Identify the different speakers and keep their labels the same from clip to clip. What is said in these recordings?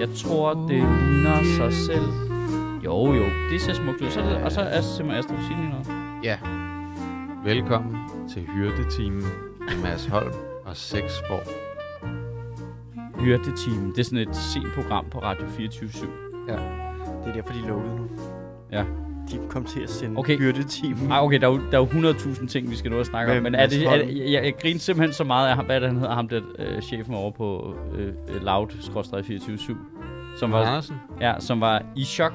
Speaker 1: Jeg tror, det ligner sig selv. Jo, jo, det ser smukt ud. Så, er det- og så er Simmer Astrup sige lige noget.
Speaker 2: Ja. Velkommen til Hyrdetimen med Mads Holm og Seks Får.
Speaker 1: Hyrdetimen. Det er sådan et sent program på Radio 24-7.
Speaker 3: Det er derfor, de er lukket nu.
Speaker 1: Ja.
Speaker 3: De kom til at sende
Speaker 1: Okay.
Speaker 3: okay. byrdetimen.
Speaker 1: Ej, Mm-hmm. Ah, okay, der er, jo, der er jo 100.000 ting, vi skal nå at snakke om.
Speaker 3: Hvem
Speaker 1: Men er
Speaker 3: Mads
Speaker 1: det, er,
Speaker 3: Holm?
Speaker 1: det- jeg, jeg, jeg griner simpelthen så meget af ham, hvad er det, han hedder, ham der øh, chefen over på øh, Loud-24-7. Som var,
Speaker 2: Andersen,
Speaker 1: ja, som var i chok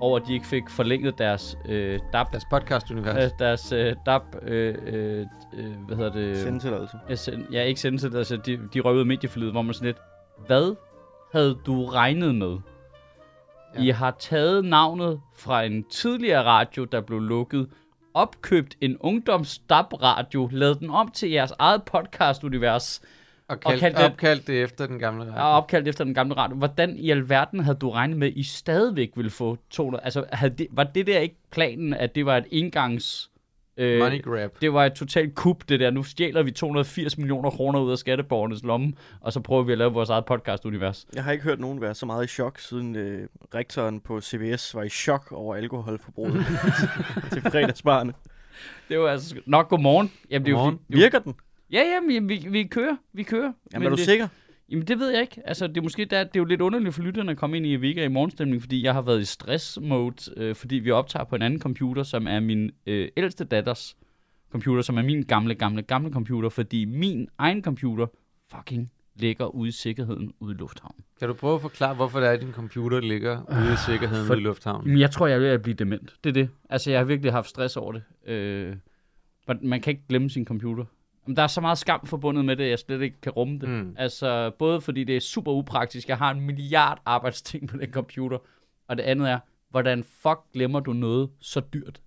Speaker 1: over, at de ikke fik forlænget deres øh, DAP,
Speaker 2: deres podcast-univers.
Speaker 1: øh, deres øh, DAP, øh, øh, øh, hvad hedder det?
Speaker 3: Sendetilladelse.
Speaker 1: Jeg, send, jeg er ikke sendt til det, altså de, de røvede medieflyet, hvor man sådan lidt, hvad havde du regnet med? Ja.
Speaker 2: Ja.
Speaker 1: I har taget navnet fra en tidligere radio, der blev lukket, opkøbt en ungdomsdab-radio, lavet den om til jeres eget podcast-univers,
Speaker 2: og
Speaker 1: og
Speaker 2: kaldt,
Speaker 1: kaldt det-
Speaker 2: opkaldt det efter den gamle
Speaker 1: og
Speaker 2: radio.
Speaker 1: opkaldt efter den gamle radio. Hvordan i alverden havde du regnet med, at I stadigvæk ville få 200? Altså, havde det, var det der ikke planen, at det var et engangs... Øh,
Speaker 2: Money grab.
Speaker 1: det var et totalt kup, det der. Nu stjæler vi 280 millioner kroner ud af skatteborgernes lomme, og så prøver vi at lave vores eget podcast-univers.
Speaker 3: Jeg har ikke hørt nogen være så meget i chok, siden øh, rektoren på CBS var i chok over alkoholforbruget til fredagsbarne.
Speaker 1: Det var altså... sk- Nå, godmorgen. Jamen, det er jo,
Speaker 2: Godmorgen.
Speaker 1: jo,
Speaker 3: Virker den?
Speaker 1: ja, jamen, vi, vi kører. Vi kører.
Speaker 3: Jamen, er du
Speaker 1: det,
Speaker 3: sikker?
Speaker 1: Jamen, det ved jeg ikke. Altså, det er måske der, det er jo lidt underligt for lytterne at komme ind i Vega i morgenstemning, fordi jeg har været i stress-mode, øh, fordi vi optager på en anden computer, som er min øh, ældste datters computer, som er min gamle, gamle, gamle computer, fordi min egen computer fucking ligger ude i sikkerheden ude i lufthavnen.
Speaker 2: Kan du prøve at forklare, hvorfor det er, at din computer ligger ude i sikkerheden
Speaker 1: Ah, for- Mm.
Speaker 2: for... i lufthavnen?
Speaker 1: Jamen, jeg tror, jeg er ved at blive dement. Det er det. Altså, jeg har virkelig haft stress over det. Øh, man, man kan ikke glemme sin computer. Men der er så meget skam forbundet med det, at jeg slet ikke kan rumme det. Mm.
Speaker 2: Mm.
Speaker 1: Altså, både fordi det er super upraktisk. Jeg har en milliard arbejdsting på den computer. Og det andet er, hvordan fuck glemmer du noget så dyrt?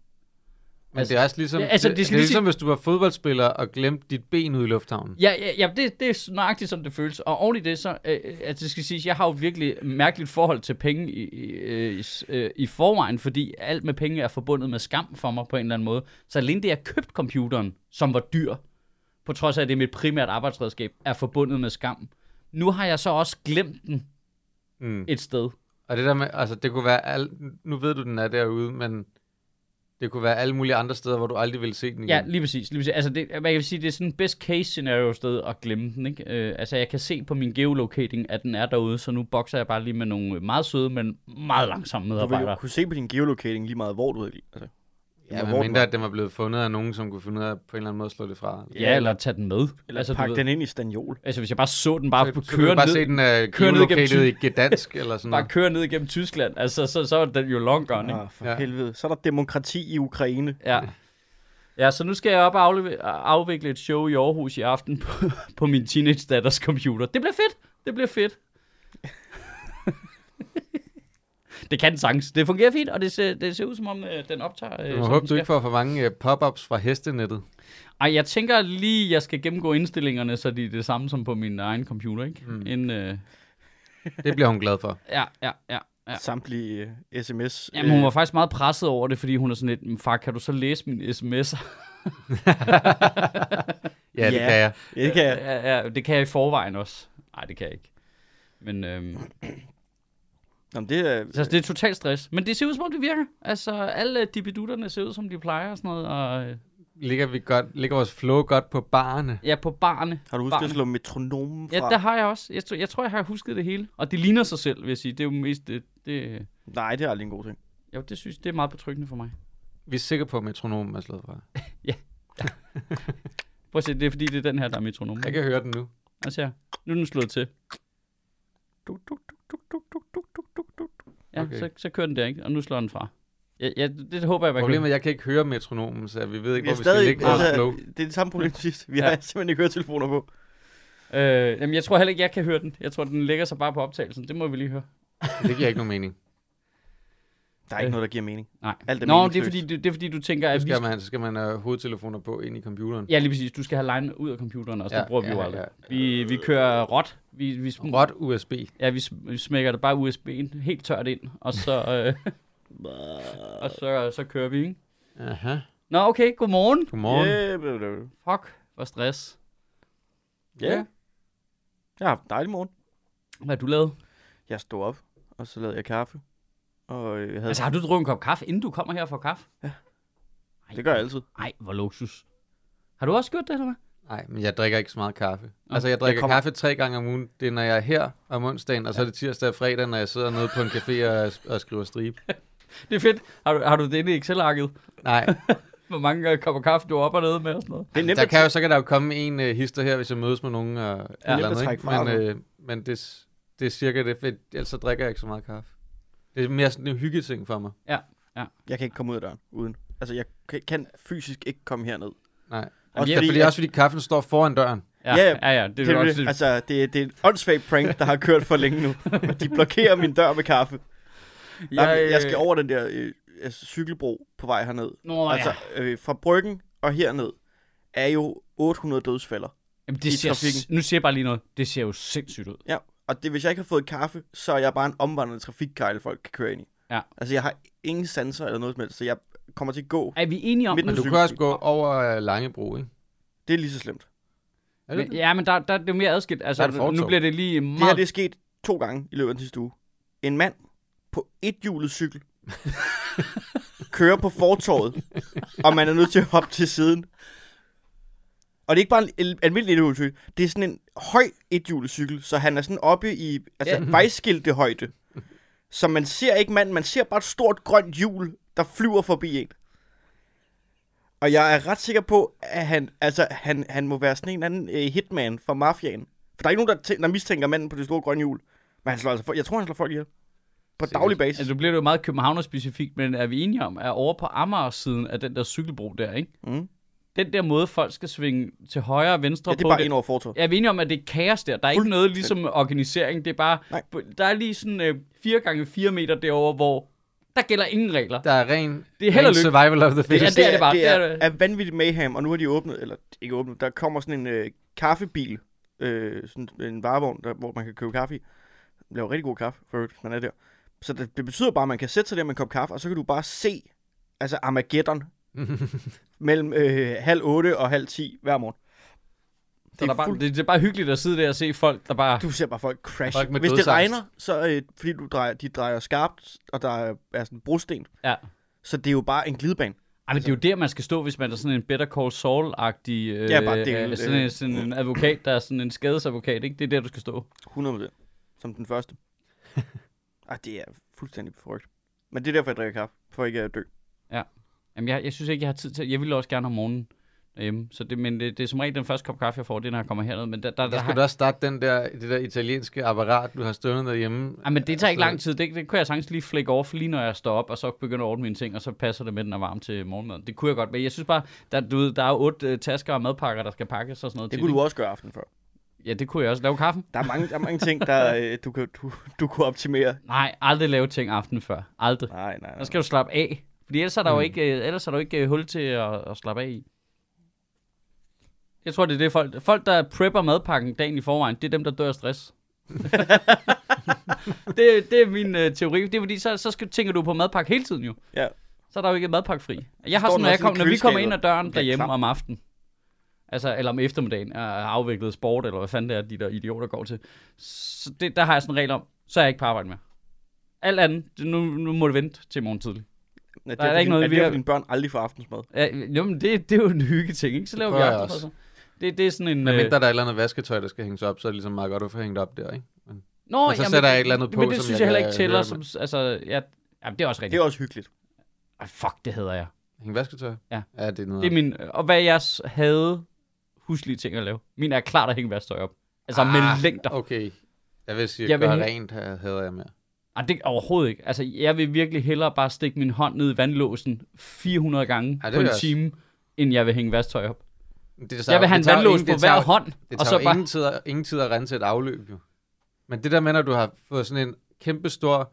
Speaker 2: Men
Speaker 1: altså-
Speaker 2: det er også ligesom,
Speaker 1: Ja,
Speaker 2: ja,
Speaker 1: altså,
Speaker 2: altså,
Speaker 1: det
Speaker 2: det,
Speaker 1: skal
Speaker 2: det, det er
Speaker 1: lige
Speaker 2: ligesom hvis du var fodboldspiller og glemte dit ben ude i lufthavnen.
Speaker 1: Ja, ja, ja det, det er nøjagtigt, som det føles. Og oven i det, så, øh, at det skal siges, jeg har jo virkelig mærkeligt forhold til penge i, i, øh, i s- øh, i forvejen, fordi alt med penge er forbundet med skam for mig på en eller anden måde. Så alene det, jeg købte computeren, som var dyr, på trods af, at det er mit primært arbejdsredskab, er forbundet med skam. Nu har jeg så også glemt den
Speaker 2: Mm.
Speaker 1: et sted.
Speaker 2: Og det der med, altså det kunne være, al... nu ved du, den er derude, men det kunne være alle mulige andre steder, hvor du aldrig ville se den igen.
Speaker 1: Ja, lige præcis. Lige præcis. Altså, det, man kan sige, det er sådan best case scenario sted at glemme den, ikke? Øh, altså, jeg kan se på min geolocating, at den er derude, så nu bokser jeg bare lige med nogle meget søde, men meget langsomme
Speaker 3: Du vil jo
Speaker 1: medarbejdere.
Speaker 3: kunne se på din geolocating lige meget, hvor du havde... Altså,
Speaker 2: Ja,
Speaker 3: hvor
Speaker 2: men
Speaker 3: den
Speaker 2: mindre,
Speaker 3: var.
Speaker 2: at den var blevet fundet af nogen, som kunne finde ud af på en eller anden måde at slå det fra.
Speaker 1: Ja, eller tage den med.
Speaker 3: Eller
Speaker 1: altså,
Speaker 3: altså,
Speaker 1: du
Speaker 3: pak
Speaker 1: ved-
Speaker 3: den ind i stanjol.
Speaker 1: Altså, hvis jeg bare så den bare
Speaker 2: Så,
Speaker 1: på
Speaker 2: så kan
Speaker 1: køre
Speaker 2: du bare
Speaker 1: ned,
Speaker 2: se
Speaker 1: den.
Speaker 2: den uh,
Speaker 1: køre ned gennem
Speaker 2: geolocated i Gdansk eller sådan
Speaker 1: bare
Speaker 2: noget.
Speaker 1: køre ned igennem Tyskland, altså, så, så er den jo long gone, ikke?
Speaker 3: Ah, for
Speaker 2: Ja.
Speaker 3: ja. helvede. Så er der demokrati i Ukraine.
Speaker 1: Ja. Ja, så nu skal jeg op og afleve- afvikle et show i Aarhus i aften på, på min teenage datters computer. Det bliver fedt. Det bliver fedt. det kan sagtens. Det fungerer fint, og det ser, det ser ud som om, øh, den optager. Øh,
Speaker 2: Jeg
Speaker 1: som
Speaker 2: håber,
Speaker 1: den
Speaker 2: du ikke får for mange uh, pop-ups fra hestenettet.
Speaker 1: Ej, jeg tænker lige, jeg skal gennemgå indstillingerne, så de er det samme som på min egen computer, ikke? Mm. Inden, øh,
Speaker 2: Det bliver hun glad for.
Speaker 1: ja, ja, ja. ja.
Speaker 3: Ja. Samtlige uh, sms.
Speaker 2: Øh.
Speaker 1: Jamen, hun var faktisk meget presset over det, fordi hun er sådan lidt, "Men far, kan du så læse min sms'er?
Speaker 2: Ja, det
Speaker 3: Ja.
Speaker 2: kan jeg.
Speaker 3: Øh, det kan jeg.
Speaker 1: Ja, ja, det kan jeg i forvejen også. Nej, det kan jeg ikke. Men, øhm,
Speaker 3: Jamen, det er...
Speaker 1: så altså, det er totalt stress. Men det ser ud som om, det virker. Altså, alle øh, dibidutterne ser ud som de plejer og sådan noget. Og, øh,
Speaker 2: Ligger, vi godt, ligger vores flow godt på barne?
Speaker 1: ja, på barne.
Speaker 3: Har du husket at slå metronomen fra?
Speaker 1: Ja, der har jeg også. Jeg, tror- jeg tror, jeg har husket det hele. Og det ligner sig selv, vil jeg sige. Det er jo mest... Det, det,
Speaker 3: Nej, det er aldrig en god ting.
Speaker 1: jo, det synes det er meget betryggende for mig.
Speaker 2: Vi er sikre på, at metronomen er slået fra.
Speaker 1: Prøv at se, det er fordi, det er den her, der er metronom.
Speaker 2: Jeg kan høre den nu.
Speaker 1: Altså, her. nu er den slået til.
Speaker 3: Du, du, du, du, du, du, du, du, du, du.
Speaker 1: Ja, okay. så,
Speaker 2: Okay.
Speaker 1: så kører den der, ikke? Og nu slår den fra. Ja, ja det håber jeg, man kan
Speaker 2: Problemet er, at jeg kan ikke høre metronomen, så vi ved ikke,
Speaker 3: Vi
Speaker 2: hvor
Speaker 3: er
Speaker 2: vi skal
Speaker 3: stadig...
Speaker 2: ligge vores flow.
Speaker 3: Altså, det er det samme problem som sidst. Vi
Speaker 1: Ja.
Speaker 3: har simpelthen ikke høretelefoner på.
Speaker 1: Øh, jamen, jeg tror heller ikke, jeg kan høre den. Jeg tror, den lægger sig bare på optagelsen. Det må vi lige høre.
Speaker 2: Det giver ikke nogen mening.
Speaker 3: Der er ikke
Speaker 1: Øh.
Speaker 3: noget, der giver mening.
Speaker 1: Nej.
Speaker 3: Alt er
Speaker 1: Nå, det er,
Speaker 3: meningsløst.
Speaker 1: fordi, det, det er fordi, du tænker,
Speaker 2: Så
Speaker 1: at vi...
Speaker 2: skal man, så skal man have hovedtelefoner på ind i computeren.
Speaker 1: Ja, lige præcis. Du skal have line ud af computeren også. Ja,
Speaker 2: Ja,
Speaker 1: det bruger vi
Speaker 2: ja,
Speaker 1: jo
Speaker 2: ja,
Speaker 1: aldrig.
Speaker 2: ja.
Speaker 1: Vi, vi kører råt. Vi, vi, sm-
Speaker 2: Råt USB.
Speaker 1: Ja, vi, sm- vi smækker det bare USB'en helt tørt ind, og så, øh, og så, så kører vi, ikke?
Speaker 2: Aha.
Speaker 1: Nå, okay. Godmorgen.
Speaker 2: Godmorgen. Yeah.
Speaker 3: Ja, bla, bla, bla.
Speaker 1: Fuck, hvor stress.
Speaker 3: Ja. Jeg har haft en dejlig morgen.
Speaker 1: Hvad har du lavet?
Speaker 3: Jeg stod op, og så lavede jeg kaffe. Og øh, jeg havde...
Speaker 1: Altså, har du drukket en kop kaffe, inden du kommer her for kaffe?
Speaker 3: Ja.
Speaker 1: Ej,
Speaker 3: det gør jeg altid.
Speaker 1: Ej, hvor luksus. Har du også gjort det, eller hvad?
Speaker 2: Nej, men jeg drikker ikke så meget kaffe.
Speaker 1: Nå,
Speaker 2: Altså, jeg drikker
Speaker 3: kommer-
Speaker 2: kaffe tre gange om ugen. Det er, når jeg er her om onsdagen, og så er det tirsdag og fredag, når jeg sidder nede på en café og, og skriver stribe.
Speaker 1: Det er fedt. Har du, har du det inde i Excel-arket?
Speaker 2: Nej,
Speaker 1: Hvor mange øh, kopper kaffe, du er op og nede med og sådan noget?
Speaker 3: Det er nemt
Speaker 2: der
Speaker 3: at
Speaker 2: kan jo, så kan der jo komme en uh, hister her, hvis jeg mødes med nogen. Uh, ja, eller
Speaker 3: nemt at
Speaker 2: andet,
Speaker 3: trække
Speaker 2: ikke?
Speaker 3: fra
Speaker 2: men øh, men det, s- det er cirka det, for ellers så drikker jeg ikke så meget kaffe. Det er mere sådan en hyggeting for mig.
Speaker 3: Jeg kan ikke komme ud af døren uden. Altså, jeg kan- kan fysisk ikke komme herned.
Speaker 2: Nej.
Speaker 3: Også
Speaker 2: Også,
Speaker 1: jeg-
Speaker 2: Jamen, fordi,
Speaker 3: at-
Speaker 2: også fordi kaffen står foran døren.
Speaker 3: Ja,
Speaker 1: ja, ja det,
Speaker 3: Det,
Speaker 1: er
Speaker 3: er
Speaker 1: også
Speaker 3: det,
Speaker 1: det.
Speaker 3: altså, det, det er en åndssvag prank, der har kørt for længe nu. De blokerer min dør med kaffe. Jeg,
Speaker 1: øh,
Speaker 3: jeg, jeg skal over den der øh, altså, cykelbro på vej herned.
Speaker 1: Nå, altså,
Speaker 3: altså,
Speaker 1: ja.
Speaker 3: øh, fra bryggen og herned er jo 800 dødsfælder.
Speaker 1: Jamen, det
Speaker 3: i
Speaker 1: ser,
Speaker 3: trafikken.
Speaker 1: s- nu siger jeg bare lige noget. Det ser jo sindssygt ud.
Speaker 3: Ja, og det, hvis jeg ikke har fået kaffe, så er jeg bare en omvandrende trafikkejl, folk kan køre ind i.
Speaker 1: Ja.
Speaker 3: Altså, jeg har ingen sanser eller noget som helst, så jeg kommer til at gå.
Speaker 1: Er vi enige om...
Speaker 3: Mit-
Speaker 2: Men du
Speaker 3: Cykel-
Speaker 2: kan også gå over øh, Langebro, ikke?
Speaker 3: Det er lige så slemt.
Speaker 2: Er det
Speaker 1: Men,
Speaker 2: det?
Speaker 1: ja, men der, der er det jo mere adskilt. Altså,
Speaker 2: Der er et fortov.
Speaker 1: nu bliver det lige
Speaker 3: Det her
Speaker 1: meget...
Speaker 3: det er sket to gange i løbet af den sidste uge. En mand på et hjulet cykel kører på fortorvet, og man er nødt til at hoppe til siden. Og det er ikke bare en el- almindelig ethjulet cykel, det er sådan en høj ethjulet cykel, så han er sådan oppe i altså
Speaker 1: Ja.
Speaker 3: yeah. vejskiltehøjde. Så man ser ikke manden, man ser bare et stort grønt hjul, der flyver forbi en. Og jeg er ret sikker på, at han, altså, han, han må være sådan en eller anden øh, hitman fra mafiaen. For der er ikke nogen, der, tæ- der mistænker manden på det store grønne hjul. Men han slår altså folk, jeg tror, han slår folk ihjel. På
Speaker 2: Sikkert.
Speaker 3: daglig basis.
Speaker 1: Altså, nu bliver det jo meget københavner-specifikt, men er vi enige om, at over på Amager-siden af den der cykelbro der, ikke?
Speaker 3: Mm.
Speaker 1: Den der måde, folk skal svinge til højre og venstre
Speaker 3: ja, det
Speaker 1: på...
Speaker 3: er bare ind over fortorvet.
Speaker 1: Jeg er vi enige om, at det er kaos der. Der er ikke noget ligesom organisering. Det er bare...
Speaker 3: Nej.
Speaker 1: Der er lige sådan øh, 4 gange 4 meter derovre, hvor der gælder ingen regler.
Speaker 2: Der er ren,
Speaker 1: Det er held og
Speaker 2: ren
Speaker 1: lykke.
Speaker 2: survival of the
Speaker 1: er-
Speaker 2: fittest.
Speaker 1: det er det bare.
Speaker 3: Det
Speaker 1: Det
Speaker 3: er,
Speaker 1: er
Speaker 3: det
Speaker 1: det.
Speaker 3: er vanvittigt mayhem, og nu har de åbnet, eller ikke åbnet, der kommer sådan en øh, kaffebil, øh, sådan en varevogn, der, hvor man kan købe kaffe i. Den Laver rigtig god kaffe, for øvrigt, hvis man er der. Så det, det betyder bare, at man kan sætte sig der med en kop kaffe, og så kan du bare se, altså Armageddon, mellem øh, halv otte og halv ti hver morgen.
Speaker 1: Så der er bare,
Speaker 3: fuld-
Speaker 1: det, det er bare hyggeligt at sidde der og se folk, der bare...
Speaker 3: Du ser bare folk crash.
Speaker 2: Folk med
Speaker 3: Hvis det
Speaker 2: dødsangst.
Speaker 3: regner, så øh, fordi du drejer, de drejer skarpt, og der er, er sådan en brosten.
Speaker 1: Ja.
Speaker 3: Så det er jo bare en glidebane.
Speaker 1: Ej, men det er jo der, man skal stå, hvis man er sådan en Better Call Saul-agtig... Øh,
Speaker 3: Ja, bare det er jo-
Speaker 1: øh, sådan, en, sådan en advokat, der er sådan en skadesadvokat, ikke? Det er der, du skal stå.
Speaker 3: 100 med Som den første. Ej, det er fuldstændig forrygt. Men det er derfor, jeg drikker kaffe. For ikke at dø.
Speaker 1: Jamen, jeg, jeg synes ikke, jeg har tid til... Jeg ville også gerne om morgenen derhjemme. Så det, men det, det er som regel den første kop kaffe, jeg får, det er, når jeg kommer herned. Men der, der, der,
Speaker 2: Der
Speaker 1: har-
Speaker 2: skal du også starte den der, det der italienske apparat, du har stående derhjemme.
Speaker 1: Ej, men det tager ikke
Speaker 2: Altså,
Speaker 1: lang tid. Det, det kunne jeg sagtens lige flække over, for lige når jeg står op, og så begynder at ordne mine ting, og så passer det med, at den er varm til morgenmaden. Det kunne jeg godt, men jeg synes bare, der, du ved, der er jo otte øh, tasker og madpakker, der skal pakkes og sådan noget.
Speaker 3: Det
Speaker 1: til,
Speaker 3: kunne du
Speaker 1: ikke?
Speaker 3: også gøre aften før.
Speaker 1: Ja, det kunne jeg også. Lave kaffen?
Speaker 3: Der er mange, der er mange ting, der, øh, du, kan, du, du kunne optimere.
Speaker 1: Nej, aldrig lave ting aftenen før. Aldrig.
Speaker 3: Nej, nej, nej.
Speaker 1: Der skal du slappe af. Fordi ellers er
Speaker 3: Mm.
Speaker 1: der, jo, ikke, øh, ellers er der jo ikke øh, hul til at, at slappe af i. Jeg tror, det er det folk... Folk, der prepper madpakken dagen i forvejen, det er dem, der dør af stress. det, det er min øh, teori. Det er fordi, så, så skal, tænker du på madpakke hele tiden jo.
Speaker 3: Ja.
Speaker 1: Så er der jo ikke madpakkefri. Jeg har
Speaker 3: står
Speaker 1: sådan,
Speaker 3: den
Speaker 1: når, jeg
Speaker 3: også
Speaker 1: kom,
Speaker 3: i
Speaker 1: når vi kommer ind
Speaker 3: køleskabet.
Speaker 1: ad døren
Speaker 3: Den bliver
Speaker 1: derhjemme
Speaker 3: klam.
Speaker 1: om aftenen, altså, eller om eftermiddagen, og har afviklet sport, eller hvad fanden det er, de der idioter går til, så det, der har jeg sådan en regel om, så er jeg ikke på arbejde mere. Alt andet, det- nu, nu må det vente til i morgen tidlig.
Speaker 3: Nej, det
Speaker 1: der er ikke
Speaker 3: fordi-
Speaker 1: noget,
Speaker 3: er det
Speaker 1: vi
Speaker 3: derfor,
Speaker 1: har-
Speaker 3: dine børn aldrig får aftensmad.
Speaker 1: Ja, jamen, det, det er jo en hyggeting, ikke? Så laver vi
Speaker 2: prøver jeg
Speaker 1: aftensmad.
Speaker 2: også.
Speaker 1: så. Det, det er sådan en...
Speaker 2: Men
Speaker 1: øh,
Speaker 2: mindre der er et eller andet vasketøj, der skal hænges op, så er det ligesom meget godt at få hængt op der, ikke? Men,
Speaker 1: Nå,
Speaker 2: Og så sætter jeg et eller andet på,
Speaker 1: men det
Speaker 2: som
Speaker 1: synes jeg,
Speaker 2: jeg
Speaker 1: heller
Speaker 2: kan
Speaker 1: ikke tæller.
Speaker 2: høre
Speaker 1: Som, altså, ja, jamen, det er også
Speaker 3: Det
Speaker 1: rigtigt.
Speaker 3: er også hyggeligt.
Speaker 1: Ej, fuck, det hedder jeg.
Speaker 2: hænge vasketøj?
Speaker 1: Ja.
Speaker 2: Ja, det er noget.
Speaker 1: Det er min, og hvad jeg s- havde huslige ting at lave. Min er klart at hænge værstøj op. Altså ah, med længder.
Speaker 2: Okay. Jeg vil sige,
Speaker 1: Jeg
Speaker 2: at
Speaker 1: vil
Speaker 2: gøre
Speaker 1: hæ-
Speaker 2: rent her hader jeg mere.
Speaker 1: Ej, det overhovedet ikke. Altså, jeg vil virkelig hellere bare stikke min hånd ned i vandlåsen 400 gange
Speaker 2: Ej, det
Speaker 1: på
Speaker 2: vil
Speaker 1: en
Speaker 2: jeg også.
Speaker 1: time, inden jeg vil hænge vasktøj op.
Speaker 2: Men Det,
Speaker 1: Så jeg vil have en vandlås på hver hånd,
Speaker 2: Det
Speaker 1: og
Speaker 2: tager
Speaker 1: så
Speaker 2: jo
Speaker 1: bare...
Speaker 2: ingen, tid at, ingen tid at rense et afløb, jo. Men det der med, når du har fået sådan en kæmpe stor...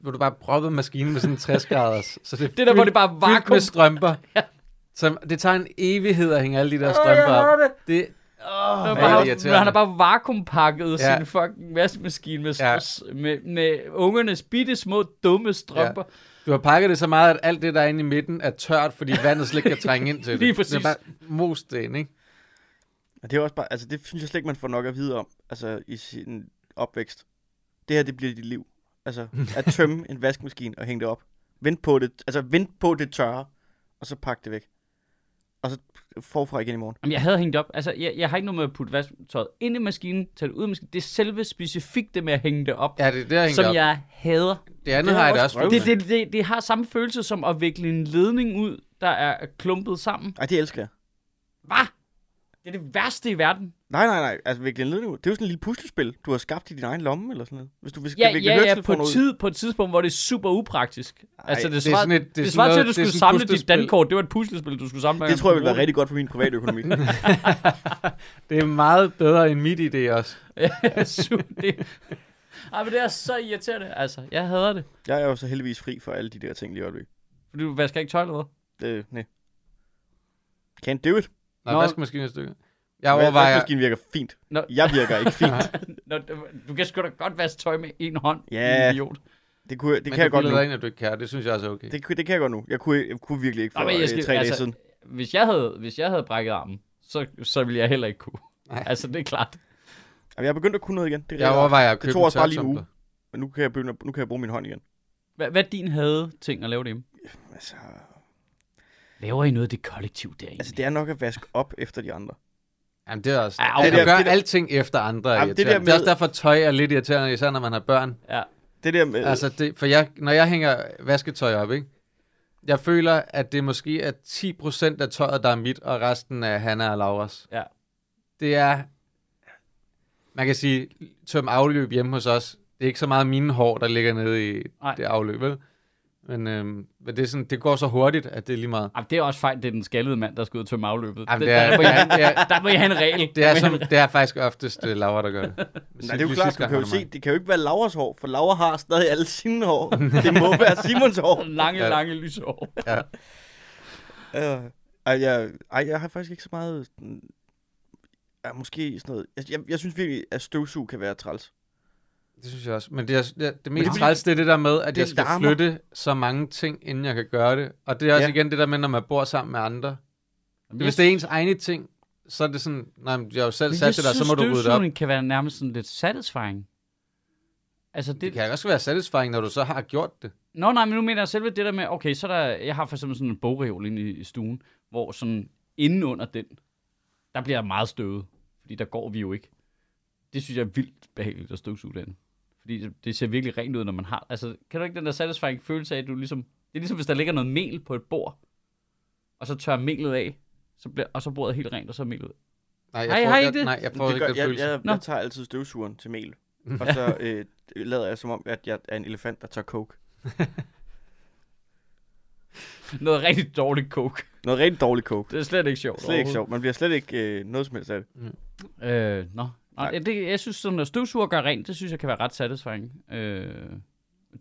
Speaker 2: Hvor du bare proppet maskinen med sådan 60 graders. Så det, er
Speaker 1: Det der, hvor
Speaker 2: fyldt-
Speaker 1: det bare
Speaker 2: fyldt
Speaker 1: vakuum.
Speaker 2: med strømper.
Speaker 1: Ja.
Speaker 2: Så det tager en evighed at hænge alle de der strømper op. Det,
Speaker 1: Det var
Speaker 2: Ja, det er
Speaker 1: bare,
Speaker 2: irriterende.
Speaker 1: han har bare vakuumpakket ja.
Speaker 2: Ja.
Speaker 1: sin fucking vaskemaskine med,
Speaker 2: Ja.
Speaker 1: ja. med, med ungernes bitte små dumme strømper. Ja.
Speaker 2: du har pakket det så meget, at alt det, der er inde i midten, er tørt, fordi vandet slet ikke kan trænge ind til det.
Speaker 1: Lige præcis.
Speaker 2: Det er bare most det ind, ikke?
Speaker 3: Og det er også bare, altså det synes jeg slet ikke, man får nok at vide om, altså i sin opvækst. det her det bliver dit liv. Altså, at tømme en vaskemaskine og hænge det op. Vent på det, altså vent på det tørre, og så pakke det væk. Og så forfra igen i morgen.
Speaker 1: Jamen, jeg havde hængt op. Altså, jeg, jeg har ikke noget med at putte vasketøjet ind i maskinen, tage det ud af maskinen. Det er selve specifikt det med at hænge det op,
Speaker 2: Ja, det er der, jeg
Speaker 1: som
Speaker 2: hænger op.
Speaker 1: jeg hader.
Speaker 2: Det andet har jeg det også.
Speaker 3: røv-
Speaker 1: Det, det, det, det har samme følelse som at vikle en ledning ud, der er klumpet sammen.
Speaker 3: Ej, det elsker jeg.
Speaker 1: Hvad? Det er det værste i verden.
Speaker 3: Nej, nej, nej. Altså, virkelig en ledning ud. Det er jo sådan et lille puslespil, du har skabt i din egen lomme, eller sådan noget. Hvis du skal
Speaker 1: Ja,
Speaker 3: vikle
Speaker 1: ja, ja, på,
Speaker 3: høretelefoner ud.
Speaker 1: tid, på et tidspunkt, hvor det er super upraktisk. Ej, altså,
Speaker 2: det er
Speaker 1: det svarer,
Speaker 2: sådan
Speaker 1: det et,
Speaker 2: et- det er
Speaker 1: det
Speaker 2: sådan
Speaker 1: svarer til, at du
Speaker 2: noget- det er
Speaker 1: skulle
Speaker 2: sådan et
Speaker 1: samle dit
Speaker 2: puslespil.
Speaker 1: dankort. Det var et puslespil, du skulle samle. med
Speaker 3: Det
Speaker 1: en
Speaker 3: tror jeg ville
Speaker 1: computer.
Speaker 3: være rigtig godt for min private økonomi.
Speaker 2: Det er meget bedre end mit idé også.
Speaker 1: Ja, su- det. Ej, men det er så irriterende. Altså, jeg hader det.
Speaker 3: jeg er jo så heldigvis fri for alle de der ting lige i øjeblikket.
Speaker 1: For du vasker ikke tøj eller hvad?
Speaker 3: Det, nej. Can't do it.
Speaker 1: Nå.
Speaker 2: Nå, Nå. vaskemaskinen er et stykke. Jeg overvejer...
Speaker 3: Vaskemaskinen virker fint.
Speaker 1: Nå.
Speaker 3: Jeg virker ikke fint.
Speaker 1: Nå, du- du kan sgu da godt vaske tøj med en hånd,
Speaker 3: Ja.
Speaker 1: yeah. idiot.
Speaker 3: Det, kunne, jeg- det
Speaker 2: Men
Speaker 3: kan jeg
Speaker 2: du
Speaker 3: godt nu.
Speaker 2: bilder dig ind, at du ikke kan. Det synes jeg også er okay.
Speaker 3: Det, kunne- det kan jeg godt nu. Jeg kunne, jeg kunne virkelig ikke for
Speaker 1: Nå, men
Speaker 3: Nå,
Speaker 1: jeg
Speaker 3: skal,
Speaker 1: skal-
Speaker 3: tre altså, dage
Speaker 1: altså-
Speaker 3: siden.
Speaker 1: Hvis jeg havde, hvis jeg havde brækket armen, så, så ville jeg heller ikke kunne.
Speaker 2: Nej.
Speaker 1: Altså, det er klart.
Speaker 3: Jamen, jeg er begyndt at kunne noget igen. Det er
Speaker 2: Jeg
Speaker 3: rigtig rart.
Speaker 2: overvejer at
Speaker 3: Det
Speaker 2: købe
Speaker 3: tog
Speaker 2: en
Speaker 3: også bare lige en
Speaker 2: tørretumbler.
Speaker 3: Men nu kan, jeg begynde, at- nu kan jeg bruge min hånd igen.
Speaker 1: Hvad, hvad er din havde ting at lave det
Speaker 3: Altså,
Speaker 1: Laver I noget af det kollektiv derinde?
Speaker 3: altså, det er nok at vaske op efter de andre.
Speaker 2: Jamen, det er også...
Speaker 1: Ja,
Speaker 2: Ja,
Speaker 1: okay.
Speaker 2: okay.
Speaker 3: Det der-
Speaker 2: Du gør
Speaker 3: det der-
Speaker 2: alting efter andre.
Speaker 3: Jamen,
Speaker 2: Jamen,
Speaker 3: det
Speaker 2: det,
Speaker 3: der
Speaker 2: med... det er også
Speaker 3: med-
Speaker 2: derfor, tøj er lidt irriterende, især når man har børn.
Speaker 1: Ja.
Speaker 3: Det der med... Altså,
Speaker 2: Altså, det, for jeg, når jeg hænger vasketøj op, ikke? Jeg føler, at det måske er 10% af tøjet, der er mit, og resten er Hanna og Lauras.
Speaker 1: Ja.
Speaker 2: Det er... Man kan sige, tøm afløb hjemme hos os. Det er ikke så meget mine hår, der ligger nede i
Speaker 1: Nej.
Speaker 2: Nej. det afløb, vel? Men, øhm, men det, er sådan, det går så hurtigt, at det er lige meget.
Speaker 1: Jamen, det er også fejl, det er den skaldede mand, der skal ud og tømme afløbet.
Speaker 2: Jamen,
Speaker 1: det,
Speaker 2: det er-
Speaker 1: der, må jeg,
Speaker 2: det er-
Speaker 1: der må jeg have en regel.
Speaker 2: Det er,
Speaker 1: Der må
Speaker 2: som,
Speaker 1: jeg have en-
Speaker 2: det er faktisk oftest uh, Laura, der gør det.
Speaker 3: Nej, det er jo
Speaker 2: Lige
Speaker 3: klart,
Speaker 2: sidste
Speaker 3: du
Speaker 2: gang
Speaker 3: kan jo
Speaker 2: var det
Speaker 3: se, det kan jo ikke være Lauras hår, for Laura har stadig alle sine hår. Det må være Simons hår.
Speaker 1: Lange,
Speaker 2: Ja.
Speaker 1: lange lysår.
Speaker 2: mig. Ja.
Speaker 3: Øh, ej, jeg, ej, jeg har faktisk ikke så meget... sådan- Ja, måske sådan noget... Jeg, jeg, jeg synes virkelig, at støvsug kan være træls.
Speaker 2: Det synes jeg også. Men det, er, det, det
Speaker 3: det er
Speaker 2: mest
Speaker 3: fordi-
Speaker 2: træls, det er det der med, at
Speaker 3: det
Speaker 2: jeg skal
Speaker 3: larmer.
Speaker 2: flytte så mange ting, inden jeg kan gøre det. Og det er også
Speaker 3: Ja.
Speaker 2: ja. igen det der med, når man bor sammen med andre.
Speaker 1: Jamen,
Speaker 2: Hvis det er ens egne ting, så er det sådan, nej, men jeg har jo selv
Speaker 1: Men
Speaker 2: sat det der, så må du rydde det op.
Speaker 1: støvsugning kan være nærmest sådan lidt satisfying. Altså det,
Speaker 2: Det kan også være satisfying, når du så har gjort det.
Speaker 1: Nå nej, men nu mener jeg selve det der med, okay, så er der, jeg har for eksempel sådan en bogreol inde i, i stuen, hvor sådan inden under den, der bliver jeg meget støvet, fordi der går vi jo ikke. Det synes jeg er vildt behageligt at støvsuge den. Fordi det, det ser virkelig rent ud, når man har, altså kan du ikke den der satisfying følelse af, at du ligesom, det er ligesom hvis der ligger noget mel på et bord, og så tørrer melet af, så bliver, og så er bordet helt rent, og så er melet
Speaker 2: Nej, jeg
Speaker 1: Ej,
Speaker 2: får,
Speaker 1: har I
Speaker 2: jeg,
Speaker 1: ikke det?
Speaker 2: Nej, jeg
Speaker 3: Men
Speaker 2: får
Speaker 3: det
Speaker 2: ikke
Speaker 3: gør,
Speaker 2: den
Speaker 3: jeg,
Speaker 2: følelse.
Speaker 3: jeg,
Speaker 1: Nå.
Speaker 3: jeg tager altid støvsugeren til mel. Og så øh, lader jeg som om, at jeg er en elefant, der tager coke.
Speaker 1: noget rigtig dårligt coke.
Speaker 3: Noget rigtig dårligt coke.
Speaker 1: Det er slet ikke sjovt.
Speaker 3: Slet ikke
Speaker 1: overhovedet.
Speaker 3: sjovt. Man bliver slet ikke øh, noget som helst af det.
Speaker 1: Øh, nå. Nej,
Speaker 3: Nej.
Speaker 1: Det, jeg synes, sådan, at støvsuger gør rent, det synes jeg kan være ret satisfying. Øh,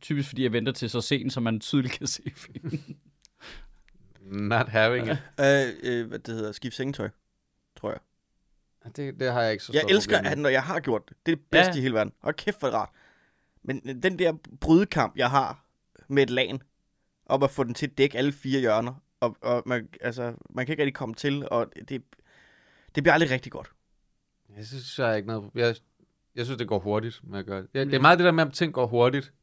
Speaker 1: typisk fordi jeg venter til så sent, så man tydeligt kan se filmen.
Speaker 2: Not having it.
Speaker 3: Øh, øh, hvad det hedder, skift sengetøj, tror jeg.
Speaker 2: Det, det har jeg ikke så
Speaker 3: Jeg
Speaker 2: stort
Speaker 3: elsker,
Speaker 2: problem med.
Speaker 3: at når jeg har gjort det, det er det bedste
Speaker 1: Ja.
Speaker 3: ja. i hele verden. Og kæft for det rart. Men øh, den der brydekamp, jeg har med et lagen, om at få den til at dække alle fire hjørner, og, og man, altså, man kan ikke rigtig komme til, og det, det bliver aldrig rigtig godt.
Speaker 2: Jeg synes, jeg har ikke noget jeg, jeg synes, det går hurtigt med at gøre det. Det, det er meget det der med, at ting går hurtigt.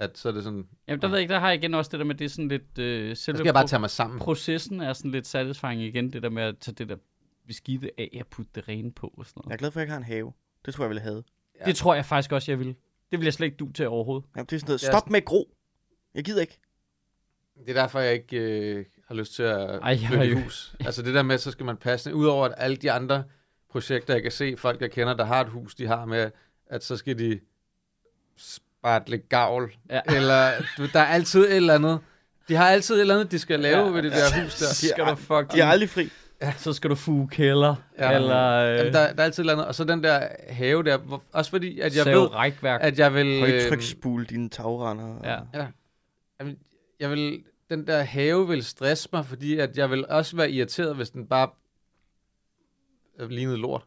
Speaker 2: At så er det sådan,
Speaker 1: Jamen, der ved jeg ikke, der har jeg igen også det der med, det er sådan lidt... Øh,
Speaker 2: så
Speaker 1: selve
Speaker 2: skal jeg bare
Speaker 1: pro-
Speaker 2: tage mig sammen.
Speaker 1: Processen er sådan lidt satisfying igen, det der med at tage det der beskidte af og putte det rene på og sådan
Speaker 3: Jeg
Speaker 1: noget.
Speaker 3: er glad for, at jeg ikke har en have. Det tror jeg, jeg ville have.
Speaker 1: Ja. Det tror jeg faktisk også, jeg vil. Det vil jeg slet ikke du til overhovedet.
Speaker 3: Jamen, det er sådan noget,
Speaker 2: Ja.
Speaker 3: stop med at gro. Jeg gider ikke.
Speaker 2: Det er derfor, jeg ikke øh, har lyst til at
Speaker 1: Ej,
Speaker 2: Ej,
Speaker 1: jeg
Speaker 2: flytte
Speaker 1: er
Speaker 2: i
Speaker 1: jo-
Speaker 2: hus. Altså det der med, så skal man passe. Udover at alle de andre projekter, jeg kan se, folk jeg kender, der har et hus, de har med, at så skal de spartle gavl.
Speaker 1: Ja.
Speaker 2: Ja. Eller du, der er altid et eller andet. De har altid et eller andet, de skal lave
Speaker 1: Ja.
Speaker 2: ja. ved det der hus der.
Speaker 1: Skal du fuck
Speaker 3: De er aldrig fri.
Speaker 1: Så skal du fuge kælder. Ja,
Speaker 2: Ja.
Speaker 1: eller øh,
Speaker 2: Jamen, der, der er altid et eller andet. Og så den der have der. Hvor, også fordi, at jeg
Speaker 1: save
Speaker 2: ved,
Speaker 1: rækværk.
Speaker 2: at jeg vil... øhm,
Speaker 3: Højtryksspule dine tagrender.
Speaker 1: Ja.
Speaker 2: Jamen, jeg vil, den der have vil stresse mig, fordi at jeg vil også være irriteret, hvis den bare øh, lignede lort.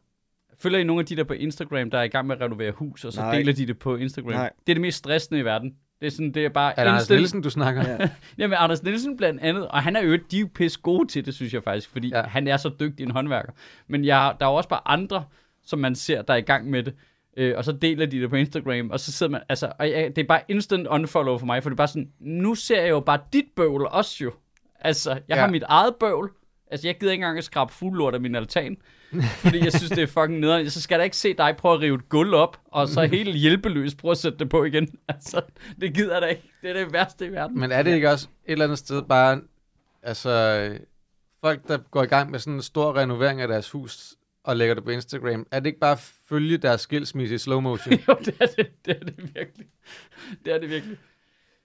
Speaker 1: Følger I nogle af de der på Instagram, der er i gang med at renovere hus, og så Nej.
Speaker 3: Nej.
Speaker 1: deler de det på Instagram? Nej.
Speaker 3: Nej.
Speaker 1: Det er det mest stressende i verden. Det er sådan, det er bare...
Speaker 2: Er altså det Anders
Speaker 1: indstil-
Speaker 2: Nielsen, du snakker? Ja.
Speaker 1: Jamen, Anders Nielsen blandt andet, og han er jo de er jo pisse gode til det, synes jeg faktisk, fordi ja.
Speaker 2: Ja.
Speaker 1: han er så dygtig en håndværker. Men jeg, der er jo også bare andre, som man ser, der er i gang med det. Øh, og så deler de det på Instagram, og så sidder man, altså, og jeg, det er bare instant unfollow for mig, for det er bare sådan, nu ser jeg jo bare dit bøvl også jo. Altså, jeg ja.
Speaker 2: Ja.
Speaker 1: har mit eget bøvl. Altså, jeg gider ikke engang at skrabe fuglelort af min altan, fordi jeg synes, det er fucking nederen. Så skal jeg da ikke se dig prøve at rive et gulv op, og så helt hjælpeløst prøve at sætte det på igen. Altså, det gider jeg da ikke. Det er det værste i verden.
Speaker 2: Men er det ikke også et eller andet sted bare, altså, øh, folk, der går i gang med sådan en stor renovering af deres hus, og lægger det på Instagram, er det ikke bare at følge deres skilsmisse i slow motion?
Speaker 1: jo, det er det, det er det virkelig. Det er det virkelig.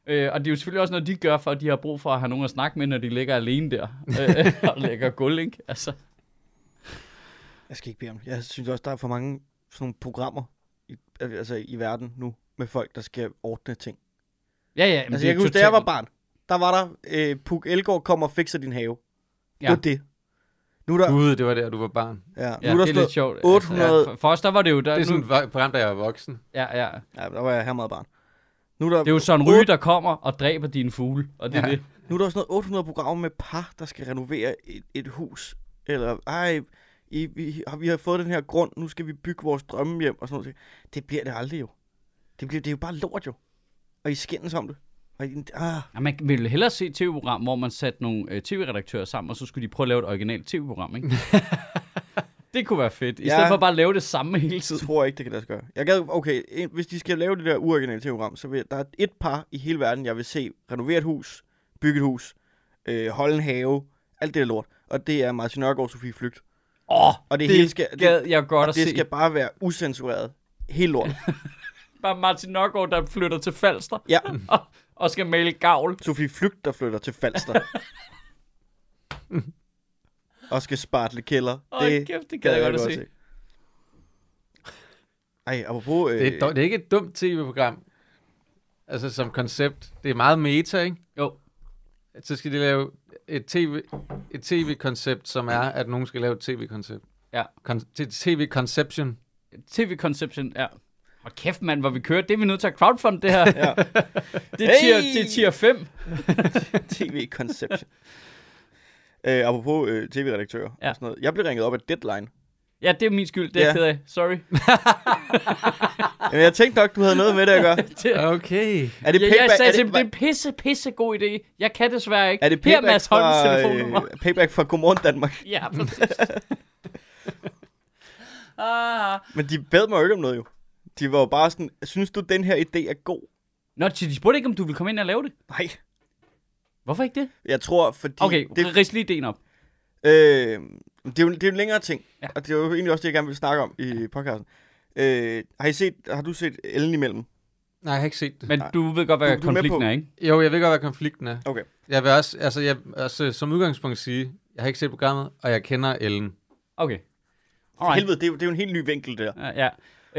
Speaker 1: Øh, og det er jo selvfølgelig også noget, de gør, for at de har brug for at have nogen at snakke med, når de ligger alene der øh, og lægger gulv, ikke? Altså,
Speaker 3: Jeg skal ikke bede om det. Jeg synes også, der er for mange sådan nogle programmer i, altså i verden nu, med folk, der skal ordne ting.
Speaker 1: ja, ja. Jamen,
Speaker 3: altså,
Speaker 1: det er
Speaker 3: jeg kan huske, da
Speaker 1: totalt-
Speaker 3: jeg var barn, der var der, øh, Puk Elgård kommer og fikser din have. Ja.
Speaker 1: Ja.
Speaker 3: Det var det. Nu er der,
Speaker 2: Gud, det var der, du var barn.
Speaker 3: ja, nu
Speaker 1: Ja,
Speaker 3: er der
Speaker 1: det er lidt
Speaker 3: stået,
Speaker 1: sjovt.
Speaker 3: 800
Speaker 1: Altså, ja, for- for os, der var det jo... Der,
Speaker 2: Det er sådan
Speaker 1: nu,
Speaker 2: et vo- program, der jeg er voksen.
Speaker 1: ja, ja.
Speaker 3: ja, der var jeg her meget barn. Nu er der,
Speaker 1: Det er jo sådan ryge, der kommer og dræber dine fugle, og det er ja.
Speaker 2: Ja.
Speaker 1: det.
Speaker 3: Nu er der også noget 800 programmer med par, der skal renovere et, et hus. Eller, ej, I, vi, har, vi har fået den her grund, nu skal vi bygge vores drømmehjem og sådan noget. Det bliver det aldrig jo. Det, bliver, det er jo bare lort jo. Og I skændes om det. Og I, ah,
Speaker 1: Ja, man ville hellere se et tv-program, hvor man satte nogle øh, tv-redaktører sammen, og så skulle de prøve at lave et originalt tv-program, ikke? det kunne være fedt. I ja.
Speaker 3: Ja.
Speaker 1: stedet for bare at lave det samme hele
Speaker 3: jeg
Speaker 1: tiden.
Speaker 3: tror ikke, det kan lade sig gøre. Jeg gad, okay, en- hvis de skal lave det der uoriginale tv-program, så vil der er et par i hele verden, jeg vil se renovere et hus, bygge et hus, øh, holde en have, alt det der lort. Og det er Martin Nørgaard og Sofie Flygt.
Speaker 1: Åh, oh,
Speaker 3: Og
Speaker 1: det,
Speaker 3: det, hele
Speaker 1: det
Speaker 3: skal,
Speaker 1: gad jeg godt
Speaker 3: det
Speaker 1: at se.
Speaker 3: skal bare være usensureret. Helt lort.
Speaker 1: Bare Martin Nørgaard, der flytter til Falster
Speaker 3: Ja.
Speaker 1: og, og skal male gavl.
Speaker 3: Sofie Flygt, der flytter til Falster. og skal spartle kælder.
Speaker 1: Åh, kæft, det gad jeg godt at se.
Speaker 3: Ej, apropos... Øh,
Speaker 2: Det er, dog, det er ikke et dumt tv-program. Altså som koncept. Det er meget meta, ikke?
Speaker 1: Jo.
Speaker 2: Så skal de lave et tv et tv-koncept, som er, at nogen skal lave et tv-koncept.
Speaker 1: Ja.
Speaker 2: Kon- til tv-conception.
Speaker 1: TV Conception, ja. Og kæft, mand, hvor vi kører. Det er vi nødt til at crowdfund, det her.
Speaker 3: Ja.
Speaker 1: Det er tier,
Speaker 3: Hey!
Speaker 1: det er tier 5.
Speaker 3: TV Conception. øh, apropos øh, tv-redaktører
Speaker 1: Ja.
Speaker 3: ja. og sådan noget. Jeg blev ringet op af Deadline.
Speaker 1: Ja, det er min skyld. Det er jeg
Speaker 3: Ja.
Speaker 1: ked af. Sorry.
Speaker 3: Jamen, jeg tænkte nok, du havde noget med det at gøre.
Speaker 1: Det,
Speaker 2: Okay.
Speaker 3: Er det
Speaker 1: jeg,
Speaker 3: payback,
Speaker 1: jeg sagde til
Speaker 3: er
Speaker 1: dem,
Speaker 3: det,
Speaker 1: det er en pisse, pisse god idé. Jeg kan desværre ikke.
Speaker 3: er det
Speaker 1: Her er
Speaker 3: payback,
Speaker 1: Mads Holms telefonnummer.
Speaker 3: fra, øh, payback fra Godmorgen Danmark?
Speaker 1: Ja, præcis. ah.
Speaker 3: Men de bad mig jo ikke om noget jo. De var jo bare sådan, synes du, den her idé er god?
Speaker 1: Nå, de spurgte ikke, om du ville komme ind og lave det.
Speaker 3: Nej,
Speaker 1: Hvorfor ikke det?
Speaker 3: jeg tror, fordi...
Speaker 1: Okay,
Speaker 3: det,
Speaker 1: rids lige ideen op.
Speaker 3: Øh, det, er jo, det er jo en længere ting,
Speaker 1: Ja.
Speaker 3: ja. og det er jo egentlig også det, jeg gerne vil snakke om i podcasten. Øh, har, I set, har du set Ellen imellem?
Speaker 2: Nej, jeg har ikke set det.
Speaker 1: Men
Speaker 3: Nej.
Speaker 1: du ved godt,
Speaker 3: Du-
Speaker 1: hvad
Speaker 3: du er med
Speaker 1: konflikten
Speaker 3: på-
Speaker 1: er, ikke?
Speaker 2: Jo, jeg ved godt, hvad konflikten er.
Speaker 3: Okay.
Speaker 2: Jeg vil også, altså, jeg, også som udgangspunkt sige, jeg har ikke set programmet, og jeg kender Ellen.
Speaker 1: Okay.
Speaker 3: For helvede, det er, jo, det er jo en helt ny vinkel, det der.
Speaker 1: Ja, ja.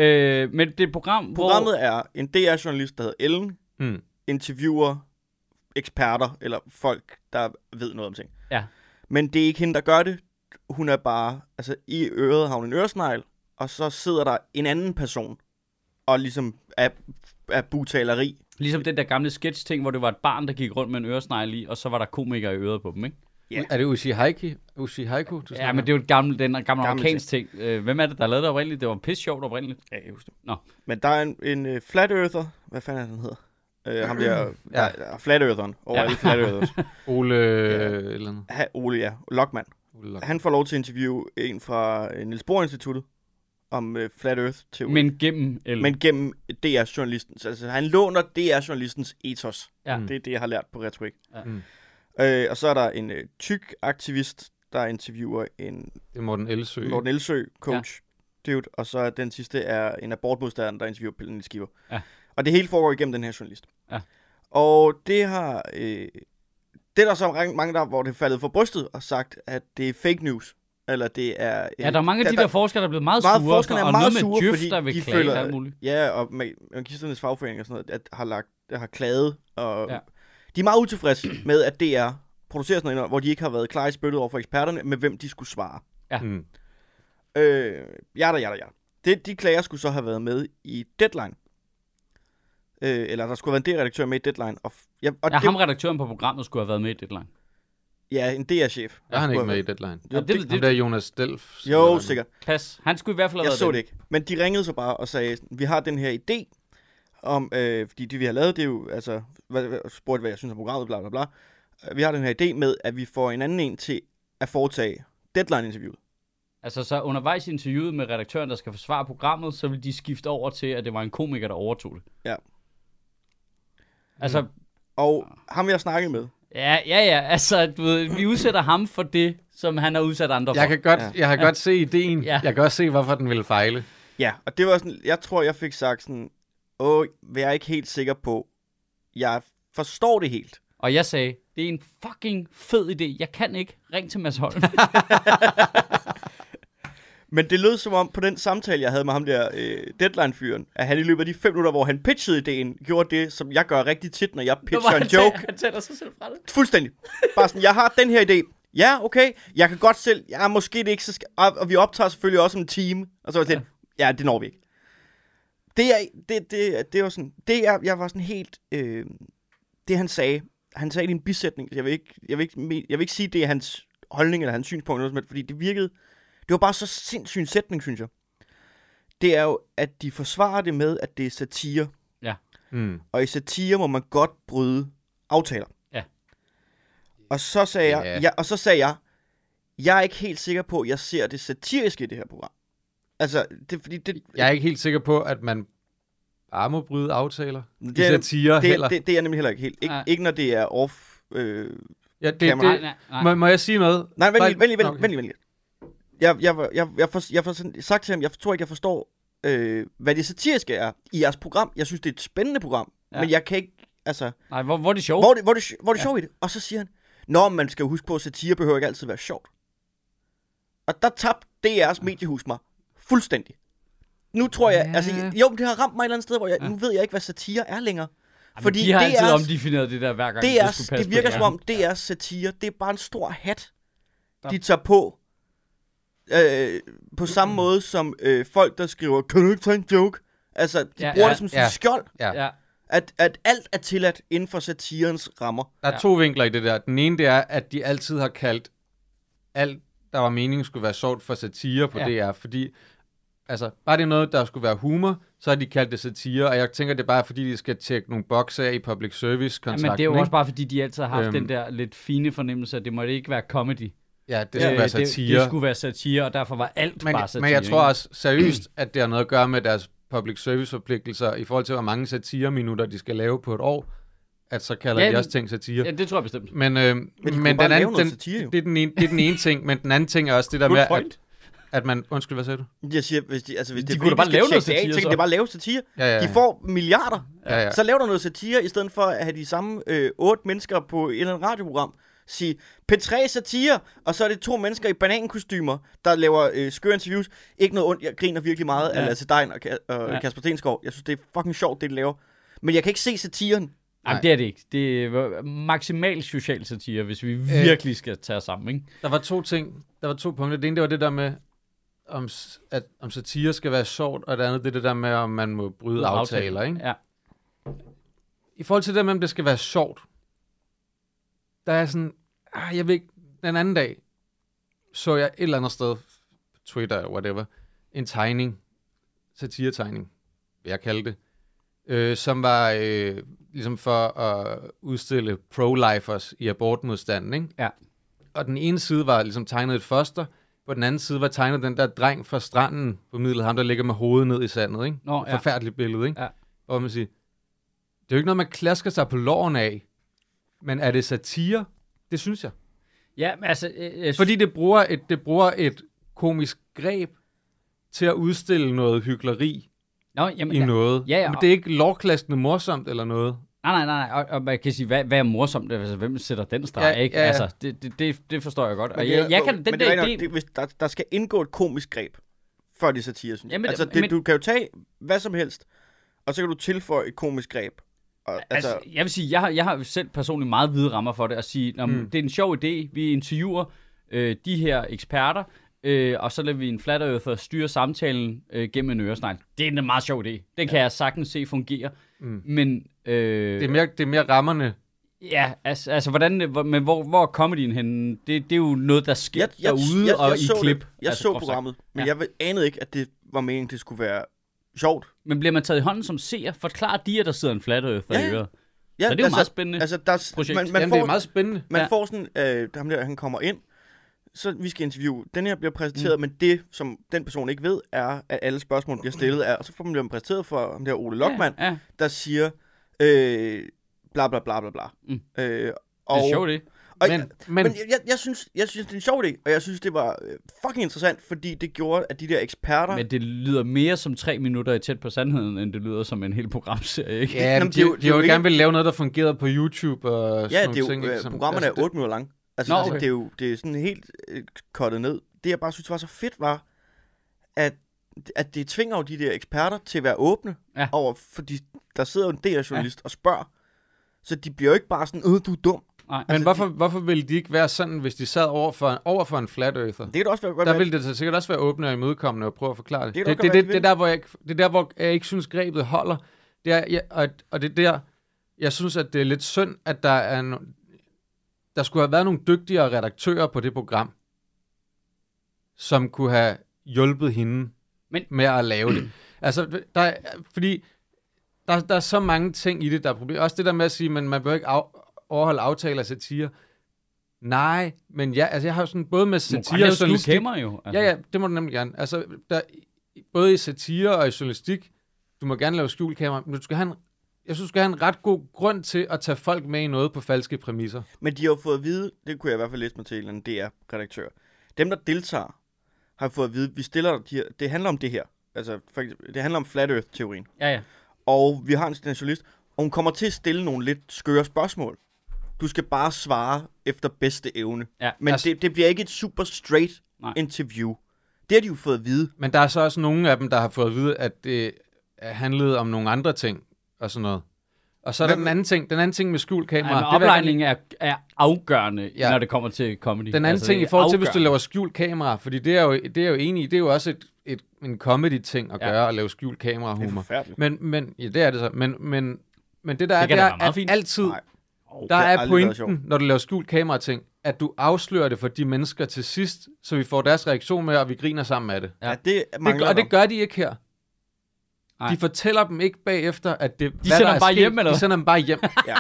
Speaker 1: Øh, men det er et program,
Speaker 3: Programmet
Speaker 1: hvor...
Speaker 3: er en DR-journalist, der hedder Ellen,
Speaker 2: Hmm.
Speaker 3: interviewer eksperter, eller folk, der ved noget om ting.
Speaker 1: Ja.
Speaker 3: Men det er ikke hende, der gør det. Hun er bare, altså i øret har hun en øresnegl, og så sidder der en anden person, og ligesom er, er butaleri.
Speaker 1: Ligesom den der gamle sketch-ting, hvor det var et barn, der gik rundt med en øresnegl i, og så var der komikere i øret på dem, ikke?
Speaker 3: Ja.
Speaker 2: Er det Ushi Haiku? Ushi Haiku, du
Speaker 1: Ja,
Speaker 2: snakker
Speaker 1: men det er jo et gammelt, den gamle
Speaker 3: ting.
Speaker 1: amerikansk ting. Øh, hvem er det, der lavede det oprindeligt? Det var pisse sjovt oprindeligt.
Speaker 3: Ja, jeg husker det.
Speaker 1: Nå.
Speaker 3: Men der er en, en uh, flat earther, hvad fanden er det, han hedder? Uh, ham der, ja. der, der er flat eartheren, over
Speaker 1: Ja.
Speaker 3: ja. alle flat earthers.
Speaker 2: om? Ole... Ja. Eller andet.
Speaker 3: Ha, Ole, ja, Lokman.
Speaker 2: Ole Lok.
Speaker 3: Han får lov til at interviewe en fra uh, Niels Bohr Instituttet om uh, flat earth teori.
Speaker 1: Men gennem el. Men...
Speaker 3: men gennem DR-journalistens, altså han låner DR-journalistens ethos.
Speaker 1: Ja.
Speaker 3: Det er det, jeg har lært på retorik.
Speaker 1: Ja.
Speaker 2: Mm.
Speaker 3: Øh, og så er der en øh, tyk aktivist, der interviewer en
Speaker 2: Det er Morten Elsø.
Speaker 3: Morten Elsø, coach, ja. dude, og så den sidste er en abortmodstander, der interviewer Pelle Niels Giver.
Speaker 1: Ja.
Speaker 3: Og det hele foregår igennem den her journalist.
Speaker 1: Ja.
Speaker 3: Og det har... Øh, det er der så mange- mange, der, hvor det er faldet for brystet og sagt, at det er fake news. Eller det er... øh,
Speaker 1: Ja, der er mange af de der, forskere, der er blevet meget,
Speaker 3: meget
Speaker 1: sure,
Speaker 3: forskerne er
Speaker 1: og
Speaker 3: meget
Speaker 1: noget med
Speaker 3: sure,
Speaker 1: Djøf,
Speaker 3: fordi
Speaker 1: der vil
Speaker 3: de
Speaker 1: klage
Speaker 3: føler-
Speaker 1: og alt muligt.
Speaker 3: Ja, og mag- magisternes fagforening og sådan noget, at har, lagt, har klaget. Og
Speaker 1: Ja.
Speaker 3: ja. De er meget utilfredse med, at DR producerer sådan noget, indhold, hvor de ikke har været klar i spyttet over for eksperterne, med hvem de skulle svare.
Speaker 2: Mm.
Speaker 3: Øh, jada, jada, jada. Det, de klager skulle så have været med i Deadline. Øh, eller der skulle have været en D-redaktør med i Deadline. Og, f- ja, og
Speaker 1: Ja,
Speaker 3: det,
Speaker 1: ham redaktøren på programmet skulle have været med i det lang.
Speaker 3: Ja, en DR-chef.
Speaker 2: Er han ikke med i Deadline?
Speaker 1: Ja, det, det,
Speaker 2: Ham
Speaker 1: det,
Speaker 2: der Jonas Delf.
Speaker 3: Jo, sikkert.
Speaker 1: pas. Han skulle i hvert fald have
Speaker 3: Jeg
Speaker 1: været
Speaker 3: så
Speaker 1: den.
Speaker 3: det ikke. Men de ringede så bare og sagde, vi har den her idé om, øh, fordi det vi har lavet, det er jo, altså, hvad, hvad, spurgte hvad jeg synes om programmet, bla bla bla. Vi har den her idé med, at vi får en anden en til at foretage deadline-interviewet.
Speaker 1: Altså så undervejs i interviewet med redaktøren, der skal forsvare programmet, så vil de skifte over til, at det var en komiker, der overtog det.
Speaker 3: Ja.
Speaker 1: Altså,
Speaker 3: Og ham jeg snakkede med,
Speaker 1: ja, ja, ja, altså, du ved, vi udsætter ham for det, som han har udsat andre for.
Speaker 2: Jeg kan godt,
Speaker 3: Ja.
Speaker 2: jeg har godt se ideen.
Speaker 1: Ja.
Speaker 2: Jeg kan også se, hvorfor den ville fejle.
Speaker 3: ja, og det var sådan, jeg tror, jeg fik sagt sådan, åh, jeg er ikke helt sikker på, jeg forstår det helt.
Speaker 1: Og jeg sagde, det er en fucking fed idé, jeg kan ikke, ring til Mads Holm.
Speaker 3: Men det lød som om på den samtale, jeg havde med ham der øh, deadline-fyren, at han i løbet af de fem minutter, hvor han pitchede ideen, gjorde det, som jeg gør rigtig tit, når jeg
Speaker 1: Nu var
Speaker 3: pitcher en
Speaker 1: han tæ-
Speaker 3: joke.
Speaker 1: Han tænder sig selv fra det.
Speaker 3: Fuldstændig. Bare sådan, jeg har den her idé. Ja, okay. Jeg kan godt selv. Ja, måske det ikke så... Skal, og, og vi optager selvfølgelig også en time. Og så var det sådan, ja, det når vi ikke. Det er, det, det, det var sådan, det jeg, jeg var sådan helt, øh, det han sagde, han sagde i en bisætning, jeg vil, ikke, jeg, vil ikke, men- jeg vil ikke sige, det er hans holdning eller hans synspunkt, eller noget som helst, fordi det virkede, det var bare så sindssyg en sætning, synes jeg. Det er jo, at de forsvarer det med, at det er satire,
Speaker 2: Mm.
Speaker 3: og i satire må man godt bryde aftaler.
Speaker 1: Ja.
Speaker 3: Og så sagde jeg,
Speaker 2: Ja.
Speaker 3: ja. jeg, og så sagde jeg, jeg er ikke helt sikker på, at jeg ser det satiriske i det her program. Altså, det er fordi, det,
Speaker 2: Jeg er ikke helt sikker på, at man bare må bryde aftaler. Det, I
Speaker 3: er-
Speaker 2: satire det, heller.
Speaker 3: det,
Speaker 2: Det,
Speaker 3: det, det er jeg nemlig heller ikke helt. Ikke,
Speaker 1: Nej.
Speaker 3: ikke når det er off... Øh...
Speaker 2: ja, det, det,
Speaker 3: Cameron,
Speaker 1: Nej, nej, nej.
Speaker 2: Må, må jeg sige noget?
Speaker 3: Nej, vent
Speaker 2: Bare-
Speaker 3: lige, vent lige, vent,
Speaker 2: Okay.
Speaker 3: okay. vent lige, vent lige. Jeg, jeg, var- jeg, jeg, for, jeg for sådan, sagt til ham, jeg tror ikke, jeg forstår, øh, hvad det satiriske er i jeres program. Jeg synes, det er et spændende program,
Speaker 1: Ja.
Speaker 3: ja. men jeg kan ikke... Altså,
Speaker 1: nej hvor, hvor er det sjovt?
Speaker 3: Hvor er det, hvor er det, sj- hvor er det ja. sjovt i det? Og så siger han, Nå, man skal jo huske på, at satire behøver ikke altid være sjovt. Og der tabte DR's mediehus mig fuldstændig. Nu tror jeg,
Speaker 2: Ja.
Speaker 3: ja. altså, jo, men det har ramt mig et eller andet sted, hvor jeg, ja. nu ved jeg ikke, hvad satire er længere.
Speaker 1: Jamen,
Speaker 3: fordi
Speaker 1: de har
Speaker 3: det er-
Speaker 1: altid omdefineret det der hver gang,
Speaker 3: Det, er,
Speaker 1: det skulle passe
Speaker 3: det virker
Speaker 1: på
Speaker 3: som om, DR's satire, det er bare en stor hat,
Speaker 1: Der-
Speaker 3: de tager på. Øh, på samme måde som øh, folk, der skriver, kan du ikke tage en joke? Altså, de
Speaker 1: Ja,
Speaker 3: ja, bruger
Speaker 1: ja,
Speaker 3: ja, det som sådan
Speaker 2: ja.
Speaker 3: ja. skjold,
Speaker 2: Ja.
Speaker 1: Ja,
Speaker 3: at, at alt er tilladt inden for satirens rammer.
Speaker 2: Der er
Speaker 1: Ja.
Speaker 2: ja. to vinkler i det der. Den ene, det er, at de altid har kaldt alt, der var meningen, skulle være sjovt for satire på
Speaker 1: Ja.
Speaker 2: ja. DR, fordi altså, var det noget, der skulle være humor, så har de kaldt det satire, og jeg tænker, det er bare, fordi de skal tjekke nogle bokser af i public
Speaker 1: men
Speaker 2: service-kontrakten.
Speaker 1: det er jo også bare, fordi de altid har haft
Speaker 2: Øhm.
Speaker 1: den der lidt fine fornemmelse, at det måtte ikke være comedy.
Speaker 2: Ja, det skulle
Speaker 1: Øh,
Speaker 2: være
Speaker 1: Det,
Speaker 2: satire.
Speaker 1: det skulle være satire, og derfor var alt
Speaker 2: men,
Speaker 1: bare satire.
Speaker 2: men jeg tror
Speaker 1: ikke?
Speaker 2: også seriøst, at det har noget at gøre med deres public service-forpligtelser i forhold til, hvor mange satireminutter, de skal lave på et år, at så
Speaker 1: Ja,
Speaker 2: kalder ja, de
Speaker 1: men-
Speaker 2: også ting satire.
Speaker 1: Ja, det tror jeg bestemt.
Speaker 2: Men, øh,
Speaker 3: de
Speaker 2: men,
Speaker 3: kunne
Speaker 2: men
Speaker 3: bare
Speaker 2: den
Speaker 3: lave
Speaker 2: anden,
Speaker 3: noget
Speaker 2: den,
Speaker 3: satire, jo.
Speaker 2: det, er den ene, det er den ene ting, men den anden ting er også det der
Speaker 1: Good
Speaker 2: med,
Speaker 1: point.
Speaker 2: at, at man... Undskyld, hvad sagde du?
Speaker 3: Jeg siger, hvis de, altså, hvis
Speaker 1: De
Speaker 3: det er
Speaker 1: kunne da
Speaker 3: fordi,
Speaker 1: bare
Speaker 3: skal
Speaker 1: lave noget
Speaker 3: tjekke det
Speaker 1: satire,
Speaker 3: af, Så kan
Speaker 1: så.
Speaker 3: de bare lave satire.
Speaker 2: Ja, ja, ja.
Speaker 3: De får milliarder.
Speaker 2: Ja, ja.
Speaker 3: Så lav der noget satire, i stedet for at have de samme øh, otte mennesker på et eller andet radioprogram sige P3 satire, og så er det to mennesker i banankostymer, der laver øh, skøre interviews. Ikke noget ondt, jeg griner virkelig meget
Speaker 1: Ja.
Speaker 3: af Lasse Dein og, Ka- og
Speaker 1: Ja.
Speaker 3: ja. Kasper Stenskov. Jeg synes, det er fucking sjovt, det de laver. Men jeg kan ikke se satiren.
Speaker 1: Nej,
Speaker 2: Nej.
Speaker 1: det er det ikke. Det er maksimal social satire, hvis vi
Speaker 3: Øh.
Speaker 1: virkelig skal tage os sammen, ikke?
Speaker 2: Der var to ting. Der var to punkter. Det ene, det var det der med, om, s- at, om satire skal være sjovt, og det andet, det er det der med, om man må bryde aftaler, ikke?
Speaker 1: Ja.
Speaker 2: I forhold til det med, om det skal være sjovt, der er sådan... Ah, jeg ved ikke... Den anden dag så jeg et eller andet sted, på Twitter eller whatever, en tegning, satiretegning, vil jeg kalde det, øh, som var øh, ligesom for at udstille pro-lifers i abortmodstanden, ikke?
Speaker 1: Ja.
Speaker 2: Og den ene side var ligesom tegnet et foster, på den anden side var tegnet den der dreng fra stranden på middel, ham der ligger med hovedet ned i sandet, ikke?
Speaker 1: Nå, ja.
Speaker 2: Forfærdeligt billede, ikke?
Speaker 1: Ja.
Speaker 2: Og man siger, det er jo ikke noget, man klasker sig på loven af, men er det satire? Det synes jeg.
Speaker 1: Ja, men altså... øh, Jeg,
Speaker 2: Fordi det bruger et, det bruger et komisk greb til at udstille noget hykleri
Speaker 1: Nå, jamen,
Speaker 2: i
Speaker 1: ja.
Speaker 2: noget.
Speaker 1: Ja, ja.
Speaker 2: Men det er ikke lovklassende morsomt eller noget.
Speaker 1: Nej, nej, nej. nej. Og, og man kan sige, hvad, hvad er morsomt? Altså, hvem sætter den streg,
Speaker 2: Ja,
Speaker 1: ikke?
Speaker 2: ja, ja.
Speaker 1: Altså, det, det, det, det forstår jeg godt. Og
Speaker 3: Men det er-
Speaker 1: jeg, jeg kan
Speaker 3: men
Speaker 1: den
Speaker 3: det er
Speaker 1: der
Speaker 3: rigtig nok,
Speaker 1: idé...
Speaker 3: det- hvis der, der skal indgå et komisk greb, før det er satire, synes jeg.
Speaker 1: Jamen,
Speaker 3: Jamen, altså, det,
Speaker 1: men-
Speaker 3: du kan jo tage hvad som helst, og så kan du tilføje et komisk greb. Og, altså,
Speaker 1: Altså, jeg vil sige, jeg har, jeg har selv personligt meget hvide rammer for det, at sige, "Nå, men det er en sjov idé, vi interviewer øh, de her eksperter, øh, og så lader vi en flat earther styre samtalen øh, gennem en øresnegl. Det er en meget sjov idé. Den kan jeg sagtens se fungere. Mm. Men, øh,
Speaker 2: Det er mere, det er mere rammerne
Speaker 1: Ja, altså, altså hvordan, hvor- men hvor, hvor er comedyen henne? Det, det er jo noget, der sker
Speaker 3: Jeg, jeg,
Speaker 1: derude
Speaker 3: jeg,
Speaker 1: og
Speaker 3: jeg,
Speaker 1: i
Speaker 3: så
Speaker 1: klip.
Speaker 3: Det.
Speaker 1: altså,
Speaker 3: Jeg altså, så
Speaker 1: groft sagt.
Speaker 3: programmet, men
Speaker 1: Ja.
Speaker 3: ja. jeg anede ikke, at det var meningen, det skulle være sjovt.
Speaker 1: Men bliver man taget i hånden som seer? Forklar de, at der sidder en flat earth
Speaker 3: Ja,
Speaker 1: ja,
Speaker 3: ja.
Speaker 1: øret.
Speaker 3: Ja,
Speaker 1: Så det er jo
Speaker 3: altså,
Speaker 1: meget spændende
Speaker 3: Altså, der, er-
Speaker 1: projekt.
Speaker 3: Man, man
Speaker 2: Jamen,
Speaker 3: får,
Speaker 2: det er meget spændende.
Speaker 3: Man
Speaker 1: Ja.
Speaker 3: ja. får sådan, øh, ham der, han kommer ind, så vi skal interviewe. Den her bliver præsenteret, mm. men det, som den person ikke ved, er, at alle spørgsmål bliver stillet af. Og så får man bliver man præsenteret for ham der Ole Lokman, ja.
Speaker 1: Ja, ja. Det
Speaker 3: der siger, øh, bla bla bla bla bla.
Speaker 1: Mm.
Speaker 3: Øh, og,
Speaker 1: er sjovt, ikke?
Speaker 3: Og,
Speaker 2: Men,
Speaker 3: men,
Speaker 2: men,
Speaker 3: men, men jeg, jeg, jeg, synes, jeg synes, det er en sjov idé, og jeg synes, det var øh, fucking interessant, fordi det gjorde, at de der eksperter...
Speaker 1: Men det lyder mere som tre minutter i tæt på sandheden, end det lyder som en hel programserie, ikke?
Speaker 2: ja, men
Speaker 3: jamen,
Speaker 2: de,
Speaker 3: det er jo-
Speaker 2: de,
Speaker 3: det
Speaker 2: de
Speaker 3: er jo
Speaker 2: jo
Speaker 3: ikke-
Speaker 2: gerne vil lave noget, der fungerer på YouTube og sådan
Speaker 3: ja,
Speaker 2: nogle
Speaker 3: det er jo,
Speaker 2: ting.
Speaker 3: øh,
Speaker 2: ikke, som-
Speaker 3: programmerne
Speaker 2: altså,
Speaker 3: er 8 minutter lange. Altså,
Speaker 1: Nå,
Speaker 3: Nå, okay.
Speaker 1: okay.
Speaker 3: det, er jo det er sådan helt øh, kottet ned. Det, jeg bare synes var så fedt, var, at, at det tvinger jo de der eksperter til at være åbne
Speaker 1: Ja.
Speaker 3: over, fordi der sidder jo en del af journalist ja. og spørger. Så de bliver jo ikke bare sådan, øh, du er dum.
Speaker 1: Nej.
Speaker 2: Men hvorfor, hvorfor ville de ikke være sådan, hvis de sad over for en, over for en flat earther?
Speaker 3: Det kan da også være godt,
Speaker 2: Der
Speaker 3: være-
Speaker 2: ville det så sikkert også være åbne og imødekommende og prøve at forklare det. Det,
Speaker 3: Det kan
Speaker 2: det, det,
Speaker 3: godt være,
Speaker 2: det,
Speaker 3: de
Speaker 2: det, er der, hvor jeg, ikke- det er der, hvor jeg ikke synes, grebet holder. Det er, jeg, og, og det er der, jeg synes, at det er lidt synd, at der er no, der skulle have været nogle dygtigere redaktører på det program, som kunne have hjulpet hende
Speaker 1: Men-
Speaker 2: Men... med at lave det. Altså, der, er- fordi der, der er så mange ting i det, der er problemer. Også det der med at sige, men man bør ikke af, overholde aftaler af satire. Nej, men ja, altså jeg har jo sådan både med
Speaker 1: Du må
Speaker 2: satire
Speaker 1: godt lave
Speaker 2: og
Speaker 1: skjult
Speaker 2: journalistik,
Speaker 1: kamera jo. Altså.
Speaker 2: Ja, ja, det må du nemlig gerne. Altså, der, både i satire og i journalistik, du må gerne lave skjulkamera, men du skal have en, jeg synes, du skal have en ret god grund til at tage folk med i noget på falske præmisser.
Speaker 3: men de har jo fået at vide, det kunne jeg i hvert fald læse mig til en eller anden DR-redaktør. Dem, der deltager, har fået at vide, vi stiller dig de her, det handler om det her. Altså, for eksempel, det handler om flat earth-teorien.
Speaker 1: ja, ja.
Speaker 3: Og vi har en journalist, og hun kommer til at stille nogle lidt skøre spørgsmål. Du skal bare svare efter bedste evne.
Speaker 1: Ja,
Speaker 3: Men
Speaker 2: altså-
Speaker 3: det, det bliver ikke et super straight
Speaker 1: Nej.
Speaker 3: Nej. interview. Det har de jo fået at vide.
Speaker 2: Men der er så også nogle af dem, der har fået at vide, at det handlede om nogle andre ting og sådan noget. Og så er der
Speaker 3: Hvem-
Speaker 2: den anden ting, den anden ting med skjulkamera.
Speaker 1: Ej, men
Speaker 2: det vil jeg gerne lige-
Speaker 1: oplejningen er, er afgørende, ja.
Speaker 2: Ja.
Speaker 1: når det kommer til comedy.
Speaker 2: Den anden altså, ting
Speaker 1: det
Speaker 2: i
Speaker 1: er
Speaker 2: forhold til, hvis du
Speaker 1: afgørende.
Speaker 2: laver skjult kamera, fordi det er jo, det er jo enig i, det er jo også et, et, en comedy-ting at
Speaker 1: Ja.
Speaker 2: gøre, at lave skjult
Speaker 3: Det er
Speaker 2: kamera-humor.
Speaker 3: forfærdeligt.
Speaker 2: Men, men, ja, det er det så. Men, men, men det der er,
Speaker 1: kan
Speaker 2: det
Speaker 1: da
Speaker 2: er
Speaker 1: være meget
Speaker 2: at
Speaker 1: fint.
Speaker 2: altid,
Speaker 3: Nej.
Speaker 2: der
Speaker 3: det har
Speaker 2: er
Speaker 3: aldrig været
Speaker 2: pointen, når du laver skjult kamera-ting, at du afslører det for de mennesker til sidst, så vi får deres reaktion med, og vi griner sammen af det.
Speaker 1: Ja.
Speaker 3: Ja, det
Speaker 2: det
Speaker 3: mangler
Speaker 2: gør, og det
Speaker 3: gør...
Speaker 2: gør de ikke her.
Speaker 1: Nej.
Speaker 2: Nej. De fortæller dem ikke bagefter, at det, de
Speaker 1: sender dem bare hjem, eller hvad?
Speaker 2: De sender dem bare hjem.
Speaker 3: Ja.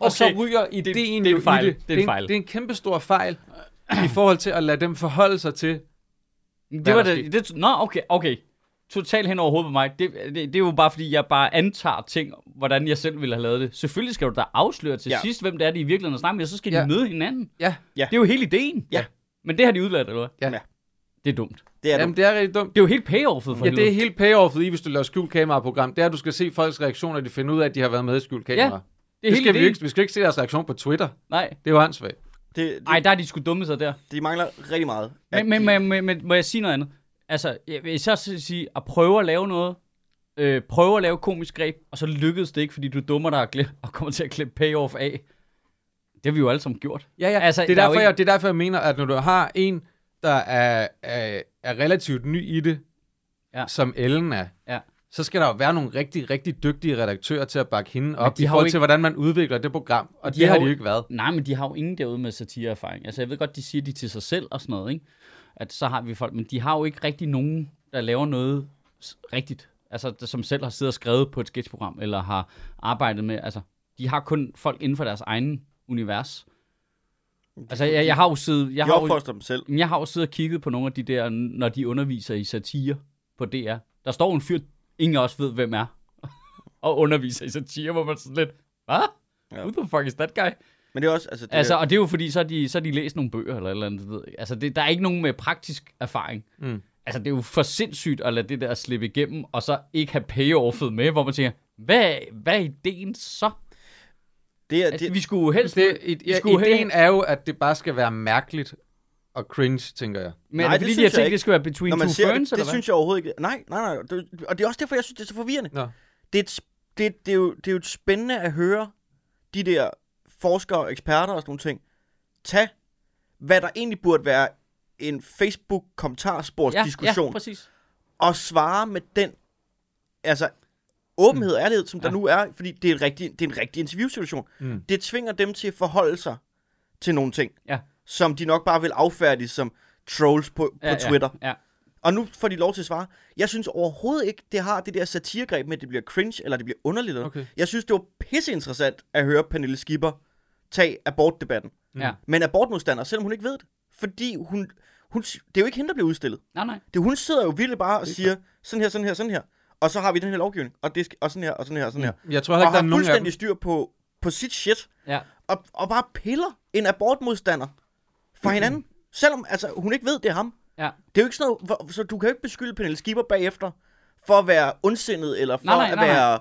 Speaker 2: Og så
Speaker 1: Okay.
Speaker 2: ryger
Speaker 1: er-
Speaker 2: ideen
Speaker 1: det er en
Speaker 2: jo i
Speaker 1: fejl.
Speaker 2: Det.
Speaker 1: Det er en fejl.
Speaker 2: Det er en kæmpe stor fejl i forhold til at lade dem forholde sig til,
Speaker 1: Det
Speaker 2: Hvad
Speaker 1: var
Speaker 2: der
Speaker 1: det, det. Nå, okay, okay. Totalt hen over hovedet på mig. Det, det, det er jo bare, fordi jeg bare antager ting, hvordan jeg selv ville have lavet det. Selvfølgelig skal du da afsløre til ja.
Speaker 3: Ja.
Speaker 1: sidst, hvem det er, de i virkeligheden snakker med, og så skal ja. de
Speaker 2: Ja.
Speaker 1: møde hinanden.
Speaker 2: Ja,
Speaker 1: Det er jo hele ideen.
Speaker 3: Ja.
Speaker 1: Men det har de udladt, eller hvad?
Speaker 2: Ja.
Speaker 3: Ja.
Speaker 1: Det er dumt.
Speaker 3: Det er
Speaker 2: jamen
Speaker 3: Jamen,
Speaker 2: det er rigtig dumt.
Speaker 1: Det er jo helt payoffet for
Speaker 2: Ja,
Speaker 1: helvede.
Speaker 2: det er helt payoffet i, hvis du laver skjult kameraprogram. Det er, at du skal se folks reaktioner, de finder ud af, at de har været med i skjult kamera.
Speaker 1: Ja,
Speaker 2: Ja,
Speaker 1: det er
Speaker 2: det
Speaker 1: hele
Speaker 2: skal vi,
Speaker 1: ideen.
Speaker 2: ikke, vi skal ikke se deres reaktion på Twitter.
Speaker 1: Nej,
Speaker 2: Det er jo ansvagt.
Speaker 3: det, det,
Speaker 1: Ej, der er de sgu dumme sig der.
Speaker 3: de mangler rigtig meget. at
Speaker 1: Men, men,
Speaker 3: de-
Speaker 1: men, men, men må jeg sige noget andet? Altså, jeg vil så sige, at prøve at lave noget, øh, prøve at lave komisk greb, og så lykkedes det ikke, fordi du dummer dig og, glæ- og kommer til at klippe payoff af. Det har vi jo alle sammen gjort.
Speaker 2: Ja, ja.
Speaker 1: Altså,
Speaker 2: Altså, det, er
Speaker 1: der er jo
Speaker 2: derfor,
Speaker 1: ikke-
Speaker 2: jeg, det er derfor, jeg mener, at når du har en, der er, er, er relativt ny i det,
Speaker 1: Ja.
Speaker 2: ja. som Ellen er,
Speaker 1: Ja.
Speaker 2: så skal der jo være nogle rigtig, rigtig dygtige redaktører til at bakke hende op
Speaker 1: de
Speaker 2: i
Speaker 1: har jo
Speaker 2: forhold
Speaker 1: ikke-
Speaker 2: til, hvordan man udvikler det program. Og
Speaker 1: De
Speaker 2: det
Speaker 1: har
Speaker 2: har
Speaker 1: jo-
Speaker 2: de jo ikke været.
Speaker 1: Nej, men de har jo ingen derude med satireerfaring. Altså, jeg ved godt, de siger de til sig selv og sådan noget, ikke? At så har vi folk, men de har jo ikke rigtig nogen, der laver noget s- rigtigt. Altså, der- som selv har siddet og skrevet på et sketchprogram, eller har arbejdet med, altså, de har kun folk inden for deres egen univers. Altså, jeg, jeg har jo siddet... Jeg
Speaker 3: de
Speaker 1: har jo,
Speaker 3: opfoster dem selv.
Speaker 1: Jamen, jeg har jo siddet og kigget på nogle af de der, når de underviser i satire på DR. Der står en fyr, ingen også ved, hvem er, og underviser i satire, hvor man sådan lidt, hvad?
Speaker 3: Ja.
Speaker 1: Who the fuck is that guy?
Speaker 3: Men det er også... Altså, det
Speaker 1: Altså,
Speaker 3: altså, er,
Speaker 1: og det er jo fordi, så har de, så har de læst nogle bøger eller et eller andet. Ved jeg. ikke. Altså, det, der er ikke nogen med praktisk erfaring.
Speaker 2: Mm.
Speaker 1: Altså, det er jo for sindssygt at lade det der slippe igennem, og så ikke have payoffet med, hvor man tænker, hvad, hvad er ideen så?
Speaker 3: det er,
Speaker 1: Altså,
Speaker 3: det,
Speaker 1: vi skulle jo helst...
Speaker 2: Det, i, ja,
Speaker 1: skulle have-
Speaker 2: ideen er jo, at det bare skal være mærkeligt og cringe, tænker jeg.
Speaker 1: men er
Speaker 3: Nej,
Speaker 1: det
Speaker 3: det
Speaker 1: fordi, de
Speaker 3: synes
Speaker 1: har
Speaker 3: jeg
Speaker 1: tænkt,
Speaker 3: ikke.
Speaker 1: det skulle være between
Speaker 3: når man
Speaker 1: two
Speaker 3: ser
Speaker 1: ferns,
Speaker 3: det,
Speaker 1: eller
Speaker 3: det
Speaker 1: hvad?
Speaker 3: synes jeg overhovedet ikke... Nej, nej, nej. Det, og det er også derfor, jeg synes, det er så forvirrende.
Speaker 2: Nå.
Speaker 3: det er, et, sp- det, det, er jo, det er jo et spændende at høre de der forskere og eksperter og sådan nogle ting tage, hvad der egentlig burde være en Facebook-kommentarsporsdiskussion,
Speaker 1: ja,
Speaker 3: ja,
Speaker 1: præcis.
Speaker 3: ja, og svare med den altså åbenhed
Speaker 1: Mm.
Speaker 3: og ærlighed, som ja. der nu er, fordi det er, en rigtig, det er en rigtig interviewsituation.
Speaker 2: Mm.
Speaker 3: Det tvinger dem til at forholde sig til nogle ting,
Speaker 1: Ja.
Speaker 3: som de nok bare vil affærdige som trolls på, på
Speaker 1: ja,
Speaker 3: Twitter.
Speaker 1: Ja, ja.
Speaker 3: Og nu får de lov til at svare. Jeg synes overhovedet ikke, det har det der satiregreb med, at det bliver cringe, eller det bliver underligt. Eller.
Speaker 2: Okay.
Speaker 3: Jeg synes, det var pisseinteressant at høre Pernille Skipper tage abortdebatten.
Speaker 1: ja.
Speaker 3: Men abortmodstander, selvom hun ikke ved det. Fordi hun, hun, det er jo ikke hende, der bliver udstillet.
Speaker 1: Nej, nej.
Speaker 3: Det, hun sidder jo virkelig bare og siger, sådan her, sådan her, sådan her. Og så har vi den her lovgivning, og, det skal, og sådan her, og sådan her, og sådan her.
Speaker 2: Jeg tror
Speaker 3: Og
Speaker 2: heller ikke, Mm. der
Speaker 3: har
Speaker 2: er nogen af dem.
Speaker 3: fuldstændig styr på, på sit shit.
Speaker 1: Ja.
Speaker 3: Og, og bare piller en abortmodstander fra hinanden. Selvom altså, hun ikke ved, det er ham.
Speaker 1: Ja.
Speaker 3: Det er jo ikke sådan noget, hvor, så du kan jo ikke beskylde Pernille Skipper bagefter for at være ondsindet, eller for
Speaker 1: Nej, nej,
Speaker 3: at
Speaker 1: nej, nej.
Speaker 3: være...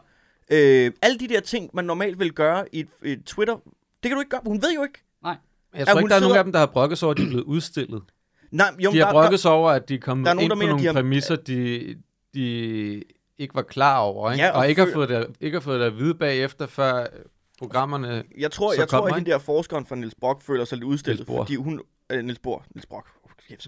Speaker 3: Øh, alle de der ting, man normalt vil gøre i et, et Twitter, det kan du ikke gøre. Hun ved jo ikke.
Speaker 2: Jeg
Speaker 3: at
Speaker 2: tror
Speaker 3: hun
Speaker 2: ikke, der er nogen
Speaker 3: sidder-
Speaker 2: af dem, der har brokket sig over, at de er blevet udstillet.
Speaker 3: Nej, jo,
Speaker 2: De
Speaker 3: der-
Speaker 2: har
Speaker 3: der-
Speaker 2: brokket sig over, at de er kommet
Speaker 3: der er nogen,
Speaker 2: ind
Speaker 3: der
Speaker 2: på
Speaker 3: mener,
Speaker 2: nogle
Speaker 3: de har-
Speaker 2: præmisser, de, de ikke var klar over, ikke?
Speaker 3: Ja, og
Speaker 2: og ikke har,
Speaker 3: føler-
Speaker 2: fået det, ikke har fået det at vide bagefter, før programmerne...
Speaker 3: Jeg tror,
Speaker 2: Så
Speaker 3: jeg tror
Speaker 2: kommer
Speaker 3: at
Speaker 2: han.
Speaker 3: hende der forskeren fra Niels Brock føler sig lidt
Speaker 2: Niels
Speaker 3: udstillet,
Speaker 2: Bohr. Mm.
Speaker 3: fordi hun... Øh, Niels Bohr. Niels Brock. Oh, kæft.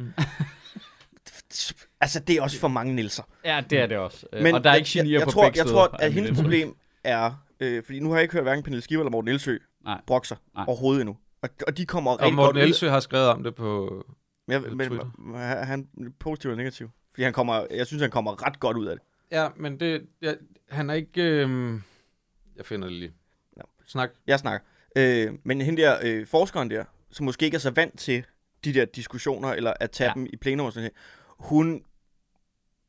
Speaker 3: altså, det er også for mange Nielser.
Speaker 1: Ja, det er det også. Men, og der er ikke
Speaker 3: Mm. jeg,
Speaker 1: genier
Speaker 3: jeg,
Speaker 1: på
Speaker 3: jeg tror,
Speaker 1: begge
Speaker 3: jeg
Speaker 1: steder.
Speaker 3: tror, at hendes problem er... Øh, fordi nu har jeg ikke hørt hverken Pernille Skipper eller Morten Elsø
Speaker 1: Nej.
Speaker 3: brokke sig
Speaker 1: Nej.
Speaker 3: overhovedet endnu. Og, og de kommer
Speaker 2: Og
Speaker 3: rigtig godt
Speaker 2: Morten
Speaker 3: ud af-
Speaker 2: Elsø har skrevet om det på...
Speaker 3: Jeg,
Speaker 2: Eller
Speaker 3: men,
Speaker 2: Twitter.
Speaker 3: men, er han positiv eller negativ? Fordi han kommer, jeg synes, han kommer ret godt ud af det.
Speaker 2: Ja, men det... Jeg, han er ikke... Øh... Jeg finder det lige.
Speaker 3: Nå.
Speaker 2: Snak.
Speaker 3: Jeg snakker. Øh, men hende der, øh, forskeren der, som måske ikke er så vant til de der diskussioner, eller at tage
Speaker 1: Ja.
Speaker 3: ja. dem i plenum og sådan noget, hun,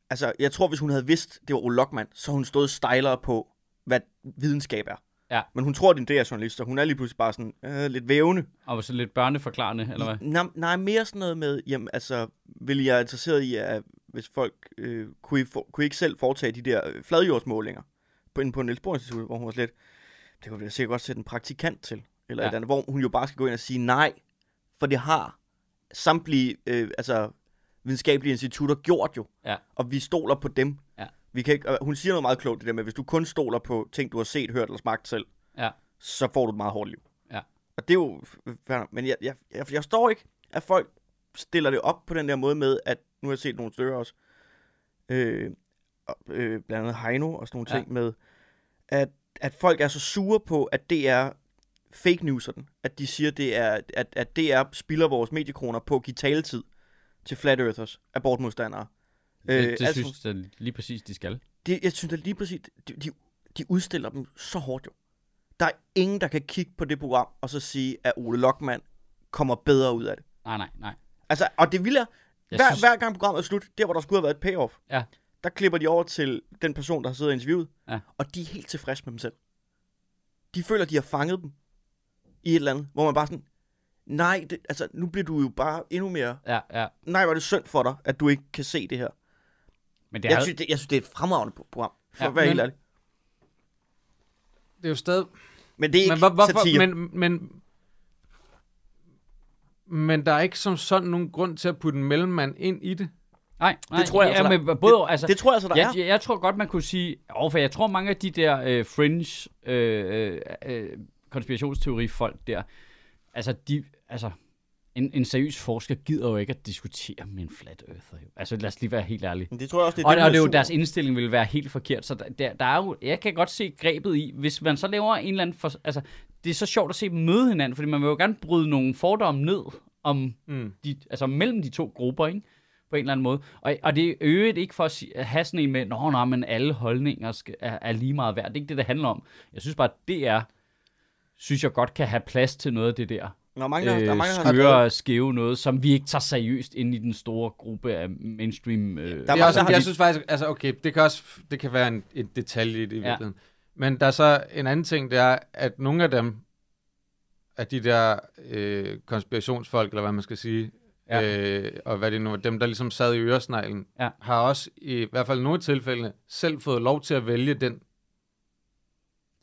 Speaker 3: altså jeg tror, hvis hun havde vidst, det var Ole Lokman, så havde hun stået stejlere på, hvad videnskab er.
Speaker 1: Ja.
Speaker 3: Men hun tror, det er en DR-journalist, og hun er lige pludselig bare sådan øh, lidt vævende.
Speaker 1: Og så lidt børneforklarende, eller hvad?
Speaker 3: Nej, nej, mere sådan noget med, jamen altså, vil jeg er interesseret i, at hvis folk, øh, kunne, I for, kunne I ikke selv foretage de der øh, fladjordsmålinger på, inde på Niels Bohr Institut, hvor hun var slet, det kunne vi da sikkert godt sætte en praktikant til, eller
Speaker 1: Ja.
Speaker 3: ja. et andet, hvor hun jo bare skal gå ind og sige nej, for det har samtlige, øh, altså videnskabelige institutter gjort jo,
Speaker 1: Ja.
Speaker 3: og vi stoler på dem.
Speaker 1: Ja.
Speaker 3: Vi kan ikke, og hun siger noget meget klogt, det der med, hvis du kun stoler på ting, du har set, hørt eller smagt selv,
Speaker 1: Ja.
Speaker 3: så får du et meget hårdt liv.
Speaker 1: Ja.
Speaker 3: Og det er jo... fair- Men jeg, jeg, jeg forstår ikke, at folk stiller det op på den der måde med, at nu har jeg set nogle stykker også, øh, og, øh, blandt andet Heino og sådan nogle
Speaker 1: Ja.
Speaker 3: ja. ting med, at, at folk er så sure på, at det er fake news sådan, at de siger, det er, at, at DR spilder vores mediekroner på at give taletid til flat earthers, abortmodstandere.
Speaker 1: Det, det
Speaker 3: altså-
Speaker 1: synes jeg lige præcis, de skal.
Speaker 3: Det, jeg synes da lige præcis, de, de, de udstiller dem så hårdt jo. Der er ingen, der kan kigge på det program og så sige, at Ole Lokman kommer bedre ud af det.
Speaker 1: Nej, nej, nej.
Speaker 3: Altså, og det vilde er,
Speaker 1: Jeg
Speaker 3: hver,
Speaker 1: synes-
Speaker 3: synes... hver gang programmet er slut, der hvor der skulle have været et payoff,
Speaker 1: Ja.
Speaker 3: der klipper de over til den person, der har siddet og interviewet,
Speaker 1: Ja.
Speaker 3: og de er helt tilfredse med dem selv. De føler, de har fanget dem i et eller andet, hvor man bare sådan, nej, det, altså, nu bliver du jo bare endnu mere,
Speaker 1: Ja, ja.
Speaker 3: nej, hvor er det synd for dig, at du ikke kan se det her.
Speaker 1: Men det
Speaker 3: Jeg,
Speaker 1: er,
Speaker 3: synes, det, jeg synes, det er et fremragende program, for
Speaker 1: Ja,
Speaker 3: ja, at være
Speaker 2: men-
Speaker 3: helt ærlig.
Speaker 2: Det er jo stadig...
Speaker 3: Men det er ikke
Speaker 2: Men, hvor, hvorfor,
Speaker 3: satire.
Speaker 2: men, men, men der er ikke som sådan nogen grund til at putte en mellemmand ind i det.
Speaker 1: nej, nej,
Speaker 3: Det tror jeg
Speaker 1: ja,
Speaker 3: altså,
Speaker 1: men både,
Speaker 3: det,
Speaker 1: altså,
Speaker 3: det tror jeg altså, der
Speaker 1: jeg,
Speaker 3: er.
Speaker 1: jeg, jeg tror godt, man kunne sige... Jo, for jeg tror, mange af de der øh, fringe øh, øh, konspirationsteori-folk der, altså, de, altså en, en seriøs forsker gider jo ikke at diskutere med en flat earther. jo. Altså, lad os lige være helt ærlige.
Speaker 3: Men det tror jeg også, det er
Speaker 1: Og,
Speaker 3: dem,
Speaker 1: og det er
Speaker 3: der
Speaker 1: jo,
Speaker 3: sur.
Speaker 1: deres indstilling vil være helt forkert, så der, der, der er jo, jeg kan godt se grebet i, hvis man så laver en eller anden, for, altså, det er så sjovt at se dem møde hinanden, fordi man vil jo gerne bryde nogle fordomme ned om
Speaker 2: Mm.
Speaker 1: de, altså mellem de to grupper, ikke? på en eller anden måde. Og, og det er i øvrigt ikke for at, sige, at have sådan en med, nå, nå, men alle holdninger skal, er, er lige meget værd. Det er ikke det, det handler om. Jeg synes bare, at det er, synes jeg godt kan have plads til noget af det der
Speaker 3: Der er mange, der, der er
Speaker 1: øh,
Speaker 3: mange, der har
Speaker 1: skøre, skæve noget, som vi ikke tager seriøst ind i den store gruppe af mainstream. Øh,
Speaker 3: Der
Speaker 2: Der
Speaker 3: er
Speaker 2: det er
Speaker 3: mange,
Speaker 2: også,
Speaker 3: der har
Speaker 2: jeg
Speaker 3: de-
Speaker 2: synes faktisk, altså okay, det kan også det kan være en, en detalje i det i
Speaker 1: Ja.
Speaker 2: virkeligheden. Men der er så en anden ting, det er, at nogle af dem, af de der øh, konspirationsfolk, eller hvad man skal sige,
Speaker 1: Ja.
Speaker 2: ja. øh, og hvad det nu er, dem der ligesom sad i øresneglen,
Speaker 1: Ja.
Speaker 2: har også i, i hvert fald i nogle tilfælde selv fået lov til at vælge den.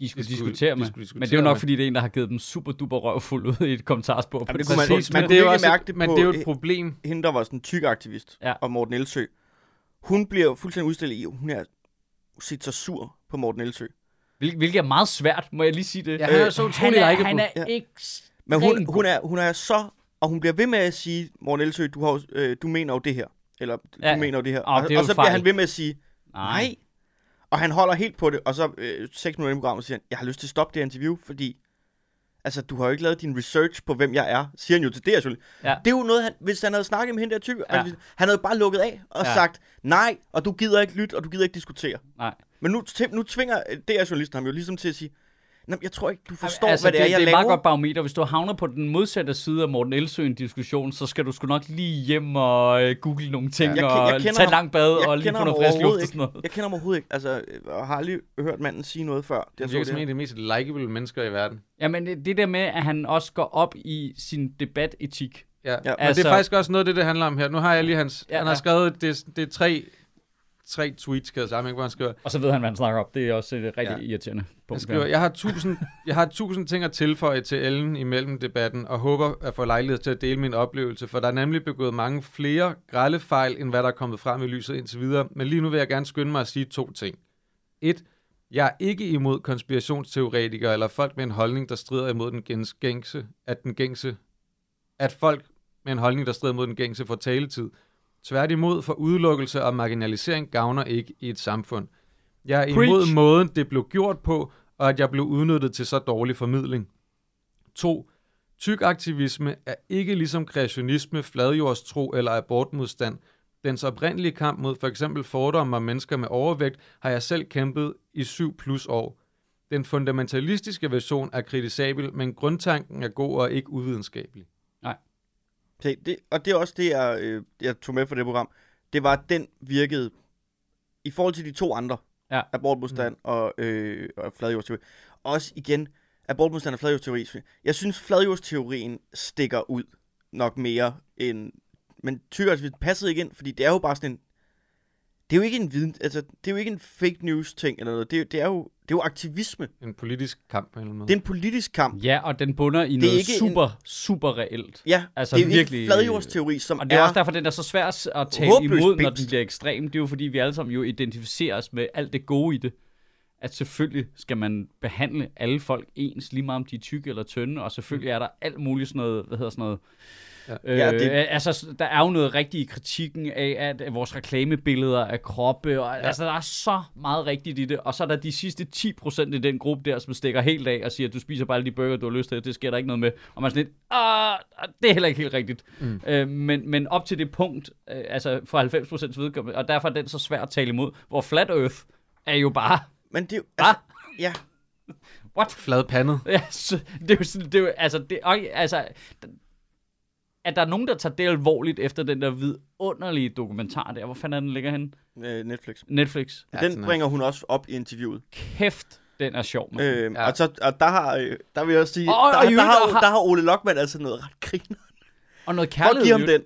Speaker 1: de skulle
Speaker 2: de skulle-
Speaker 1: diskutere
Speaker 2: de
Speaker 1: med.
Speaker 2: skulle
Speaker 1: men
Speaker 2: diskutere
Speaker 1: det er jo nok,
Speaker 2: med.
Speaker 1: fordi det er en, der har givet dem super duper røvfuld ud i et kommentarspor. på
Speaker 3: Jamen, det
Speaker 1: det
Speaker 3: kunne man-
Speaker 1: tidspunkt.
Speaker 3: man
Speaker 2: men
Speaker 3: kunne
Speaker 2: det er jo
Speaker 3: virkelig
Speaker 2: også
Speaker 3: mærke
Speaker 2: et,
Speaker 3: det
Speaker 2: men
Speaker 3: på-
Speaker 2: det er jo et problem.
Speaker 3: hende, der var sådan en tyk aktivist,
Speaker 1: Ja.
Speaker 3: ja. og Morten Elsø, hun bliver fuldstændig udstillet i, hun er set så sur på Morten Elsø.
Speaker 1: Hvil- Hvilket er meget svært, må jeg lige sige det. Øh,
Speaker 2: Ja, han er så
Speaker 1: han
Speaker 2: utrolig
Speaker 1: er,
Speaker 2: ikke
Speaker 1: han er
Speaker 3: Ja.
Speaker 1: ekstremt
Speaker 3: Men hun, hun, er, hun er så, og hun bliver ved med at sige, Morten Elsø, du, har, jo- øh, du mener jo det her, eller du
Speaker 1: Ja, ja.
Speaker 3: mener jo det her.
Speaker 1: Åh,
Speaker 3: og,
Speaker 1: det er jo
Speaker 3: og så
Speaker 1: fejl.
Speaker 3: bliver han ved med at sige,
Speaker 1: god.
Speaker 3: nej. Og han holder helt på det, og så øh, 6 minutter i programmet siger han, jeg har lyst til at stoppe det her interview, fordi altså, du har jo ikke lavet din research på, hvem jeg er, siger han jo til det, selvfølgelig.
Speaker 1: Ja.
Speaker 3: Det er jo noget, han, hvis han havde snakket med hende der tykke,
Speaker 1: Ja.
Speaker 3: ja. han havde bare lukket af og
Speaker 1: Ja.
Speaker 3: ja. sagt, nej, og du gider ikke lytte, og du gider ikke diskutere.
Speaker 1: Nej.
Speaker 3: Men nu, tv- nu tvinger øh, DR-journalisten ham jo ligesom til at sige, "Nå, men jeg tror ikke, du forstår,
Speaker 1: altså,
Speaker 3: hvad det er,
Speaker 1: det,
Speaker 3: jeg
Speaker 1: det er
Speaker 3: laver.
Speaker 1: meget godt barometer. Hvis du havner på den modsatte side af Morten Elsø i en diskussion, så skal du sgu nok lige hjem og øh, google nogle ting,
Speaker 3: Jeg
Speaker 1: ja,
Speaker 3: ke-
Speaker 1: og
Speaker 3: jeg kender
Speaker 1: tage
Speaker 3: ham-
Speaker 1: langt bad,
Speaker 3: jeg
Speaker 1: og lige
Speaker 3: kender
Speaker 1: få noget
Speaker 3: ham
Speaker 1: frisk luft
Speaker 3: overhovedet
Speaker 1: og sådan noget.
Speaker 3: Jeg kender ham overhovedet ikke, altså, øh, og har aldrig hørt manden sige noget før. Det,
Speaker 2: Det
Speaker 3: jeg
Speaker 2: virker
Speaker 3: så
Speaker 2: som en af
Speaker 3: det.
Speaker 2: de mest likeable mennesker i verden.
Speaker 1: Jamen, det det der med, at han også går op i sin debatetik.
Speaker 2: Ja. ja. Men altså, det
Speaker 1: Altså-
Speaker 2: er faktisk også noget af det, det handler om her. Nu har jeg lige hans...
Speaker 1: Ja,
Speaker 2: Ja, han har
Speaker 1: ja.
Speaker 2: skrevet, det, det er tre, tre tweets, kan jeg sammen, ikke, hvor han skriver.
Speaker 1: Og så ved han, hvad han snakker om. Det er også et rigtig
Speaker 2: Ja.
Speaker 1: irriterende
Speaker 2: Han
Speaker 1: punkt.
Speaker 2: skriver, jeg har, tusind, jeg har tusind ting at tilføje til Ellen imellem debatten, og håber at få lejlighed til at dele min oplevelse, for der er nemlig begået mange flere grelle fejl, end hvad der er kommet frem i lyset indtil videre. Men lige nu vil jeg gerne skynde mig at sige to ting. 1. Jeg er ikke imod konspirationsteoretikere eller folk med en holdning, der strider imod den gens- gængse, at den gængse, at folk med en holdning, der strider imod den gængse, får taletid. Tværtimod, for udelukkelse og marginalisering gavner ikke i et samfund. Jeg er imod
Speaker 1: Preach.
Speaker 2: måden, det blev gjort på, og at jeg blev udnyttet til så dårlig formidling. 2. Tyk aktivisme er ikke ligesom kreationisme, fladjordstro eller abortmodstand. Dens oprindelige kamp mod f.eks. fordomme og mennesker med overvægt har jeg selv kæmpet i 7 plus år. Den fundamentalistiske version er kritisabel, men grundtanken er god og ikke uvidenskabelig.
Speaker 3: Se, det. Og det er også det, jeg, øh, jeg tog med fra det program. Det var, at den virkede i forhold til de to andre.
Speaker 1: Ja.
Speaker 3: Abortmodstand mm. og, øh, og fladjordsteori. Også igen, abortmodstand og fladjordsteori. Jeg synes, fladjordsteorien stikker ud nok mere end... Men tykkere passede ikke ind, fordi det er jo bare sådan en... Det er jo ikke en viden, altså, det er jo ikke en fake news ting eller noget. Det, er- det, er, jo, det er jo aktivisme.
Speaker 2: En politisk kamp på en eller anden måde.
Speaker 3: Det er en politisk kamp.
Speaker 1: Ja, og den bunder i
Speaker 3: er
Speaker 1: noget
Speaker 3: ikke en-
Speaker 1: super, en... super reelt.
Speaker 3: Ja,
Speaker 1: Altså,
Speaker 3: altså, det er jo
Speaker 1: virkelig-
Speaker 3: ikke fladjordsteori, som
Speaker 1: Og det er også derfor, den er så svær at tale
Speaker 3: Håbløs
Speaker 1: imod, når den
Speaker 3: bimst.
Speaker 1: bliver ekstrem. Det er jo fordi, vi alle sammen jo identificerer os med alt det gode i det. At selvfølgelig skal man behandle alle folk ens, lige meget om de er tykke eller tynde, og selvfølgelig er der alt muligt sådan noget, hvad hedder sådan noget, Øh, ja,
Speaker 3: Ja,
Speaker 1: det...
Speaker 3: det-
Speaker 1: Altså, der er jo noget rigtigt i kritikken af, at vores reklamebilleder af kroppe, og ja. altså, der er så meget rigtigt i det, og så er der de sidste 10% i den gruppe der, som stikker helt af og siger, at du spiser bare alle de burger, du har lyst til, det sker der ikke noget med. Og man er sådan lidt, "Ah, det er heller ikke helt rigtigt. Mm. Øh, men, men op til det punkt, øh, altså for 90% vedkommende, og derfor er den så svær at tale imod, hvor flat earth er jo bare,
Speaker 3: Men det er jo...
Speaker 1: ah,
Speaker 3: Ja,
Speaker 1: what?
Speaker 2: Fladpandet.
Speaker 1: Ja, så, det er jo sådan, det er jo, altså, det, og, altså, den- at der er nogen, der tager det alvorligt efter den der vidunderlige dokumentar der. Hvor fanden er den ligger henne?
Speaker 3: øh, Netflix.
Speaker 1: Netflix.
Speaker 2: Ja,
Speaker 3: Ja,
Speaker 2: den
Speaker 3: den
Speaker 2: er-
Speaker 3: bringer hun også op i interviewet.
Speaker 1: Kæft, den er sjov. Man.
Speaker 3: Øh,
Speaker 2: Ja.
Speaker 3: ja. og, så, og der har, øh, der vil jeg også sige,
Speaker 1: Og-
Speaker 3: oh,
Speaker 1: Mhm. og
Speaker 3: der,
Speaker 1: i
Speaker 3: der,
Speaker 1: øvrigt, og har-
Speaker 3: har, der har Ole Lokman altså noget ret griner.
Speaker 1: og noget
Speaker 3: For at give
Speaker 1: kærlighed.
Speaker 3: ham
Speaker 1: jo.
Speaker 3: den,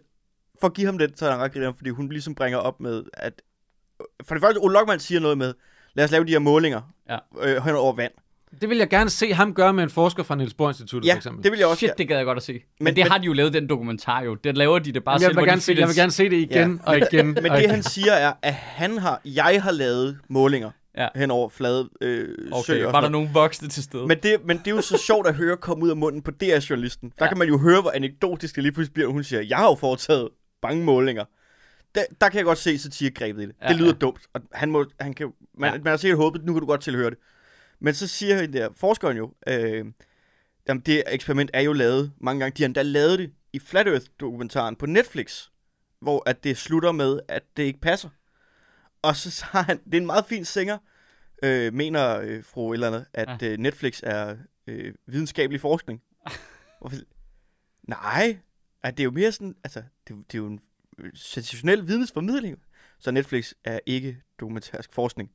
Speaker 3: for at give ham den, så er han ret griner, fordi hun ligesom bringer op med, at for det første, Ole Lokman siger noget med, lad os lave de her målinger
Speaker 1: Ja.
Speaker 3: øh, hen over vand.
Speaker 2: Det vil jeg gerne se ham gøre med en forsker fra Niels Bohr Instituttet, for
Speaker 3: Ja,
Speaker 2: eksempel.
Speaker 3: det vil jeg også.
Speaker 1: Shit,
Speaker 3: Shit, det...
Speaker 1: det gad jeg godt at se. Men, men
Speaker 3: Men-
Speaker 1: det
Speaker 3: men-
Speaker 1: har de jo lavet, den dokumentar jo. Det laver de det bare
Speaker 2: Jamen, jeg,
Speaker 1: selv.
Speaker 2: vil
Speaker 1: hvor de
Speaker 2: gerne se, jeg vil
Speaker 1: finder-
Speaker 2: gerne se det igen og igen.
Speaker 3: Men
Speaker 2: og
Speaker 3: det,
Speaker 2: igen.
Speaker 3: han siger er, at han har, jeg har lavet målinger
Speaker 1: Ja.
Speaker 3: hen over flade øh, søer.
Speaker 1: Okay,
Speaker 3: og
Speaker 1: var
Speaker 3: sådan
Speaker 1: der nogen voksne til stede?
Speaker 3: Men det, men det er jo så sjovt at høre komme ud af munden på DR-journalisten. Der
Speaker 1: Ja.
Speaker 3: ja. kan man jo høre, hvor anekdotisk det lige pludselig bliver, når hun siger, jeg har jo foretaget mange målinger. Der, der kan jeg godt se satiregrebet i det.
Speaker 1: Ja,
Speaker 3: Ja, det lyder
Speaker 1: ja.
Speaker 3: ja. dumt, og han må, han kan, man,
Speaker 1: Ja.
Speaker 3: ja. man har sikkert håbet, nu kan du godt tilhøre det. Men så siger hende der, forskeren jo, øh, jamen det eksperiment er jo lavet mange gange. De har endda lavet det i Flat Earth-dokumentaren på Netflix, hvor at det slutter med, at det ikke passer. Og så så har han, det er en meget fin sanger, øh, mener øh, fru et eller andet, at øh, Netflix er øh, videnskabelig forskning. Hvorfor- Nej, at det er jo mere sådan, altså, det, det er jo en øh, sensationel vidensformidling. Så Netflix er ikke dokumentarisk forskning.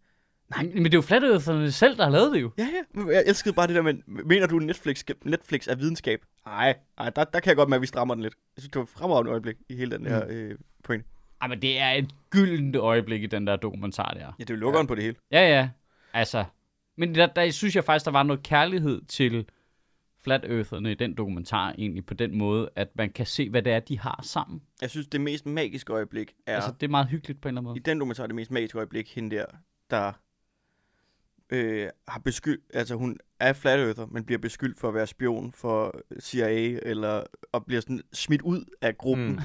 Speaker 1: Nej, men det er jo flatøderne selv, der har lavet det jo.
Speaker 3: Ja, ja, men jeg elskede bare det der med, mener du Netflix, Netflix er videnskab? Nej, nej, der, der kan jeg godt mærke, at vi strammer den lidt. Jeg synes, det var et fremragende øjeblik i hele den der øh, pointe.
Speaker 1: Ej, men det er et gyldent øjeblik i den der dokumentar der.
Speaker 3: Ja, det er jo lukkeren ja. på det hele.
Speaker 1: Ja, ja. Altså. Men der, der synes jeg faktisk, der var noget kærlighed til flat eartherne i den dokumentar egentlig på den måde, at man kan se, hvad det er, de har sammen.
Speaker 3: Jeg synes, det mest magiske øjeblik
Speaker 1: Ja.
Speaker 3: er...
Speaker 1: Altså, det er meget hyggeligt på en eller anden
Speaker 3: I
Speaker 1: måde.
Speaker 3: den dokumentar er det mest magiske øjeblik, hende der, der øh, har beskyldt, altså hun er flat earther, men bliver beskyldt for at være spion for CIA, eller, og bliver sådan smidt ud af gruppen,
Speaker 2: Mm.
Speaker 3: mm.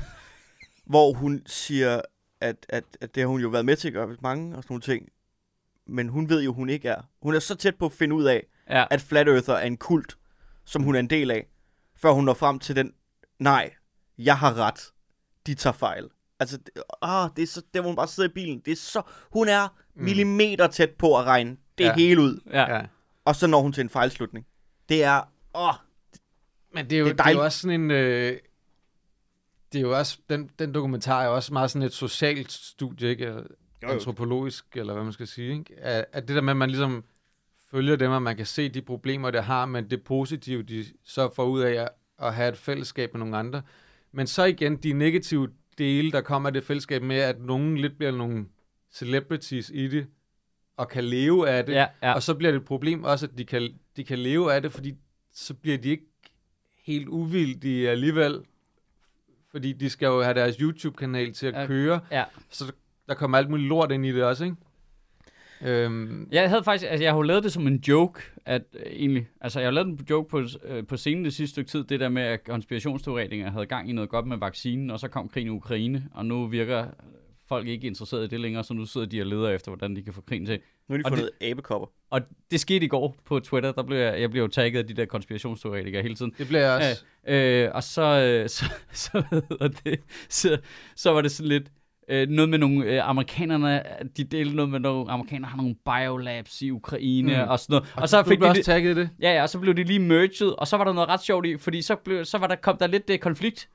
Speaker 3: hvor hun siger, at, at, at det har hun jo været med til at gøre ved mange og sådan nogle ting, men hun ved jo, hun ikke er. Hun er så tæt på at finde ud af,
Speaker 1: Ja.
Speaker 3: at Flat Earther er en kult, som hun er en del af, før hun når frem til den, nej, jeg har ret, de tager fejl. Altså, det, ah, det er så, der må hun bare sidde i bilen. Det er så, hun er mm. millimeter tæt på at regne det
Speaker 2: Ja.
Speaker 3: ja. hele ud,
Speaker 1: ja.
Speaker 2: Ja.
Speaker 3: og så når hun til en fejlslutning. Det er, åh,
Speaker 2: Men det er jo,
Speaker 3: Det
Speaker 2: det er det er jo
Speaker 3: er dejligt.
Speaker 2: også sådan en... Øh, det er jo også, den, den dokumentar er jo også meget sådan et socialt studie, ikke? Eller
Speaker 3: jo.
Speaker 2: Antropologisk, eller hvad man skal sige, ikke? At, at det der med, at man ligesom følger dem, og man kan se de problemer, det har, men det positive, de så får ud af at, at have et fællesskab med nogle andre. Men så igen, de negative dele, der kommer af det fællesskab med, at nogen lidt bliver nogle celebrities i det, og kan leve af det.
Speaker 1: Ja, ja.
Speaker 2: Og så bliver det et problem også, at de kan, de kan leve af det, fordi så bliver de ikke helt uvildige alligevel. Fordi de skal jo have deres YouTube-kanal til at
Speaker 1: Ja.
Speaker 2: ja. køre.
Speaker 1: Ja.
Speaker 2: Så der kommer alt muligt lort ind i det også, ikke? Øhm,
Speaker 1: Jeg havde faktisk, altså jeg har jo lavet det som en joke, at øh, egentlig, altså jeg har lavet en joke på, øh, på scenen det sidste stykke tid, det der med, at konspirationsteoretikere havde gang i noget godt med vaccinen, og så kom krigen i Ukraine, og nu virker folk ikke interesseret i det længere, så nu sidder de og leder efter, hvordan de kan få krigen til.
Speaker 3: nu har de
Speaker 1: Og
Speaker 3: fundet det... abekopper.
Speaker 1: Og det skete i går på Twitter, der blev jeg, jeg blev jo tagget af de der konspirationsteoretikere hele tiden.
Speaker 2: det bliver også... Ja.
Speaker 1: Øh, øh, og så, øh, så, så, hvad hedder det, så, så var det sådan lidt, øh, noget med nogle øh, amerikanerne, de delte noget med nogle amerikanere, har nogle biolabs i Ukraine mm.
Speaker 2: Mm.
Speaker 1: og sådan noget. Og,
Speaker 2: Og,
Speaker 1: og så fik
Speaker 2: du
Speaker 1: de,
Speaker 2: blev også
Speaker 1: det-
Speaker 2: tagget i det.
Speaker 1: ja, ja, og så blev de lige merged, og så var der noget ret sjovt i, fordi så, blev, så var der, kom der lidt øh, konflikt.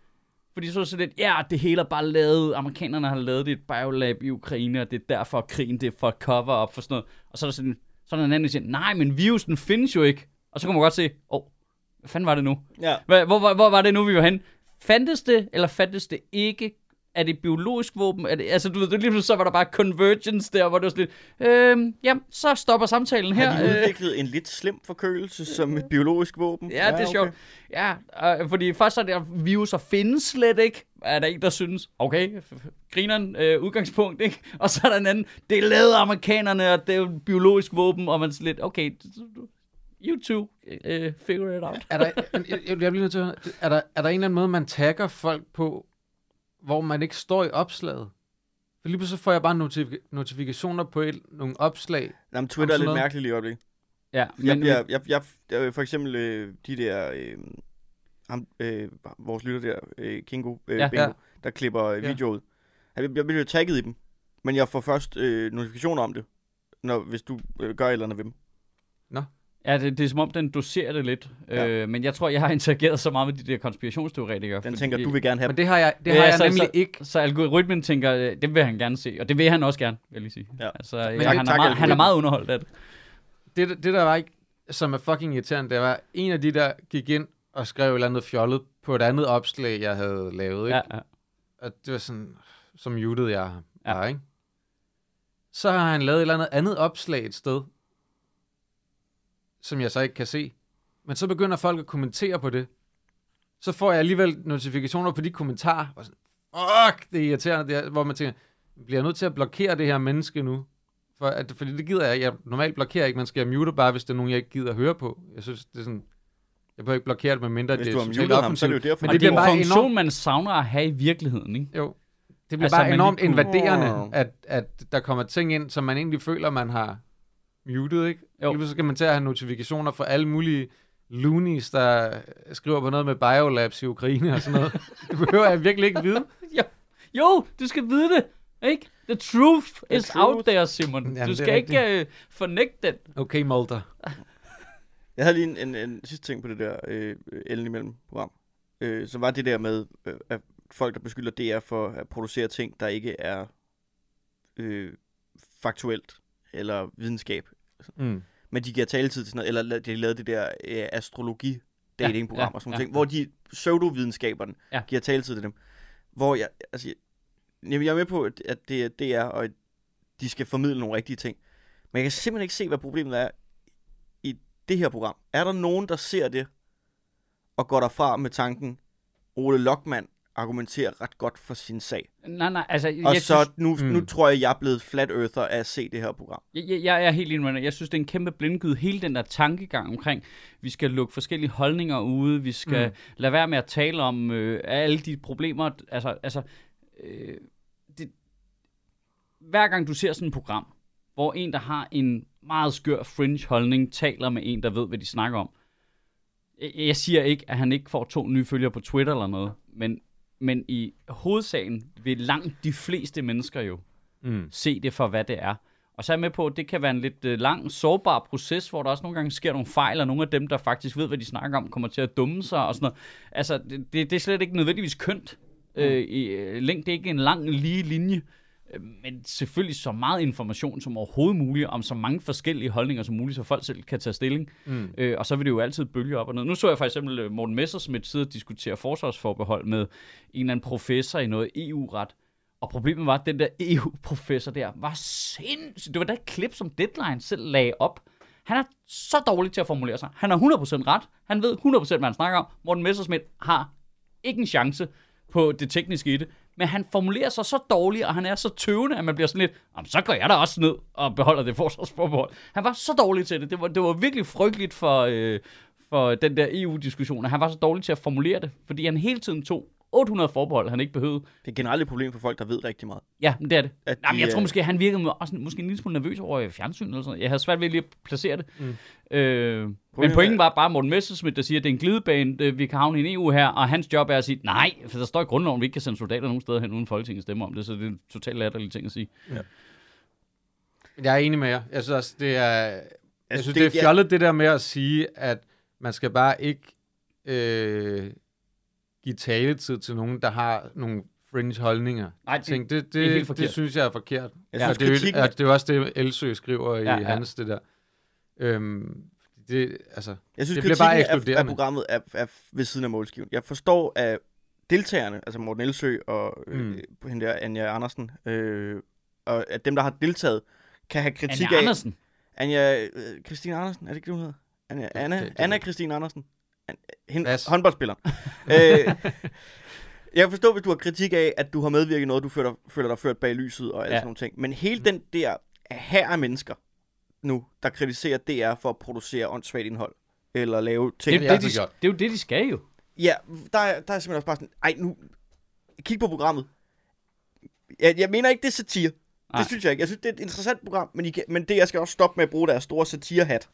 Speaker 1: Fordi så var det sådan lidt, ja, det hele er bare lavet, amerikanerne har lavet det i et biolab i Ukraine, og det er derfor krigen, det er for at cover op for sådan noget. Og så er der sådan, så er der en anden, der siger, nej, men virusen findes jo ikke. Og så kunne man godt se, åh, oh, hvad fanden var det nu?
Speaker 3: Ja.
Speaker 1: Hvad, hvor, hvor, hvor var det nu, vi var hen? Fandtes det, eller fandtes det ikke? Er det biologisk våben? Er det, altså, du ved, det, er lige pludselig så var der bare convergence der, hvor det var sådan lidt, øhm, ja, så stopper samtalen her.
Speaker 3: Har de
Speaker 1: øh,
Speaker 3: udviklet en lidt slem forkølelse som et biologisk våben?
Speaker 1: Ja, det er sjovt.
Speaker 3: okay.
Speaker 1: Ja, øh, fordi først så er der viruser findes slet ikke, er der en, der synes, okay, f- f- grineren øh, udgangspunkt, ikke? Og så er der en anden, det er lavet af amerikanerne, og det er jo et biologisk våben, og man er sådan lidt, okay, you two, øh, figure it out.
Speaker 2: Er der, jeg, jeg bliver nødt til at høre, er der, er der en eller anden måde, man tagger folk på, hvor man ikke står i opslaget? For lige pludselig får jeg bare notif- notifikationer på et, nogle opslag.
Speaker 3: Nå, men Twitter er
Speaker 2: Om sådan
Speaker 3: lidt
Speaker 2: noget.
Speaker 3: mærkeligt lige i øjeblikket.
Speaker 1: Ja,
Speaker 3: Jeg, men, jeg, jeg, jeg, jeg, for eksempel øh, de der, øh, ham, øh, vores lytter der, øh, Kingo øh,
Speaker 1: Ja,
Speaker 3: ja, Bingo,
Speaker 2: ja.
Speaker 3: ja. der klipper øh,
Speaker 2: Ja.
Speaker 3: videoer ud. Jeg, jeg bliver jo tagget i dem, men jeg får først øh, notifikationer om det, når, hvis du øh, gør et eller andet ved dem.
Speaker 1: ja det, det er som om, den doserer det lidt,
Speaker 3: Ja.
Speaker 1: øh, men jeg tror, jeg har interageret så meget med de der konspirationsteoretikere.
Speaker 3: Den
Speaker 1: fordi-
Speaker 3: tænker, du vil gerne have
Speaker 2: Men det har jeg, det
Speaker 1: Ja,
Speaker 2: har jeg
Speaker 1: så-
Speaker 2: nemlig
Speaker 1: så-
Speaker 2: ikke.
Speaker 1: Så algoritmen tænker, øh, det vil han gerne se, og det vil han også gerne, vil jeg lige sige.
Speaker 3: Ja.
Speaker 1: Altså, ja,
Speaker 2: tak,
Speaker 1: han, er
Speaker 3: tak,
Speaker 1: meget, han er
Speaker 3: algoritmen.
Speaker 1: meget underholdt af det.
Speaker 2: det, det der var ikke, som er fucking irriterende, det var en af de, der gik ind og skrev et eller andet fjollet på et andet opslag, jeg havde lavet, ikke?
Speaker 1: Ja,
Speaker 2: Ja.
Speaker 1: ja.
Speaker 2: Og det var sådan, så mutede jeg ham
Speaker 1: Ja.
Speaker 2: ja. bare, ikke? Så har han lavet et eller andet andet opslag et sted, som jeg så ikke kan se. Men så begynder folk at kommentere på det. Så får jeg alligevel notifikationer på de kommentarer, og sådan, fuck, det er irriterende, det her, hvor man tænker, bliver jeg nødt til at blokere det her menneske nu? For, at, fordi det gider jeg, jeg normalt blokerer ikke, man skal mute bare, hvis det er nogen, jeg ikke gider at høre på. Jeg synes, det er sådan, jeg behøver ikke blokere det, medmindre
Speaker 3: Hvis
Speaker 2: det
Speaker 3: du
Speaker 2: er
Speaker 3: har
Speaker 2: totalt
Speaker 3: muted ham, så er det jo
Speaker 2: offensivt.
Speaker 3: derfor.
Speaker 1: Men
Speaker 2: Men
Speaker 1: det,
Speaker 2: det
Speaker 1: det er
Speaker 2: bliver
Speaker 1: en
Speaker 2: bare
Speaker 1: funktion,
Speaker 2: enormt-
Speaker 1: enormt... man savner at have i virkeligheden, ikke?
Speaker 2: Jo. Det bliver
Speaker 1: Altså,
Speaker 2: altså, bare
Speaker 1: man
Speaker 2: enormt
Speaker 1: lige kunne-
Speaker 2: invaderende, at, at der kommer ting ind, som man egentlig føler, man har muted, ikke?
Speaker 1: Jo.
Speaker 2: Jo. Lige så skal man til at have notifikationer fra alle mulige loonies, der skriver på noget med biolabs i Ukraine og sådan noget. det behøver jeg virkelig ikke vide.
Speaker 1: Jo, du skal vide det, ikke? The truth The is truth.
Speaker 3: truth.
Speaker 1: out there, Simon.
Speaker 2: Jamen,
Speaker 1: Jamen,
Speaker 2: det
Speaker 1: du
Speaker 2: er
Speaker 1: skal ikke øh, fornægte den.
Speaker 2: Okay, Mulder.
Speaker 3: Jeg havde lige en, en, en sidste ting på det der øh, Ellen imellem program, øh, som var det der med, øh, at folk, der beskylder DR for at producere ting, der ikke er øh, faktuelt eller videnskab,
Speaker 2: Mm.
Speaker 3: men de giver taletid til sådan noget, eller la- de lavede det der øh, astrologi datingprogram
Speaker 1: Ja, ja,
Speaker 3: og sådan
Speaker 1: ja,
Speaker 3: ja,
Speaker 1: ja.
Speaker 3: ting, hvor de pseudovidenskaberne
Speaker 1: Ja.
Speaker 3: ja. giver taletid til dem. Hvor jeg, altså, jeg, jeg er med på, at- at det, er- det er, og at de skal formidle nogle rigtige ting. Men jeg kan simpelthen ikke se, hvad problemet er i det her program. Er der nogen, der ser det og går derfra med tanken, Ole Lokman argumenterer ret godt for sin sag.
Speaker 1: Nej, nej, altså...
Speaker 3: Og
Speaker 1: jeg
Speaker 3: så
Speaker 1: synes-
Speaker 3: nu,
Speaker 2: Mm.
Speaker 3: nu tror jeg, jeg er blevet flat earther af at se det her program.
Speaker 1: Jeg, jeg, jeg er helt enig med dig. Jeg synes, det er en kæmpe blindgyde. Hele den der tankegang omkring, vi skal lukke forskellige holdninger ude, vi skal mm. lade være med at tale om øh, alle de problemer. Altså, altså øh, det, hver gang du ser sådan et program, hvor en, der har en meget skør fringe-holdning, taler med en, der ved, hvad de snakker om. Jeg- Jeg siger ikke, at han ikke får to nye følgere på Twitter eller noget, men, men i hovedsagen vil langt de fleste mennesker jo
Speaker 2: Mm.
Speaker 1: se det for, hvad det er. Og så er jeg med på, at det kan være en lidt øh, lang, sårbar proces, hvor der også nogle gange sker nogle fejl, og nogle af dem, der faktisk ved, hvad de snakker om, kommer til at dumme sig og sådan noget. Altså, det, det det er slet ikke nødvendigvis kønt. Øh, i, øh, længde det er ikke en lang, lige linje. Øh, Men selvfølgelig så meget information som overhovedet muligt, om så mange forskellige holdninger som muligt, så folk selv kan tage stilling.
Speaker 2: Mm.
Speaker 1: Øh, og så vil det jo altid bølge op og ned. Nu så jeg for eksempel øh, Morten Messersmith sidde og diskutere forsvarsforbehold med en eller anden professor i noget EU-ret. Og problemet var, at den der EU-professor der var sindssygt. Det var da et klip, som Deadline selv lagde op. Han er så dårlig til at formulere sig. Han har 100% ret. Han ved 100% hvad han snakker om. Morten Messersmith har ikke en chance på det tekniske i det. Men han formulerer sig så dårligt, og han er så tøvende, at man bliver sådan lidt, Jamen, så går jeg da også ned og beholder det forsvarsforbehold. Han var så dårlig til det. Det var, det var virkelig frygteligt for, øh, for den der EU-diskussion, at han var så dårlig til at formulere det, fordi han hele tiden tog 800 forbehold, han ikke behøvede.
Speaker 3: Det er generelt et problem for folk, der ved rigtig meget.
Speaker 1: Ja, men det er det.
Speaker 3: At
Speaker 1: Jamen,
Speaker 3: de,
Speaker 1: jeg tror
Speaker 3: øh,
Speaker 1: måske, han virkede med- også en- måske en lille smule nervøs over øh, fjernsynet eller sådan noget. Jeg havde svært ved lige at placere det. Mm. Øh, men
Speaker 3: Problemet
Speaker 1: pointen
Speaker 3: er-
Speaker 1: var bare at Morten Messerschmidt, der siger, at det er en glidebane, øh, vi kan havne i en EU her, og hans job er at sige, nej, for der står i grundloven, at vi ikke kan sende soldater nogen steder hen, uden Folketinget stemmer om det, så det er en totalt latterlig ting at sige.
Speaker 2: Jeg er enig med jer. Jeg synes også, det er, altså, jeg synes, det,
Speaker 3: det-
Speaker 2: det er fjollet det der med at sige, at man skal bare ikke øh, give taletid til nogen, der har nogle fringe holdninger.
Speaker 1: Nej, det,
Speaker 2: Ting. Det, det,
Speaker 1: er helt
Speaker 2: det,
Speaker 1: forkert.
Speaker 2: det synes jeg er forkert.
Speaker 3: Jeg
Speaker 2: Ja,
Speaker 3: synes,
Speaker 2: det, er jo,
Speaker 3: Altså, kritikken-
Speaker 2: ja, det er jo også det, Elsø skriver i
Speaker 1: Ja,
Speaker 2: ja,
Speaker 1: ja.
Speaker 2: ja. hans, det der. Øhm, det, altså,
Speaker 3: Jeg
Speaker 2: Det
Speaker 3: synes, det
Speaker 2: bliver
Speaker 3: bliver
Speaker 2: bare
Speaker 3: bare af, af
Speaker 2: ekskluderende.
Speaker 3: programmet er, er ved siden af målskiven. Jeg forstår, at deltagerne, altså Morten Elsø og øh, mm. hende der Anja Andersen, øh, og at dem, der har deltaget, kan have kritik
Speaker 1: Anne
Speaker 3: af...
Speaker 1: Andersen.
Speaker 3: Anja øh, Christine Andersen, er det ikke det, hun hedder? Anja, Anna,
Speaker 2: det- det-
Speaker 3: Anna Christine Andersen. An, hende,
Speaker 2: Pas.
Speaker 3: håndboldspilleren. øh, jeg forstår, hvis du har kritik af, at du har medvirket i noget, du føler, føler dig ført bag lyset og alt
Speaker 1: Ja.
Speaker 3: ja. sådan nogle ting. Men hele den der her af mennesker nu, der kritiserer DR for at producere åndssvagt indhold eller lave
Speaker 1: Det,
Speaker 3: ting.
Speaker 2: det
Speaker 1: det,
Speaker 2: er
Speaker 1: det, de,
Speaker 2: altid godt.
Speaker 1: det er jo det, de skal jo.
Speaker 3: Ja, der, er- der er simpelthen også bare sådan, ej nu, kig på programmet. Jeg, jeg mener ikke, det er satire.
Speaker 1: Nej.
Speaker 3: Det synes jeg ikke. Jeg synes, det er et interessant program, men, I kan, men det, jeg skal også stoppe med at bruge deres store satirehat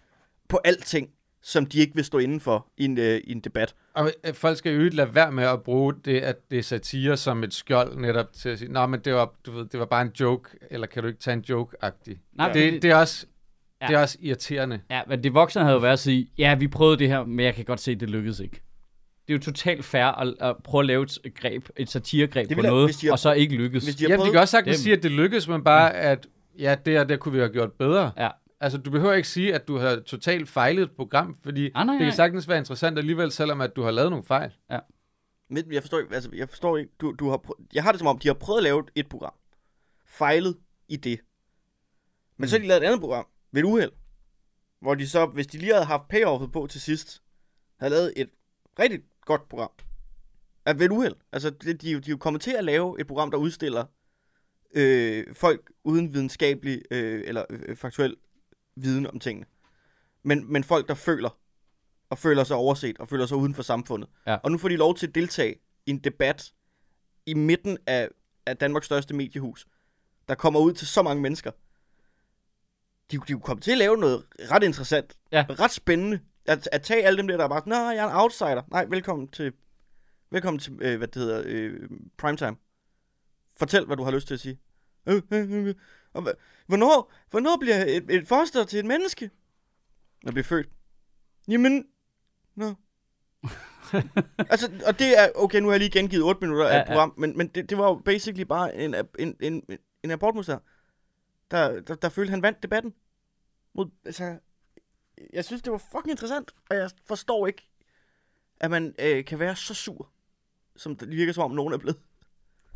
Speaker 3: på alting, som de ikke vil stå inden for i en, øh, i en debat.
Speaker 2: Og øh, folk skal jo ikke lade være med at bruge det, at det er satire som et skjold netop til at sige, nej, men det var, du ved, det var bare en joke, eller kan du ikke tage en joke-agtig?
Speaker 1: Nej,
Speaker 2: Nej, det,
Speaker 1: fordi-
Speaker 2: det, er også,
Speaker 1: Ja.
Speaker 2: ja. det er også irriterende.
Speaker 1: Ja, men det voksne havde jo været at sige, ja, vi prøvede det her, men jeg kan godt se, at det lykkedes ikke. Det er jo totalt fair at, at prøve at lave et greb, et satiregreb
Speaker 3: Det
Speaker 1: på
Speaker 3: ville-
Speaker 1: noget,
Speaker 3: hvis de har-
Speaker 1: og så ikke lykkes.
Speaker 3: Hvis de
Speaker 2: De
Speaker 3: har
Speaker 2: Jamen, de
Speaker 3: prøvet,
Speaker 2: kan også sagtens
Speaker 1: Dem.
Speaker 2: sige, at det lykkedes, men bare at, ja, det her, det kunne vi have gjort bedre.
Speaker 1: Ja.
Speaker 2: Altså, du behøver ikke sige, at du har totalt fejlet et program, fordi
Speaker 1: Ah, nej,
Speaker 2: det
Speaker 1: nej.
Speaker 2: kan sagtens være interessant alligevel, selvom at du har lavet nogle fejl.
Speaker 3: men jeg forstår, ikke- altså, jeg forstår ikke, du, du har prø- jeg har det som om, de har prøvet at lave et program, fejlet i det, men mm. så har de lavet et andet program ved et uheld, hvor de så, hvis de lige havde haft payoffet på til sidst, havde lavet et rigtig godt program. At ved et uheld. Altså, det, de, er jo- de er jo kommet til at lave et program, der udstiller øh, folk uden videnskabelig øh, eller øh, faktuel viden om tingene. Men, men folk, der føler, og føler sig overset, og føler sig uden for samfundet.
Speaker 1: Ja.
Speaker 3: Og nu får de lov til at deltage i en debat i midten af, af Danmarks største mediehus, der kommer ud til så mange mennesker. De, de kom til at lave noget ret interessant,
Speaker 1: Ja.
Speaker 3: ret spændende. At, at tage alle dem der, der er bare, nej, jeg er en outsider. Nej, velkommen til, velkommen til øh, hvad det hedder, øh, primetime. Fortæl, hvad du har lyst til at sige. Øh, øh, øh. Og, hva- hvornår, hvornår bliver et, et foster til et menneske? Når det bliver født. Jamen, nå. altså, og det er, okay, nu har jeg lige gengivet 8 minutter
Speaker 1: Ja,
Speaker 3: af
Speaker 1: ja.
Speaker 3: et program, men, men det, det var jo basically bare en, en, en, en abortmodstander, der, der, der følte, han vandt debatten. Mod, altså, jeg synes, det var fucking interessant, og jeg forstår ikke, at man øh, kan være så sur, som det virker som om nogen er blevet.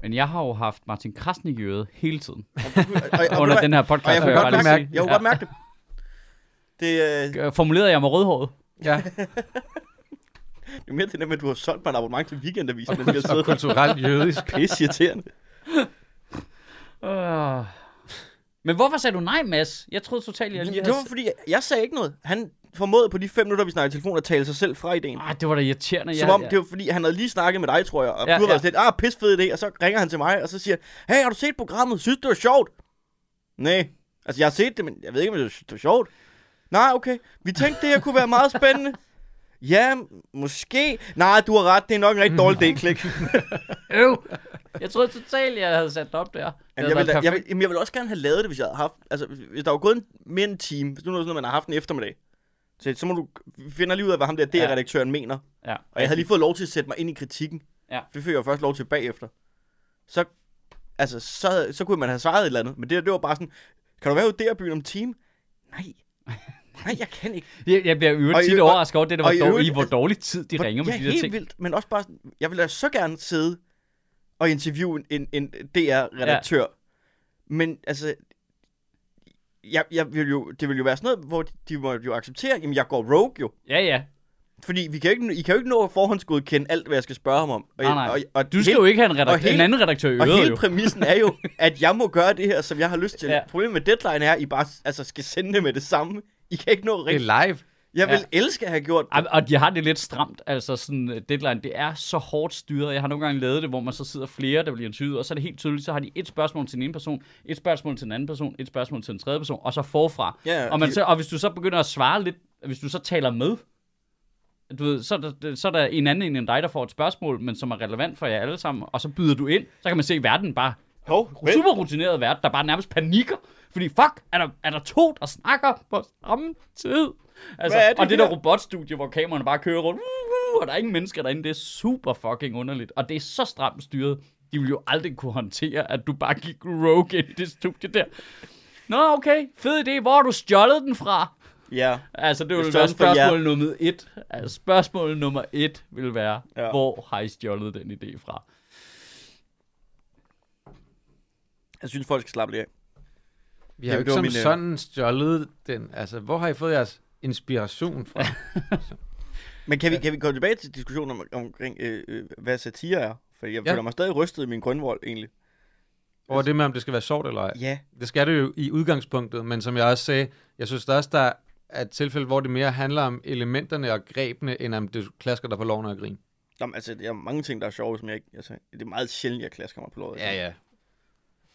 Speaker 1: Men jeg har jo haft Martin Krasnik i øret hele tiden.
Speaker 3: Og, og, og, og,
Speaker 1: Under den her podcast,
Speaker 3: og jeg
Speaker 1: vil
Speaker 3: kunne
Speaker 1: jeg bare
Speaker 3: godt
Speaker 1: lige
Speaker 3: mærke,
Speaker 1: sige.
Speaker 3: jeg kunne godt mærke det. Det, øh,
Speaker 1: Øh, Formulerede jeg mig rødhåret?
Speaker 2: Ja,
Speaker 3: det er mere det der med, at du har solgt mig et abonnement til weekendavisen, men vi har
Speaker 2: og
Speaker 3: siddet og
Speaker 2: kulturelt jødisk.
Speaker 3: pisse irriterende.
Speaker 1: Øh. Men hvorfor sagde du nej, Mads? Jeg troede totalt, jeg lige
Speaker 3: Det
Speaker 1: havde...
Speaker 3: var fordi, jeg sagde ikke noget. Han formåede på de fem minutter, vi snakkede i telefon, at tale sig selv fra ideen.
Speaker 1: Ah, det var da irriterende.
Speaker 3: Som
Speaker 1: jeg,
Speaker 3: om det var fordi, han havde lige snakket med dig, tror jeg, og
Speaker 1: Ja,
Speaker 3: ja, du havde
Speaker 1: ja.
Speaker 3: været sådan lidt, ah, pis fed idé, og så ringer han til mig, og så siger, han, hey, har du set programmet? Synes du det var sjovt? Nej. Altså, jeg har set det, men jeg ved ikke, om det er- det er sjovt. Nej, okay. Vi tænkte, det her kunne være meget spændende. Ja, måske. Nej, du har ret. Det er nok en rigtig dårlig idé, klik.
Speaker 1: Øv! Jeg troede totalt, jeg havde sat det op der. Det havde
Speaker 3: Jamen, jeg,
Speaker 1: været
Speaker 3: vil, da- jeg,
Speaker 1: perfekt.
Speaker 3: vil, jamen, jeg vil også gerne have lavet det, hvis jeg havde haft... Altså, hvis der var gået en, mere end en time, hvis nu er det sådan, at man har haft en eftermiddag, så, så må du finde lige ud af, hvad ham der
Speaker 1: Ja.
Speaker 3: DR-redaktøren mener.
Speaker 1: Ja.
Speaker 3: Og jeg havde lige fået lov til at sætte mig ind i kritikken.
Speaker 1: Ja.
Speaker 3: Det fik jeg jo først lov til bagefter. Så, altså, så, havde- så kunne man have svaret et eller andet. Men det, der, det var bare sådan, kan du være ude der byen om en time? Nej. Nej, jeg kan ikke.
Speaker 1: Jeg, jeg bliver i
Speaker 3: Og i
Speaker 1: øvrigt tit
Speaker 3: øvrigt-
Speaker 1: overrasket over, det der
Speaker 3: og
Speaker 1: var
Speaker 3: i
Speaker 1: dårlig,
Speaker 3: øvrigt-
Speaker 1: i hvor dårlig tid de ringer med
Speaker 3: ja,
Speaker 1: de der
Speaker 3: helt
Speaker 1: ting.
Speaker 3: vildt, men også bare sådan, jeg ville da så gerne sidde og interviewe en, en DR-redaktør. Ja. Men altså, jeg, jeg vil jo, det vil jo være sådan noget, hvor de, de må jo acceptere, jamen jeg går rogue jo.
Speaker 1: Ja, ja.
Speaker 3: Fordi vi kan jo ikke, I kan jo ikke nå at forhåndsgodkende alt, hvad jeg skal spørge ham om. Og,
Speaker 1: Nej, nej.
Speaker 3: Og, og,
Speaker 1: Du skal jo ikke have en,
Speaker 3: og
Speaker 1: redaktør,
Speaker 3: hele-
Speaker 1: en anden redaktør i
Speaker 3: og
Speaker 1: øret,
Speaker 3: hele
Speaker 1: jo.
Speaker 3: præmissen er jo, at jeg må gøre det her, som jeg har lyst til.
Speaker 1: Ja.
Speaker 3: Ja. Problemet med deadline er, at I bare altså, skal sende det med det samme. I kan ikke nå
Speaker 2: Det
Speaker 3: rigtigt.
Speaker 2: er live.
Speaker 3: Jeg vil elske at have gjort det.
Speaker 1: Ej, Og de har det lidt stramt, altså sådan øh, deadline, det er så hårdt styret. Jeg har nogle gange lavet det, hvor man så sidder flere, der bliver interviewet, og så er det helt tydeligt, så har de et spørgsmål til den ene person, et spørgsmål til den anden person, et spørgsmål til den tredje person, og så forfra.
Speaker 3: Ja, ja,
Speaker 1: og, man
Speaker 3: de-
Speaker 1: så, og hvis du så begynder at svare lidt, hvis du så taler med, du ved, så, er der, så er der en anden end dig, der får et spørgsmål, men som er relevant for jer alle sammen, og så byder du ind, så kan man se at verden bare
Speaker 3: Hov, vent.
Speaker 1: super rutineret vært, der bare nærmest panikker, fordi fuck, er der, er der to, der snakker på samme tid? Altså,
Speaker 3: Hvad er det
Speaker 1: og det
Speaker 3: her?
Speaker 1: der robotstudie, hvor kameraerne bare kører rundt, uh, uh, og der er ingen mennesker derinde, det er super fucking underligt, og det er så stramt styret, de vil jo aldrig kunne håndtere, at du bare gik rogue ind i det studie der. Nå, okay, fed idé, hvor har du stjålet den fra?
Speaker 3: Ja.
Speaker 1: Altså, det ville
Speaker 3: stjal
Speaker 1: være
Speaker 3: den fra jer.
Speaker 1: spørgsmål nummer et. Altså, spørgsmål nummer et vil være, ja.
Speaker 3: Ja.
Speaker 1: hvor har I stjålet den idé fra?
Speaker 3: Jeg synes, folk skal slappe lidt af.
Speaker 2: Vi har
Speaker 3: Jamen,
Speaker 2: jo ikke
Speaker 3: det var
Speaker 2: som
Speaker 3: min,
Speaker 2: sådan
Speaker 3: øh,
Speaker 2: stjålet den. Altså, hvor har I fået jeres inspiration fra?
Speaker 3: Men kan vi, kan vi komme tilbage til diskussionen om, omkring, øh, øh, hvad satire er? For jeg
Speaker 2: Ja.
Speaker 3: ja. føler mig stadig rystet i min grønvold, egentlig.
Speaker 2: Over det med, om det skal være sjovt eller ej.
Speaker 3: Ja.
Speaker 2: Det skal det jo i udgangspunktet, men som jeg også sagde, jeg synes der også, der er et tilfælde, hvor det mere handler om elementerne og grebene, end om det klasker dig på loven og grin.
Speaker 3: Nå, men altså, der er mange ting, der er sjove, som jeg ikke... Altså, det er meget sjældent, jeg klasker mig på låret.
Speaker 2: Ja, ja.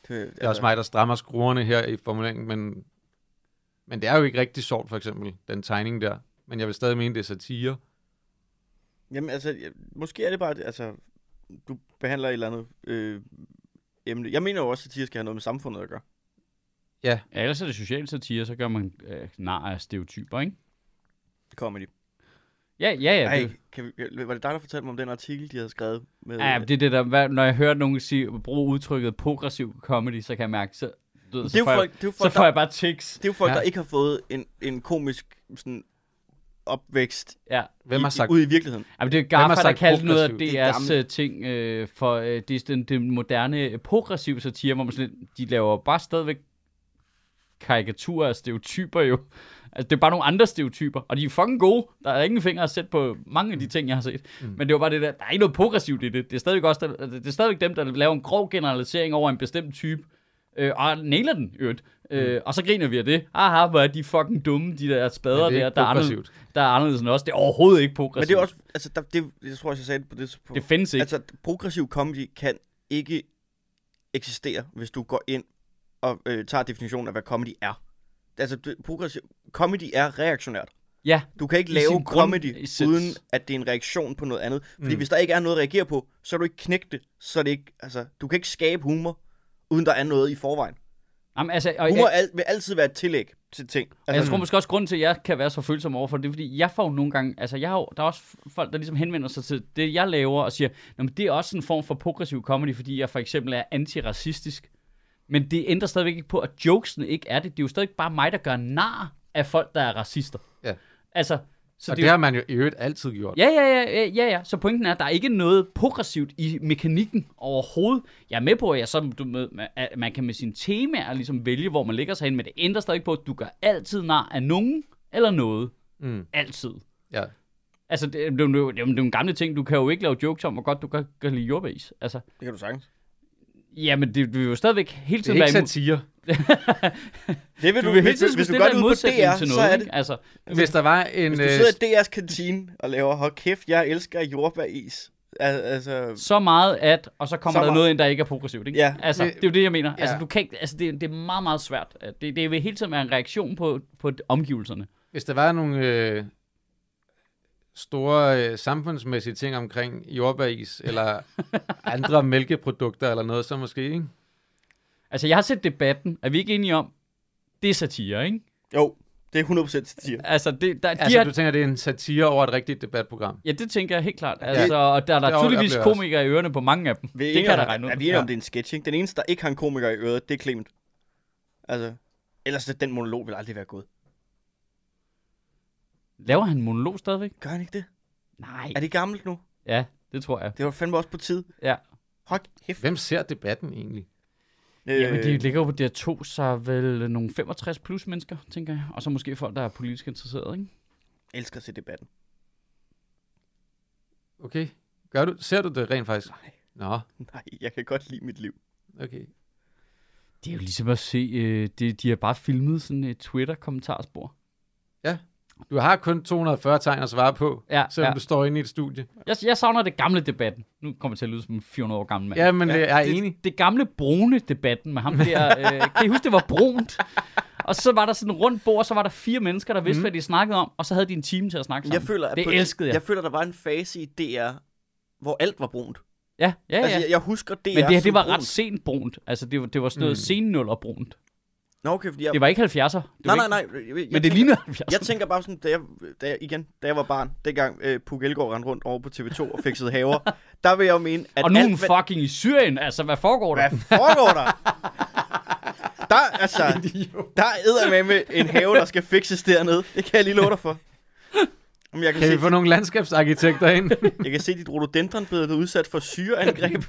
Speaker 3: Det, altså,
Speaker 2: Det er også mig, der strammer skruerne her i formuleringen, men, men det er jo ikke rigtig sjovt, for eksempel, den tegning der. Men jeg vil stadig mene, det er satire.
Speaker 3: Jamen, altså, ja, måske er det bare... Altså, du behandler et eller andet øh, emne. Jeg mener jo også, at satire skal have noget med samfundet at gøre.
Speaker 1: Ja, ellers er det social satire, så gør man øh, nar af stereotyper, ikke?
Speaker 3: Comedy.
Speaker 1: Ja, ja, ja.
Speaker 3: Ej,
Speaker 1: Det,
Speaker 3: kan vi, var det dig, der fortalte mig om den artikel, de havde skrevet? Med, øh,
Speaker 1: ja, det er det der, hvad, når jeg hører nogen sige, bruge udtrykket progressiv comedy, så kan jeg mærke, så, du, ved,
Speaker 3: det
Speaker 1: så,
Speaker 3: er jo
Speaker 1: får,
Speaker 3: folk,
Speaker 1: jeg,
Speaker 3: det er jo
Speaker 1: så
Speaker 3: folk,
Speaker 1: får
Speaker 3: der,
Speaker 1: jeg bare tics.
Speaker 3: det er jo folk
Speaker 2: Ja.
Speaker 3: der ikke har fået en, en komisk sådan, opvækst
Speaker 1: Ja.
Speaker 2: Hvem har
Speaker 3: i,
Speaker 2: sagt,
Speaker 3: ude i virkeligheden.
Speaker 1: Jamen, det er
Speaker 2: har
Speaker 1: Gaffa, der
Speaker 2: sagt
Speaker 1: kaldte noget af
Speaker 2: progressiv?
Speaker 3: Det er
Speaker 1: DR's
Speaker 3: gamle.
Speaker 1: øh, ting øh, for øh, det, er den, den moderne øh, progressive satire, hvor man sådan, lidt- de laver bare stadigvæk karikaturer af stereotyper jo. Altså, det er bare nogle andre stereotyper, og de er fucking gode. Der er ingen fingre at sætte på mange af de ting, jeg har set. Mm. Men det var bare det der, der er ikke noget progressivt i det. Det er stadigvæk, også, der, det er stadigvæk dem, der laver en grov generalisering over en bestemt type, øh, og nailer den, i øvrigt. Øh, og så griner vi af det. Aha, hvor er de fucking dumme, de der spader
Speaker 2: Men det er
Speaker 1: der,
Speaker 2: ikke
Speaker 1: der er, anderledes,
Speaker 2: progressivt.
Speaker 1: der er anderledes end os. Det er overhovedet ikke
Speaker 3: Men
Speaker 1: progressivt.
Speaker 3: det er også, altså, der, det, jeg tror også, jeg sagde det på det tidspunkt.
Speaker 1: Det findes ikke. Altså,
Speaker 3: Altså, progressiv comedy kan ikke eksistere, hvis du går ind og øh, tager definitionen af, hvad comedy er. Altså, det, progressiv, comedy er reaktionært.
Speaker 1: ja,
Speaker 3: Du kan ikke
Speaker 1: I
Speaker 3: lave
Speaker 1: sin grund-
Speaker 3: comedy,
Speaker 1: essens.
Speaker 3: uden at det er en reaktion på noget andet. Fordi
Speaker 2: Mm.
Speaker 3: mm. hvis der ikke er noget at reagere på, så er du ikke knægt det. Så er det ikke, altså, du kan ikke skabe humor, uden der er noget i forvejen.
Speaker 1: Jamen, altså, og,
Speaker 3: Humor
Speaker 1: jeg,
Speaker 3: al- vil altid være et tillæg til ting.
Speaker 1: og
Speaker 3: Altså,
Speaker 2: Mm.
Speaker 1: jeg tror måske også, grunden til, at jeg kan være så følsom overfor det, er, fordi jeg får jo nogle gange, altså jeg har jo, der er også folk, der ligesom henvender sig til det, jeg laver, og siger, Nå, men det er også en form for progressiv comedy, fordi jeg for eksempel er antiracistisk. Men det ændrer stadigvæk ikke på, at jokesene ikke er det. Det er jo stadig bare mig, der gør nar af folk, der er racister.
Speaker 2: Ja.
Speaker 1: Altså, så
Speaker 2: og
Speaker 1: det,
Speaker 2: det,
Speaker 1: er jo-
Speaker 2: har man jo i øvrigt altid gjort.
Speaker 1: Ja, ja, ja, ja, ja, ja. Så pointen er, at der er ikke noget progressivt i mekanikken overhovedet. Jeg er med på, at, jeg så, du med, at man kan med sine temaer ligesom vælge, hvor man ligger sig hen, men det ændrer stadig ikke på, at du gør altid nar af nogen eller noget.
Speaker 2: Mm,
Speaker 1: Altid.
Speaker 2: ja.
Speaker 1: Altså, det, det, det, det, det, det er jo en gamle ting. Du kan jo ikke lave jokes om, hvor godt du kan, kan lide jordbæs. Altså,
Speaker 3: det kan du sagtens.
Speaker 1: jamen, det vil jo stadigvæk hele
Speaker 2: Det er
Speaker 1: tiden være
Speaker 2: ikke
Speaker 1: imod.
Speaker 2: satire.
Speaker 3: Det vil
Speaker 1: Du
Speaker 3: du,
Speaker 1: vil hele
Speaker 3: hvis,
Speaker 1: tiden
Speaker 3: hvis,
Speaker 1: skulle
Speaker 3: hvis du
Speaker 1: stille
Speaker 3: gør
Speaker 1: dig
Speaker 3: det
Speaker 1: en
Speaker 3: ude på
Speaker 1: modsætning
Speaker 3: DR,
Speaker 1: til
Speaker 3: så
Speaker 1: noget.
Speaker 3: er
Speaker 1: Ikke?
Speaker 3: det
Speaker 1: Altså,
Speaker 2: Hvis der var en...
Speaker 3: Hvis du
Speaker 2: øh,
Speaker 3: sidder i DR's kantine og laver, hold kæft, jeg elsker jordbæris, Al- altså,
Speaker 1: så meget at, og så kommer
Speaker 3: Så
Speaker 1: så der
Speaker 3: meget.
Speaker 1: noget ind, der ikke er progressivt. Ikke?
Speaker 3: Ja.
Speaker 1: Altså,
Speaker 2: Det-
Speaker 1: det er jo det, jeg mener. Ja. Altså,
Speaker 2: ja.
Speaker 1: du kan ikke, altså, det, det er meget, meget svært. Øh, Det, det vil hele tiden være en reaktion på, på omgivelserne.
Speaker 2: Hvis der var nogle øh, store øh, samfundsmæssige ting omkring jordbæris eller andre mælkeprodukter eller noget, så måske, ikke?
Speaker 1: Altså, jeg har set debatten. Er vi ikke enige om, det er satire, ikke?
Speaker 3: jo, det er 100% satire.
Speaker 1: Altså, det, der,
Speaker 2: Altså,
Speaker 1: de har,
Speaker 2: du tænker, det er en satire over et rigtigt debatprogram.
Speaker 1: Ja, det tænker jeg helt klart. Altså, og der er
Speaker 2: det
Speaker 1: der tydeligvis
Speaker 2: oplever jeg også.
Speaker 1: komikere i ørerne på mange af dem.
Speaker 3: Vi er
Speaker 1: det
Speaker 3: enige
Speaker 1: kan
Speaker 3: om-
Speaker 1: der regne ud.
Speaker 3: Er vi enige om,
Speaker 1: Ja.
Speaker 3: det er en sketch, ikke? Den eneste, der ikke har en komiker i øret, det er Clement. Altså, ellers er den monolog vil aldrig være gået.
Speaker 1: Laver han en monolog stadigvæk?
Speaker 3: Gør han ikke det?
Speaker 1: Nej.
Speaker 3: Er det gammelt nu?
Speaker 1: Ja, det tror jeg.
Speaker 3: Det var fandme også på tid.
Speaker 1: Ja.
Speaker 3: Hold kæft.
Speaker 2: Hvem ser debatten egentlig?
Speaker 3: Øh,
Speaker 1: Jamen, de ligger jo på DR2, så er vel nogle 65 plus mennesker, tænker jeg. Og så måske folk, der er politisk interesserede, ikke?
Speaker 3: elsker at se debatten.
Speaker 2: Okay. Gør du, ser du det rent faktisk? Nej. Nå,
Speaker 3: Nej, jeg kan godt lide mit liv.
Speaker 2: okay.
Speaker 1: Det er jo ligesom at se, øh, det, de har bare filmet sådan et Twitter-kommentarspor.
Speaker 2: Du har kun 240 tegn at svare på,
Speaker 1: Ja,
Speaker 2: selvom
Speaker 1: ja.
Speaker 2: du står inde i et studie.
Speaker 1: Jeg, jeg savner det gamle debatten. Nu kommer jeg til at lyde som en 400 år gammel mand.
Speaker 2: Ja, men ja, jeg er
Speaker 1: det,
Speaker 2: enig.
Speaker 1: Det gamle brune debatten med ham der. øh, kan I huske, det var brunt? Og så var der sådan en rundt bord, så var der fire mennesker, der vidste, mm. hvad de snakkede om, og så havde de en time til at snakke sammen.
Speaker 3: Mhm. Jeg føler, at
Speaker 1: det
Speaker 3: på-
Speaker 1: elskede jeg.
Speaker 3: Jeg føler, der var en fase i DR, hvor alt var brunt.
Speaker 1: Ja, ja, ja.
Speaker 3: Altså, jeg, jeg husker DR
Speaker 1: Men det her,
Speaker 3: som
Speaker 1: det var
Speaker 3: brunt.
Speaker 1: ret sent brunt. Altså, det var, det var sådan noget mm. sennuller brunt.
Speaker 3: Nå, okay, fordi jeg...
Speaker 1: Det var ikke 70'er. Det var
Speaker 3: nej, nej,
Speaker 1: ikke-
Speaker 3: nej. Jeg, jeg
Speaker 1: Men det
Speaker 3: tænker-
Speaker 1: ligner 70'er.
Speaker 3: Jeg tænker bare sådan, da jeg, da jeg, igen, da jeg var barn, dengang øh, Puk Elgård rendte rundt over på TV2 og fikset haver, der vil jeg jo mene, at
Speaker 1: Og nu er hun
Speaker 3: alt, hvad,
Speaker 1: fucking i Syrien. Altså, hvad foregår der?
Speaker 3: hvad foregår der? Der, altså, der er med med en have, der skal fikses dernede. Det kan jeg lige love dig for. Jamen, jeg, kan
Speaker 2: Kan vi
Speaker 3: se,
Speaker 2: få nogle landskabsarkitekter ind?
Speaker 3: jeg kan se, at dit rhododendron blev udsat for syreangreb.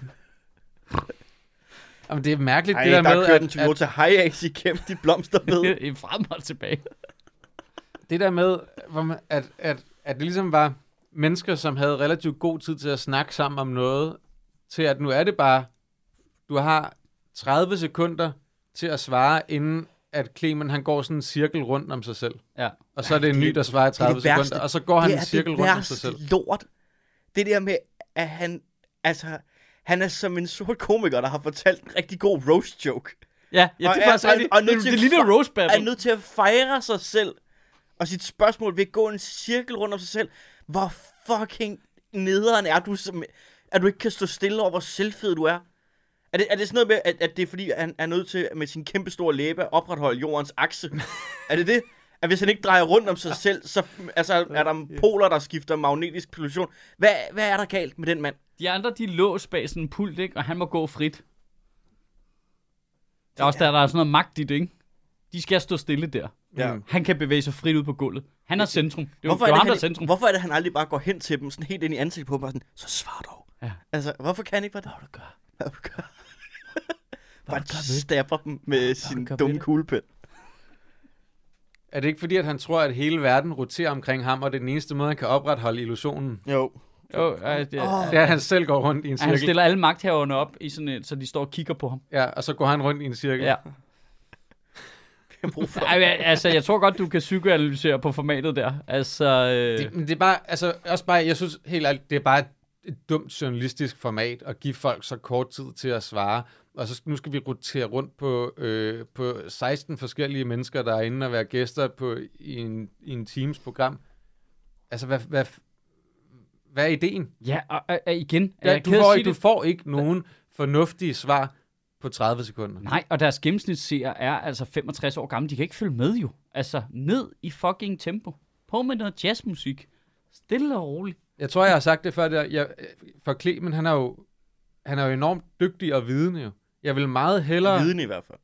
Speaker 2: Jamen, det er mærkeligt,
Speaker 3: Ej,
Speaker 2: det der,
Speaker 3: der,
Speaker 2: med,
Speaker 3: kørte en
Speaker 2: at, at,
Speaker 3: Toyota Hiace igennem dit blomsterbed.
Speaker 1: Det er frem og tilbage.
Speaker 2: det der med, hvor man, at, at, at det ligesom var mennesker, som havde relativt god tid til at snakke sammen om noget, til at nu er det bare, du har 30 sekunder til at svare, inden at Clemen, han går sådan en cirkel rundt om sig selv.
Speaker 1: Ja.
Speaker 2: Og så er det en ny, der svarer i 30
Speaker 3: det værste.
Speaker 2: sekunder, og så går han
Speaker 3: det
Speaker 2: en
Speaker 3: er
Speaker 2: cirkel
Speaker 3: det
Speaker 2: rundt om sig
Speaker 3: værste
Speaker 2: selv.
Speaker 3: lort. Det der med, at han, altså, han er som en sort komiker, der har fortalt en rigtig god roast joke.
Speaker 1: Ja, ja
Speaker 3: Og
Speaker 1: det
Speaker 3: er-
Speaker 1: er faktisk
Speaker 3: og-
Speaker 1: rigtigt.
Speaker 3: og nu
Speaker 1: Det,
Speaker 3: til-
Speaker 1: det ligner Rose
Speaker 3: Er
Speaker 1: Battle.
Speaker 3: nødt til at fejre sig selv, og sit spørgsmål ved at gå en cirkel rundt om sig selv. Hvor fucking nederen er du, som, at du ikke kan stå stille over, hvor selvfed du er? Er det, er det sådan noget med, at, at det er fordi, han er nødt til med sin kæmpe store læbe at opretholde jordens akse? er det det? At hvis han ikke drejer rundt om sig selv, så altså, er der poler, der skifter magnetisk pollution. Hvad, hvad er der galt med den mand?
Speaker 1: De andre, de lås bag sådan en pult, ikke? Og han må gå frit. Der er også der, der er sådan noget magt i det, ikke? De skal stå stille der.
Speaker 3: Ja.
Speaker 2: Mm.
Speaker 1: Han kan bevæge sig frit ud på gulvet. Han er centrum. Det er jo-
Speaker 3: Hvorfor
Speaker 1: det
Speaker 3: er,
Speaker 1: er jo
Speaker 3: det,
Speaker 1: ham, der er
Speaker 3: han,
Speaker 1: centrum.
Speaker 3: hvorfor er det, han aldrig bare går hen til dem, sådan helt ind i ansigtet på dem, og sådan, så svar dog.
Speaker 1: Ja.
Speaker 3: Altså, hvorfor kan han ikke bare det? Hvad du gør? Hvad du gør? bare
Speaker 1: gør ved det?
Speaker 3: stabber dem med sin
Speaker 1: gør ved
Speaker 3: dumme
Speaker 1: det?
Speaker 3: kuglepen.
Speaker 2: Er det ikke fordi, at han tror, at hele verden roterer omkring ham, og det er den eneste måde, han kan opretholde illusionen?
Speaker 3: Jo.
Speaker 1: Jo, øh, det, oh,
Speaker 2: Det er, at han selv går rundt i en
Speaker 1: han
Speaker 2: cirkel.
Speaker 1: stiller alle magthaverne op, i sådan et, så de står og kigger på ham.
Speaker 2: Ja, og så går han rundt i en cirkel.
Speaker 1: Ja.
Speaker 3: Jeg brug for.
Speaker 1: Ej, men, altså, jeg tror godt, du kan psykoanalysere på formatet der. Altså, øh,
Speaker 2: Det, men det er bare, altså, også bare, jeg synes helt ærligt, det er bare et dumt journalistisk format at give folk så kort tid til at svare. Og så skal- nu skal vi rotere rundt på, øh, på 16 forskellige mennesker, der er inde og være gæster på, i, en, i en Teams program. Altså, hvad, hvad, hvad er ideen?
Speaker 1: ja, og, og, og igen, ja,
Speaker 2: Ja,
Speaker 1: jeg
Speaker 2: du,
Speaker 1: kan
Speaker 2: får
Speaker 1: sige
Speaker 2: ikke, du
Speaker 1: det.
Speaker 2: får ikke nogen fornuftige svar på 30 sekunder.
Speaker 1: Nej, og deres gennemsnitsseer er altså 65 år gamle. De kan ikke følge med jo. Altså, ned i fucking tempo. På med noget jazzmusik. Stille og roligt.
Speaker 2: Jeg tror, jeg har sagt det før, der. Jeg, for Clemen, han er jo, han er jo enormt dygtig og vidende jo. Jeg vil meget hellere...
Speaker 3: Viden i hvert fald.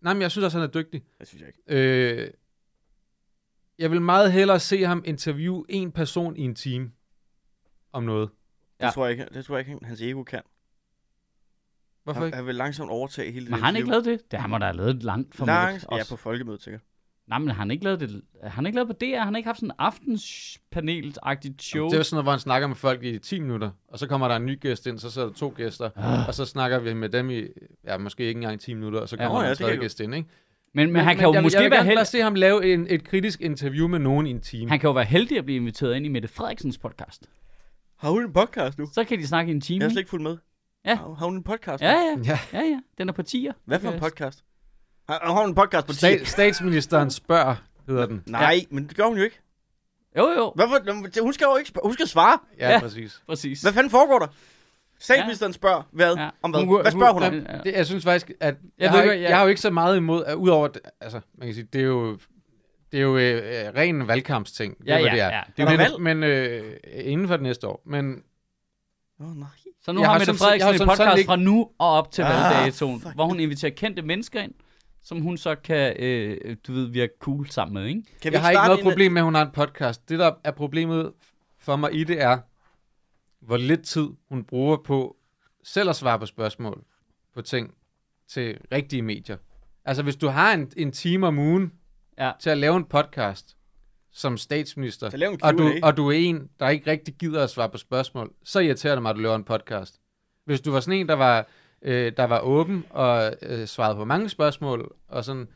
Speaker 2: Nej, men jeg synes også, han er dygtig.
Speaker 3: Det synes jeg ikke.
Speaker 2: Øh, jeg vil meget hellere se ham interviewe en person i en time om noget.
Speaker 3: Det,
Speaker 1: Ja.
Speaker 3: tror jeg ikke, det tror jeg ikke, hans ego kan.
Speaker 2: Hvorfor
Speaker 3: Han,
Speaker 2: ikke?
Speaker 3: han vil langsomt overtage hele det.
Speaker 1: Men har han ikke lavet det? Det har man da have lavet langt for
Speaker 3: Langs, ja,
Speaker 1: også.
Speaker 3: på folkemødet sikkert.
Speaker 1: Nej, men han har ikke lavet det. Han har ikke lavet på DR. Han har ikke haft sådan en aftenspanel-agtigt show.
Speaker 2: Det er jo sådan noget, hvor han snakker med folk i 10 minutter, og så kommer der en ny gæst ind, så sidder der to gæster, og så snakker vi med dem i, ja, måske ikke engang 10 minutter, og så
Speaker 1: Ah. Ja,
Speaker 2: kommer
Speaker 3: nå
Speaker 2: ja, der
Speaker 3: ja,
Speaker 2: en
Speaker 3: det kan
Speaker 2: tredje
Speaker 3: jo-
Speaker 2: gæst ind, ikke?
Speaker 1: men, men, han kan jo
Speaker 2: jeg,
Speaker 1: måske
Speaker 2: jeg vil
Speaker 1: være
Speaker 2: gerne
Speaker 1: heldig.
Speaker 2: bare se ham lave en, et kritisk interview med nogen i en time.
Speaker 1: Han kan jo være heldig at blive inviteret ind i Mette Frederiksens podcast.
Speaker 3: Har hun en podcast nu?
Speaker 1: Så kan de snakke i en time.
Speaker 3: Jeg har slet
Speaker 1: ikke?
Speaker 3: ikke fulgt med.
Speaker 1: Ja.
Speaker 3: Har, har hun en podcast?
Speaker 1: Ja,
Speaker 3: nu?
Speaker 1: ja,
Speaker 2: Ja.
Speaker 1: ja, ja. Den er på 10'er.
Speaker 3: Hvad for en podcast? Har, har hun en podcast på 10?
Speaker 2: Sta- statsministeren spørger, hedder den.
Speaker 3: Nej, men det gør hun jo ikke.
Speaker 1: Jo, jo,
Speaker 3: Hvorfor? Hun skal jo ikke spørge. Hun skal svare.
Speaker 2: Ja,
Speaker 1: Ja.
Speaker 2: ja. præcis.
Speaker 1: præcis.
Speaker 3: Hvad fanden foregår der? Statsministeren spørger hvad?
Speaker 1: Ja.
Speaker 3: Om hvad?
Speaker 1: Hun kunne-
Speaker 3: Hvad spørger hun
Speaker 1: hun-
Speaker 3: om?
Speaker 1: Ja.
Speaker 2: Det, jeg synes faktisk, at jeg,
Speaker 1: ved
Speaker 2: jeg, har,
Speaker 1: ikke, jeg-
Speaker 2: ikke, jeg... jeg har jo ikke så meget imod, at udover, at- altså, man kan sige, det er jo, det er jo øh, ren valgkampsting. Det
Speaker 1: Ja,
Speaker 2: er, jo,
Speaker 1: ja,
Speaker 2: hvad det er.
Speaker 1: ja.
Speaker 2: Det
Speaker 3: Er
Speaker 2: er
Speaker 3: der
Speaker 2: men, men øh, inden for det næste år. Men
Speaker 3: Åh, nej.
Speaker 1: Så nu
Speaker 2: Jeg
Speaker 1: har
Speaker 2: har
Speaker 1: Mette
Speaker 2: sådan set-
Speaker 1: Frederiksen
Speaker 2: jeg har
Speaker 1: en
Speaker 2: sådan- sådan
Speaker 1: podcast
Speaker 2: ikke-
Speaker 1: fra nu og op til
Speaker 3: Ah,
Speaker 1: valgdatoen,
Speaker 3: fuck.
Speaker 1: hvor hun inviterer kendte mennesker ind, som hun så kan, øh, du ved, virke cool sammen med, ikke?
Speaker 3: Kan vi
Speaker 2: jeg har ikke
Speaker 3: starte
Speaker 2: noget
Speaker 3: en-
Speaker 2: problem med, at hun har en podcast. Det, der er problemet for mig i det, er, hvor lidt tid hun bruger på selv at svare på spørgsmål på ting til rigtige medier. Altså, hvis du har en, en time om ugen
Speaker 1: Ja.
Speaker 2: til at lave en podcast som statsminister,
Speaker 3: Så lav en
Speaker 2: og du,
Speaker 3: Q&A.
Speaker 2: og du er en, der ikke rigtig gider at svare på spørgsmål, så irriterer det mig, at du laver en podcast. Hvis du var sådan en, der var, øh, der var åben og øh, svarede på mange spørgsmål, og sådan,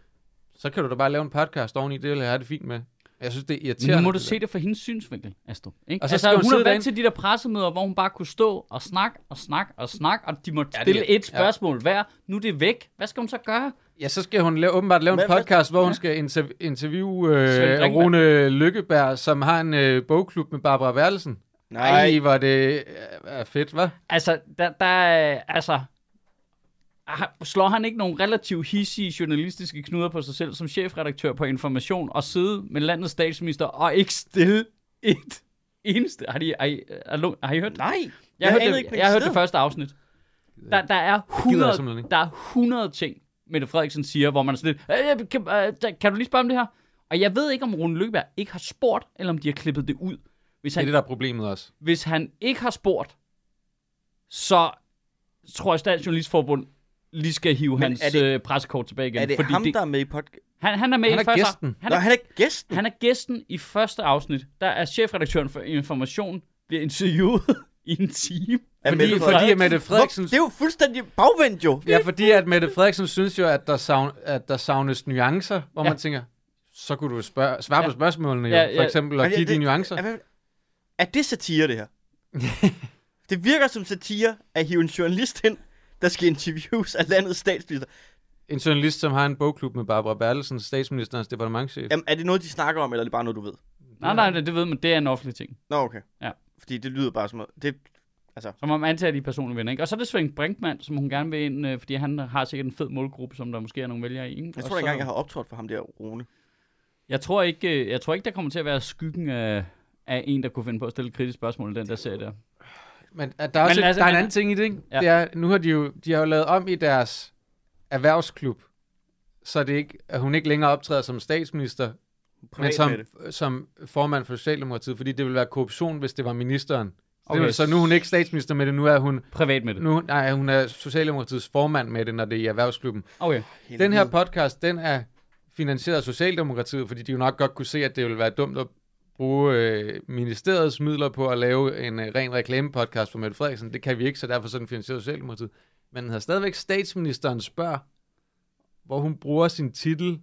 Speaker 2: så kan du da bare lave en podcast oveni, det vil jeg have det fint med. Jeg synes, det er irriterende.
Speaker 1: Nu må du
Speaker 2: det
Speaker 1: se
Speaker 2: der.
Speaker 1: det fra hendes synsvinkel, Astro. Ikke?
Speaker 2: Og så
Speaker 1: altså,
Speaker 2: skal hun
Speaker 1: hun er
Speaker 2: sidde
Speaker 1: vant
Speaker 2: derinde.
Speaker 1: til de der pressemøder, hvor hun bare kunne stå og snakke og snakke og snakke, og de måtte
Speaker 2: Ja, det-
Speaker 1: stille et
Speaker 2: ja.
Speaker 1: spørgsmål hver. Nu er det væk. Hvad skal hun så gøre?
Speaker 2: Ja, så skal hun lave, åbenbart lave
Speaker 3: Hvad-
Speaker 2: en
Speaker 3: hvad-
Speaker 2: podcast, hvor hun skal interv- interviewe
Speaker 1: Svend
Speaker 2: øh,
Speaker 1: Brinkmann.
Speaker 2: Rune Lykkeberg, som har en øh, bogklub med Barbara Wertelsen.
Speaker 3: Nej.
Speaker 2: Ej, hvor det øh, er fedt, hva'?
Speaker 1: Altså, der, der øh, altså, har- slår han ikke nogle relativt hissige journalistiske knuder på sig selv som chefredaktør på Information og sidde med landets statsminister og ikke stille et eneste? Har, de, har, I, har, har I hørt det?
Speaker 3: Nej.
Speaker 1: Jeg, jeg, hørte,
Speaker 3: anede
Speaker 1: det,
Speaker 3: ikke,
Speaker 1: jeg,
Speaker 3: hvad
Speaker 1: jeg hørte
Speaker 3: det
Speaker 1: det første afsnit. Der, der, er
Speaker 2: gider jeg
Speaker 1: 100,
Speaker 2: simpelthen ikke.
Speaker 1: der er 100 ting, Mette Frederiksen siger, hvor man er sådan lidt, "Øh, kan, øh, der- kan du lige spørge om det her? Og jeg ved ikke, om Rune Løkberg ikke har spurgt, eller om de har klippet det ud. Hvis
Speaker 2: Det er
Speaker 1: han,
Speaker 2: det, der er problemet også.
Speaker 1: hvis han ikke har spurgt, så tror jeg, Statens Journalistforbund lige skal hive hans
Speaker 3: er
Speaker 1: det,
Speaker 3: det-
Speaker 1: øh, pressekort tilbage igen.
Speaker 3: Er det ham, der er med i podcast?
Speaker 1: han, han er med
Speaker 2: Han
Speaker 1: i
Speaker 2: er
Speaker 1: første...
Speaker 2: gæsten.
Speaker 1: Han
Speaker 3: Nå,
Speaker 1: er,
Speaker 3: han er gæsten.
Speaker 1: han er gæsten i første afsnit. Der er chefredaktøren for Information, bliver interviewet i en time.
Speaker 3: Af
Speaker 2: Fordi,
Speaker 3: Mette
Speaker 2: fordi at Mette
Speaker 3: Frederiksen.
Speaker 2: Frederiksen
Speaker 3: Hvor- Det er jo fuldstændig bagvendt jo.
Speaker 2: Ja, fordi at Mette Frederiksen synes jo, at der, savn, at der savnes nuancer, hvor
Speaker 1: Ja.
Speaker 2: ja. man tænker, så kunne du spørge, svare ja.
Speaker 1: Ja.
Speaker 2: på spørgsmålene jo,
Speaker 1: Ja,
Speaker 2: ja,
Speaker 1: ja.
Speaker 2: ja. for eksempel, og
Speaker 3: Men
Speaker 2: give
Speaker 3: det-
Speaker 2: de nuancer.
Speaker 3: Er, hvad- er det satire, det her? det virker som satire at hive en journalist ind, der skal interviews af landets statsminister.
Speaker 2: En journalist, som har en bogklub med Barbara Bertelsen, statsministerens departementchef.
Speaker 3: Jamen, er det noget, de snakker om, eller er det bare noget, du ved?
Speaker 1: Nej, nej, det, det ved man. Det er en offentlig ting.
Speaker 3: Nå, okay.
Speaker 1: Ja.
Speaker 3: Fordi det lyder bare som noget. Det, altså,
Speaker 1: Som om antager de er personlige venner. Ikke? Og så er det Svend Brinkmann, som hun gerne vil ind, øh, fordi han har sikkert en fed målgruppe, som der måske er nogle vælgere i. Ikke?
Speaker 3: jeg
Speaker 1: Og
Speaker 3: tror
Speaker 1: så-
Speaker 3: ikke engang, jeg har optrådt for ham der, Rune.
Speaker 1: jeg tror ikke, øh, jeg tror ikke, der kommer til at være skyggen af, af en, der kunne finde på at stille kritiske spørgsmål i den der serie der.
Speaker 2: Men at der er, også,
Speaker 1: Men
Speaker 2: men,
Speaker 1: altså,
Speaker 2: der er en
Speaker 1: men-
Speaker 2: anden ting i det, ikke?
Speaker 1: Ja.
Speaker 2: Ja. Det er, nu har de jo, de har jo lavet om i deres erhvervsklub, så det er ikke, at hun ikke længere optræder som statsminister, men
Speaker 3: Privat
Speaker 2: som,
Speaker 3: med det.
Speaker 2: som formand for Socialdemokratiet, fordi det ville være korruption, hvis det var ministeren. Okay.
Speaker 1: Okay.
Speaker 2: Det, er- så nu er hun ikke statsminister med det, nu er hun
Speaker 1: Privat med det.
Speaker 2: Nu, nej, hun er Socialdemokratiets formand med det, når det er i erhvervsklubben.
Speaker 1: Okay.
Speaker 2: Den her podcast, den er finansieret af Socialdemokratiet, fordi de jo nok godt kunne se, at det ville være dumt at bruge øh, ministeriets midler på at lave en øh, ren reklamepodcast for Mette Frederiksen. Det kan vi ikke, så derfor så er den finansieret af Socialdemokratiet. Men den hedder stadigvæk Statsministeren spørger, hvor hun bruger sin titel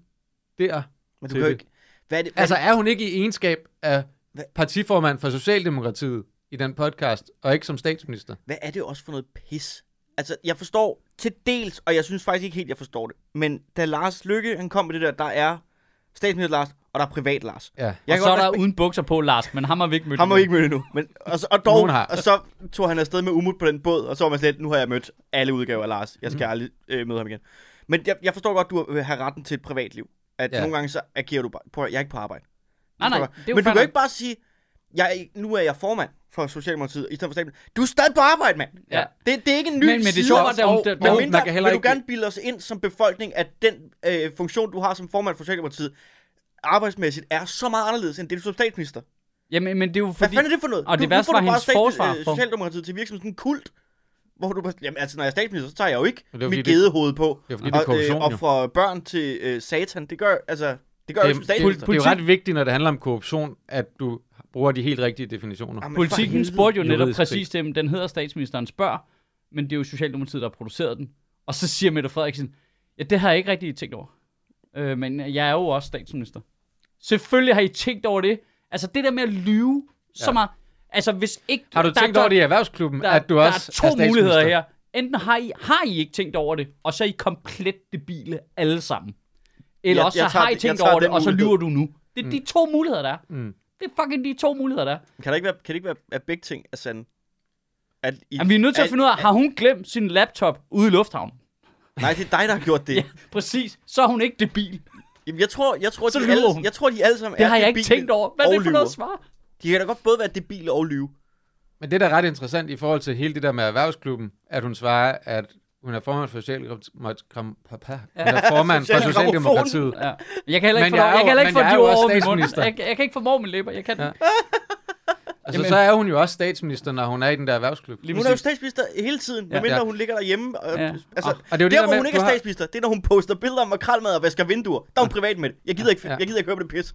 Speaker 2: der.
Speaker 3: Men
Speaker 2: til
Speaker 3: du kan jo
Speaker 2: det.
Speaker 3: ikke... Hvad er det?
Speaker 2: Altså er hun ikke i egenskab af
Speaker 3: Hvad?
Speaker 2: partiformand for Socialdemokratiet i den podcast, og ikke som statsminister?
Speaker 3: hvad er det også for noget pis? Altså, jeg forstår til dels, og jeg synes faktisk ikke helt, jeg forstår det. Men da Lars Lykke, han kom med det der, der er statsminister Lars, og der er privat Lars.
Speaker 2: Ja.
Speaker 1: Jeg og
Speaker 3: kan
Speaker 1: så er
Speaker 3: godt
Speaker 1: der
Speaker 3: respekt-
Speaker 1: uden bukser på, Lars, men ham har vi ikke mødt.
Speaker 3: Ham har vi
Speaker 1: endnu.
Speaker 3: ikke mødt endnu. Men, og, så, og, dog,
Speaker 2: Nogen har.
Speaker 3: og så tog han afsted med Umut på den båd, og så var man slet, nu har jeg mødt alle udgaver af Lars. Jeg
Speaker 1: Mhm.
Speaker 3: skal mm. aldrig øh, møde ham igen. Men jeg, jeg forstår godt, du vil have retten til et privatliv. At ja.
Speaker 2: Ja.
Speaker 3: nogle gange så agerer du bare, prøv, at- jeg er ikke på arbejde.
Speaker 1: Nej, nej,
Speaker 3: Det
Speaker 1: det
Speaker 3: forstår
Speaker 1: er
Speaker 3: jeg.
Speaker 1: jo
Speaker 3: Men du
Speaker 1: fair
Speaker 3: kan
Speaker 1: nok.
Speaker 3: ikke bare sige, jeg, er- nu er jeg formand for Socialdemokratiet, i stedet for staten. Du er stadig på arbejde, mand.
Speaker 1: Ja.
Speaker 3: Det, det er ikke en ny
Speaker 1: Men, men det er
Speaker 3: side
Speaker 1: sjovt,
Speaker 3: af-
Speaker 1: at hun,
Speaker 2: og-
Speaker 1: der,
Speaker 3: men
Speaker 2: og-
Speaker 1: der,
Speaker 3: mindre,
Speaker 2: man kan
Speaker 3: vil
Speaker 2: heller
Speaker 3: du
Speaker 2: ikke-
Speaker 3: gerne bilde os ind som befolkning, at den øh, funktion, du har som formand for Socialdemokratiet, arbejdsmæssigt, er så meget anderledes, end det du som statsminister.
Speaker 1: jamen, men det er jo
Speaker 3: Hvad
Speaker 1: fordi...
Speaker 3: fanden er det for noget?
Speaker 1: og det
Speaker 3: nu
Speaker 1: værste
Speaker 3: får
Speaker 1: var
Speaker 3: du bare
Speaker 1: hendes
Speaker 3: stats-
Speaker 1: forsvar
Speaker 3: øh,
Speaker 1: for-
Speaker 3: Socialdemokratiet til virksomheden en kult. Hvor du bare, jamen altså, når jeg er statsminister, så tager jeg jo ikke
Speaker 2: Men det er jo
Speaker 3: mit
Speaker 2: fordi, det-
Speaker 3: gedehoved på.
Speaker 2: det er fordi, det er
Speaker 3: og,
Speaker 2: korruption,
Speaker 3: og
Speaker 2: jo.
Speaker 3: fra børn til øh, satan, det gør, altså, det gør jeg jo som
Speaker 2: det, det,
Speaker 3: statsminister.
Speaker 2: det er jo ret vigtigt, når det handler om korruption, at du bruger de helt rigtige definitioner.
Speaker 3: Jamen, for
Speaker 1: Politikken
Speaker 3: helvede.
Speaker 1: spurgte jo netop
Speaker 2: Juridisk
Speaker 1: præcis dem. Den hedder statsministeren spørg, men det er jo Socialdemokratiet, der har produceret den. Og så siger Mette Frederiksen, ja, det har jeg ikke rigtig tænkt over. Øh, men jeg er jo også statsminister. Selvfølgelig har I tænkt over det. Altså det der med at lyve ja. så
Speaker 2: Ja.
Speaker 1: meget. Altså, hvis ikke...
Speaker 2: Har du
Speaker 1: der-
Speaker 2: tænkt
Speaker 1: der-
Speaker 2: over det i erhvervsklubben,
Speaker 1: der,
Speaker 2: at du
Speaker 1: der
Speaker 2: også
Speaker 1: er to
Speaker 2: statsminister?
Speaker 1: muligheder her. Enten har I, har I ikke tænkt over det, og så er I komplet debile alle sammen. Eller
Speaker 3: Jeg-
Speaker 1: også
Speaker 3: jeg
Speaker 1: så
Speaker 3: tager
Speaker 1: har I
Speaker 3: den- jeg
Speaker 1: tænkt
Speaker 3: tager
Speaker 1: over det,
Speaker 3: den
Speaker 1: og så
Speaker 3: mulighed.
Speaker 1: lyver du nu. Det er de to muligheder, der er.
Speaker 2: Mm.
Speaker 1: Det er fucking de to muligheder, der er.
Speaker 3: Kan, der ikke være, kan det ikke være, at begge ting er sande? At I,
Speaker 1: Jamen, vi er nødt til at finde ud af, har hun glemt sin laptop ude i lufthavnen?
Speaker 3: Nej, det er dig, der har gjort det.
Speaker 1: Ja, præcis. Så er hun ikke debil.
Speaker 3: Jamen, jeg tror, jeg tror,
Speaker 1: Så
Speaker 3: de
Speaker 1: lyver
Speaker 3: alle,
Speaker 1: hun.
Speaker 3: jeg tror, de alle sammen
Speaker 1: Det
Speaker 3: er
Speaker 1: har jeg ikke
Speaker 3: debile
Speaker 1: tænkt over. Hvad er
Speaker 3: og
Speaker 1: det for noget
Speaker 3: lyver.
Speaker 1: svar?
Speaker 3: De kan da godt både være debile og lyve.
Speaker 2: Men det, der er ret interessant i forhold til hele det der med erhvervsklubben, at hun svarer, at hun er formand for Socialdemokratiet. Hun er formand for
Speaker 3: Social-
Speaker 2: Socialdemokratiet.
Speaker 1: Ja. Jeg kan heller ikke
Speaker 2: Men
Speaker 1: få,
Speaker 2: jeg er
Speaker 1: lov- jeg
Speaker 2: jo-
Speaker 1: kan heller ikke
Speaker 2: men
Speaker 1: få
Speaker 2: jeg
Speaker 1: de
Speaker 2: er jo
Speaker 1: ord
Speaker 2: også
Speaker 1: over min mund.
Speaker 2: statsminister.
Speaker 1: Jeg, jeg kan ikke formå mine læber. Jeg kan
Speaker 2: Ja.
Speaker 1: ja.
Speaker 2: Altså,
Speaker 1: Jamen-
Speaker 2: så er hun jo også statsminister, når hun er i den der erhvervsklub.
Speaker 1: Lige
Speaker 3: Hun er jo statsminister hele tiden, ja. medmindre
Speaker 2: Ja.
Speaker 3: hun ligger derhjemme. Og,
Speaker 1: Ja.
Speaker 3: ja. altså,
Speaker 2: Og- og det
Speaker 3: og,
Speaker 2: er jo
Speaker 3: det er
Speaker 2: det
Speaker 3: der,
Speaker 2: der
Speaker 3: hvor
Speaker 2: med,
Speaker 3: hun ikke
Speaker 2: du
Speaker 3: er
Speaker 2: har-
Speaker 3: statsminister, det er, når hun poster billeder om makrelmad og vasker vinduer. Der er hun privat med det. Jeg gider ikke,
Speaker 2: Ja.
Speaker 3: jeg gider ikke høre på det pis.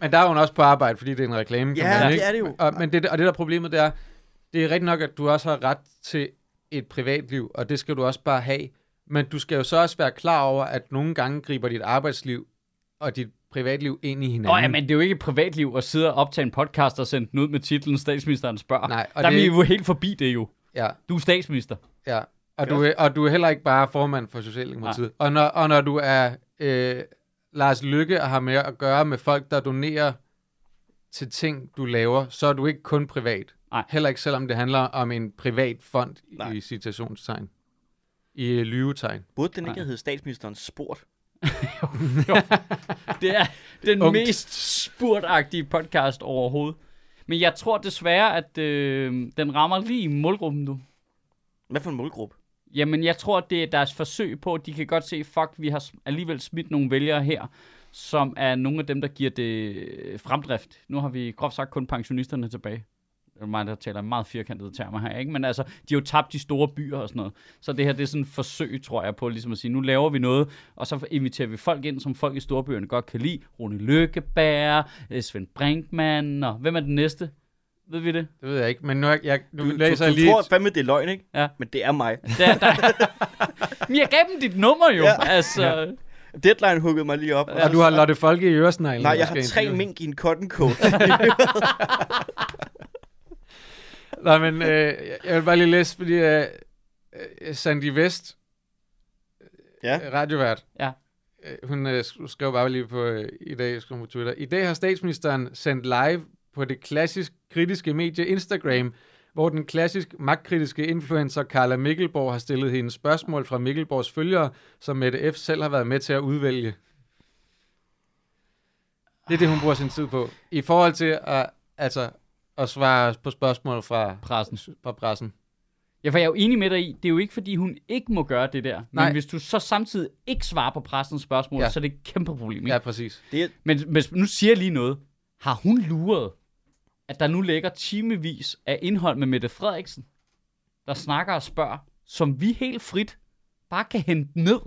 Speaker 2: Men der er hun også på arbejde, fordi det er en reklame.
Speaker 3: Ja, det er det jo.
Speaker 2: Og, men det, og det der er problemet, det er, det er rigtigt nok, at du også har ret til et privatliv, og det skal du også bare have. Men du skal jo så også være klar over, at nogle gange griber dit arbejdsliv og dit privatliv ind i hinanden.
Speaker 1: Nå ja, men det er jo ikke et privatliv at sidde og optage en podcast og sende den ud med titlen Statsministeren spørger.
Speaker 2: Nej, og
Speaker 1: og der er
Speaker 2: det
Speaker 1: vi
Speaker 2: er
Speaker 1: jo helt forbi det jo.
Speaker 2: Ja,
Speaker 1: Du er statsminister.
Speaker 2: ja. Og, du, er- og du er heller ikke bare formand for Socialdemokratiet. Og når, og når du er øh, Lars Lykke og har med at gøre med folk, der donerer til ting, du laver, så er du ikke kun privat.
Speaker 1: Nej.
Speaker 2: Heller ikke selvom det handler om en privat fond Nej.
Speaker 3: Nej.
Speaker 2: i citationstegn. I øh, lyvetegn.
Speaker 3: Burde den ikke hedde statsministerens sport?
Speaker 1: Det er den
Speaker 2: Ungt.
Speaker 1: mest spurtagtige podcast overhovedet. Men jeg tror desværre, at øh, den rammer lige i målgruppen nu.
Speaker 3: Hvad for en målgruppe?
Speaker 1: Jamen, jeg tror, det er deres forsøg på, at de kan godt se, fuck, vi har s- alligevel smidt nogle vælgere her, som er nogle af dem, der giver det øh, fremdrift. Nu har vi groft sagt kun pensionisterne tilbage. Det er mig, der taler i meget firkantede termer her, ikke? Men altså, de har jo tabt de store byer og sådan noget. Så det her, det er sådan et forsøg, tror jeg, på ligesom at sige, nu laver vi noget, og så inviterer vi folk ind, som folk i storbyerne godt kan lide. Rune Lykkeberg, øh, Svend Brinkmann, og hvem er den næste? Ved vi det?
Speaker 2: Det ved jeg ikke, men nu, jeg, jeg, nu
Speaker 3: Du, du,
Speaker 2: læser jeg
Speaker 3: du
Speaker 2: lige...
Speaker 3: tror
Speaker 2: et-
Speaker 3: fandme, det er løgn, ikke?
Speaker 1: Ja.
Speaker 3: Men det er mig.
Speaker 1: Der, der. Men jeg gav dem dit nummer jo, ja.
Speaker 3: Ja.
Speaker 1: altså... Ja.
Speaker 3: Deadline huggede mig lige op.
Speaker 2: Og du har Lotte Folke i øresneglen.
Speaker 3: Nej,
Speaker 2: der
Speaker 3: jeg
Speaker 2: skal
Speaker 3: har tre
Speaker 2: interviewe.
Speaker 3: mink i en cotton coat.
Speaker 2: Nej, men øh, jeg- jeg vil bare lige læse, fordi øh, øh, Sandy Vest,
Speaker 3: ja.
Speaker 2: Øh, radiovært.
Speaker 1: Ja.
Speaker 2: Øh, Hun øh, sk- skrev bare lige på øh, i dag, skrev hun på Twitter. I dag har statsministeren sendt live på det klassisk kritiske medie Instagram, hvor den klassisk magtkritiske influencer Carla Mikkelborg har stillet hende spørgsmål fra Mikkelborgs følgere, som Mette F. selv har været med til at udvælge. Det er det, hun bruger sin tid på. I forhold til at, altså, at svare på spørgsmål fra,
Speaker 1: Pressen.
Speaker 2: fra pressen.
Speaker 1: Ja, for jeg er jo enig med dig i, det er jo ikke, fordi hun ikke må gøre det der. Men
Speaker 2: Nej.
Speaker 1: hvis du så samtidig ikke svarer på pressens spørgsmål,
Speaker 2: Ja.
Speaker 1: ja. så er det et kæmpe problem. Ikke?
Speaker 2: Ja,
Speaker 1: Ja.
Speaker 2: præcis.
Speaker 3: Det er,
Speaker 1: Men, men nu siger jeg lige noget. Har hun luret, at der nu ligger timevis af indhold med Mette Frederiksen, der snakker og spørger, som vi helt frit bare kan hente ned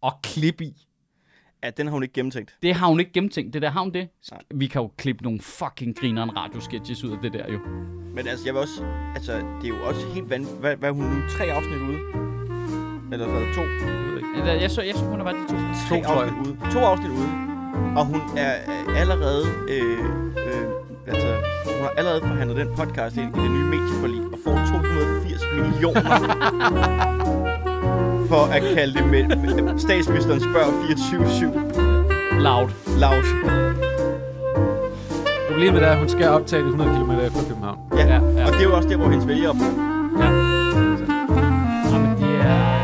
Speaker 1: og klippe i?
Speaker 3: ja, den har hun ikke gennemtænkt.
Speaker 1: Det har hun ikke gennemtænkt, det der har hun det.
Speaker 3: Nej.
Speaker 1: Vi kan jo klippe nogle fucking grineren radiosketches ud af det der jo.
Speaker 3: Men altså, jeg vil også... Altså, det er jo også helt vanvittigt. Hvad, hvad er hun nu? Tre afsnit ude? Eller hvad? To?
Speaker 1: Jeg, jeg så, jeg så hun er bare de to.
Speaker 3: to
Speaker 2: To, tror jeg.
Speaker 3: afsnit ude. To afsnit ude. Og hun er øh, allerede... Øh, øh, altså, hun har allerede forhandlet den podcast ind i det nye medieforlig og får 280 millioner for at kalde det med, med statsministeren spørger 24-7
Speaker 1: Loud.
Speaker 3: loud.
Speaker 2: Problemet er, at hun skal optage det 100 km fra København.
Speaker 3: Ja.
Speaker 1: Ja,
Speaker 3: Ja,
Speaker 1: ja.
Speaker 3: ja. Og det er jo også der, hvor hendes vælgere bor.
Speaker 1: Ja. altså, Nå, men det er...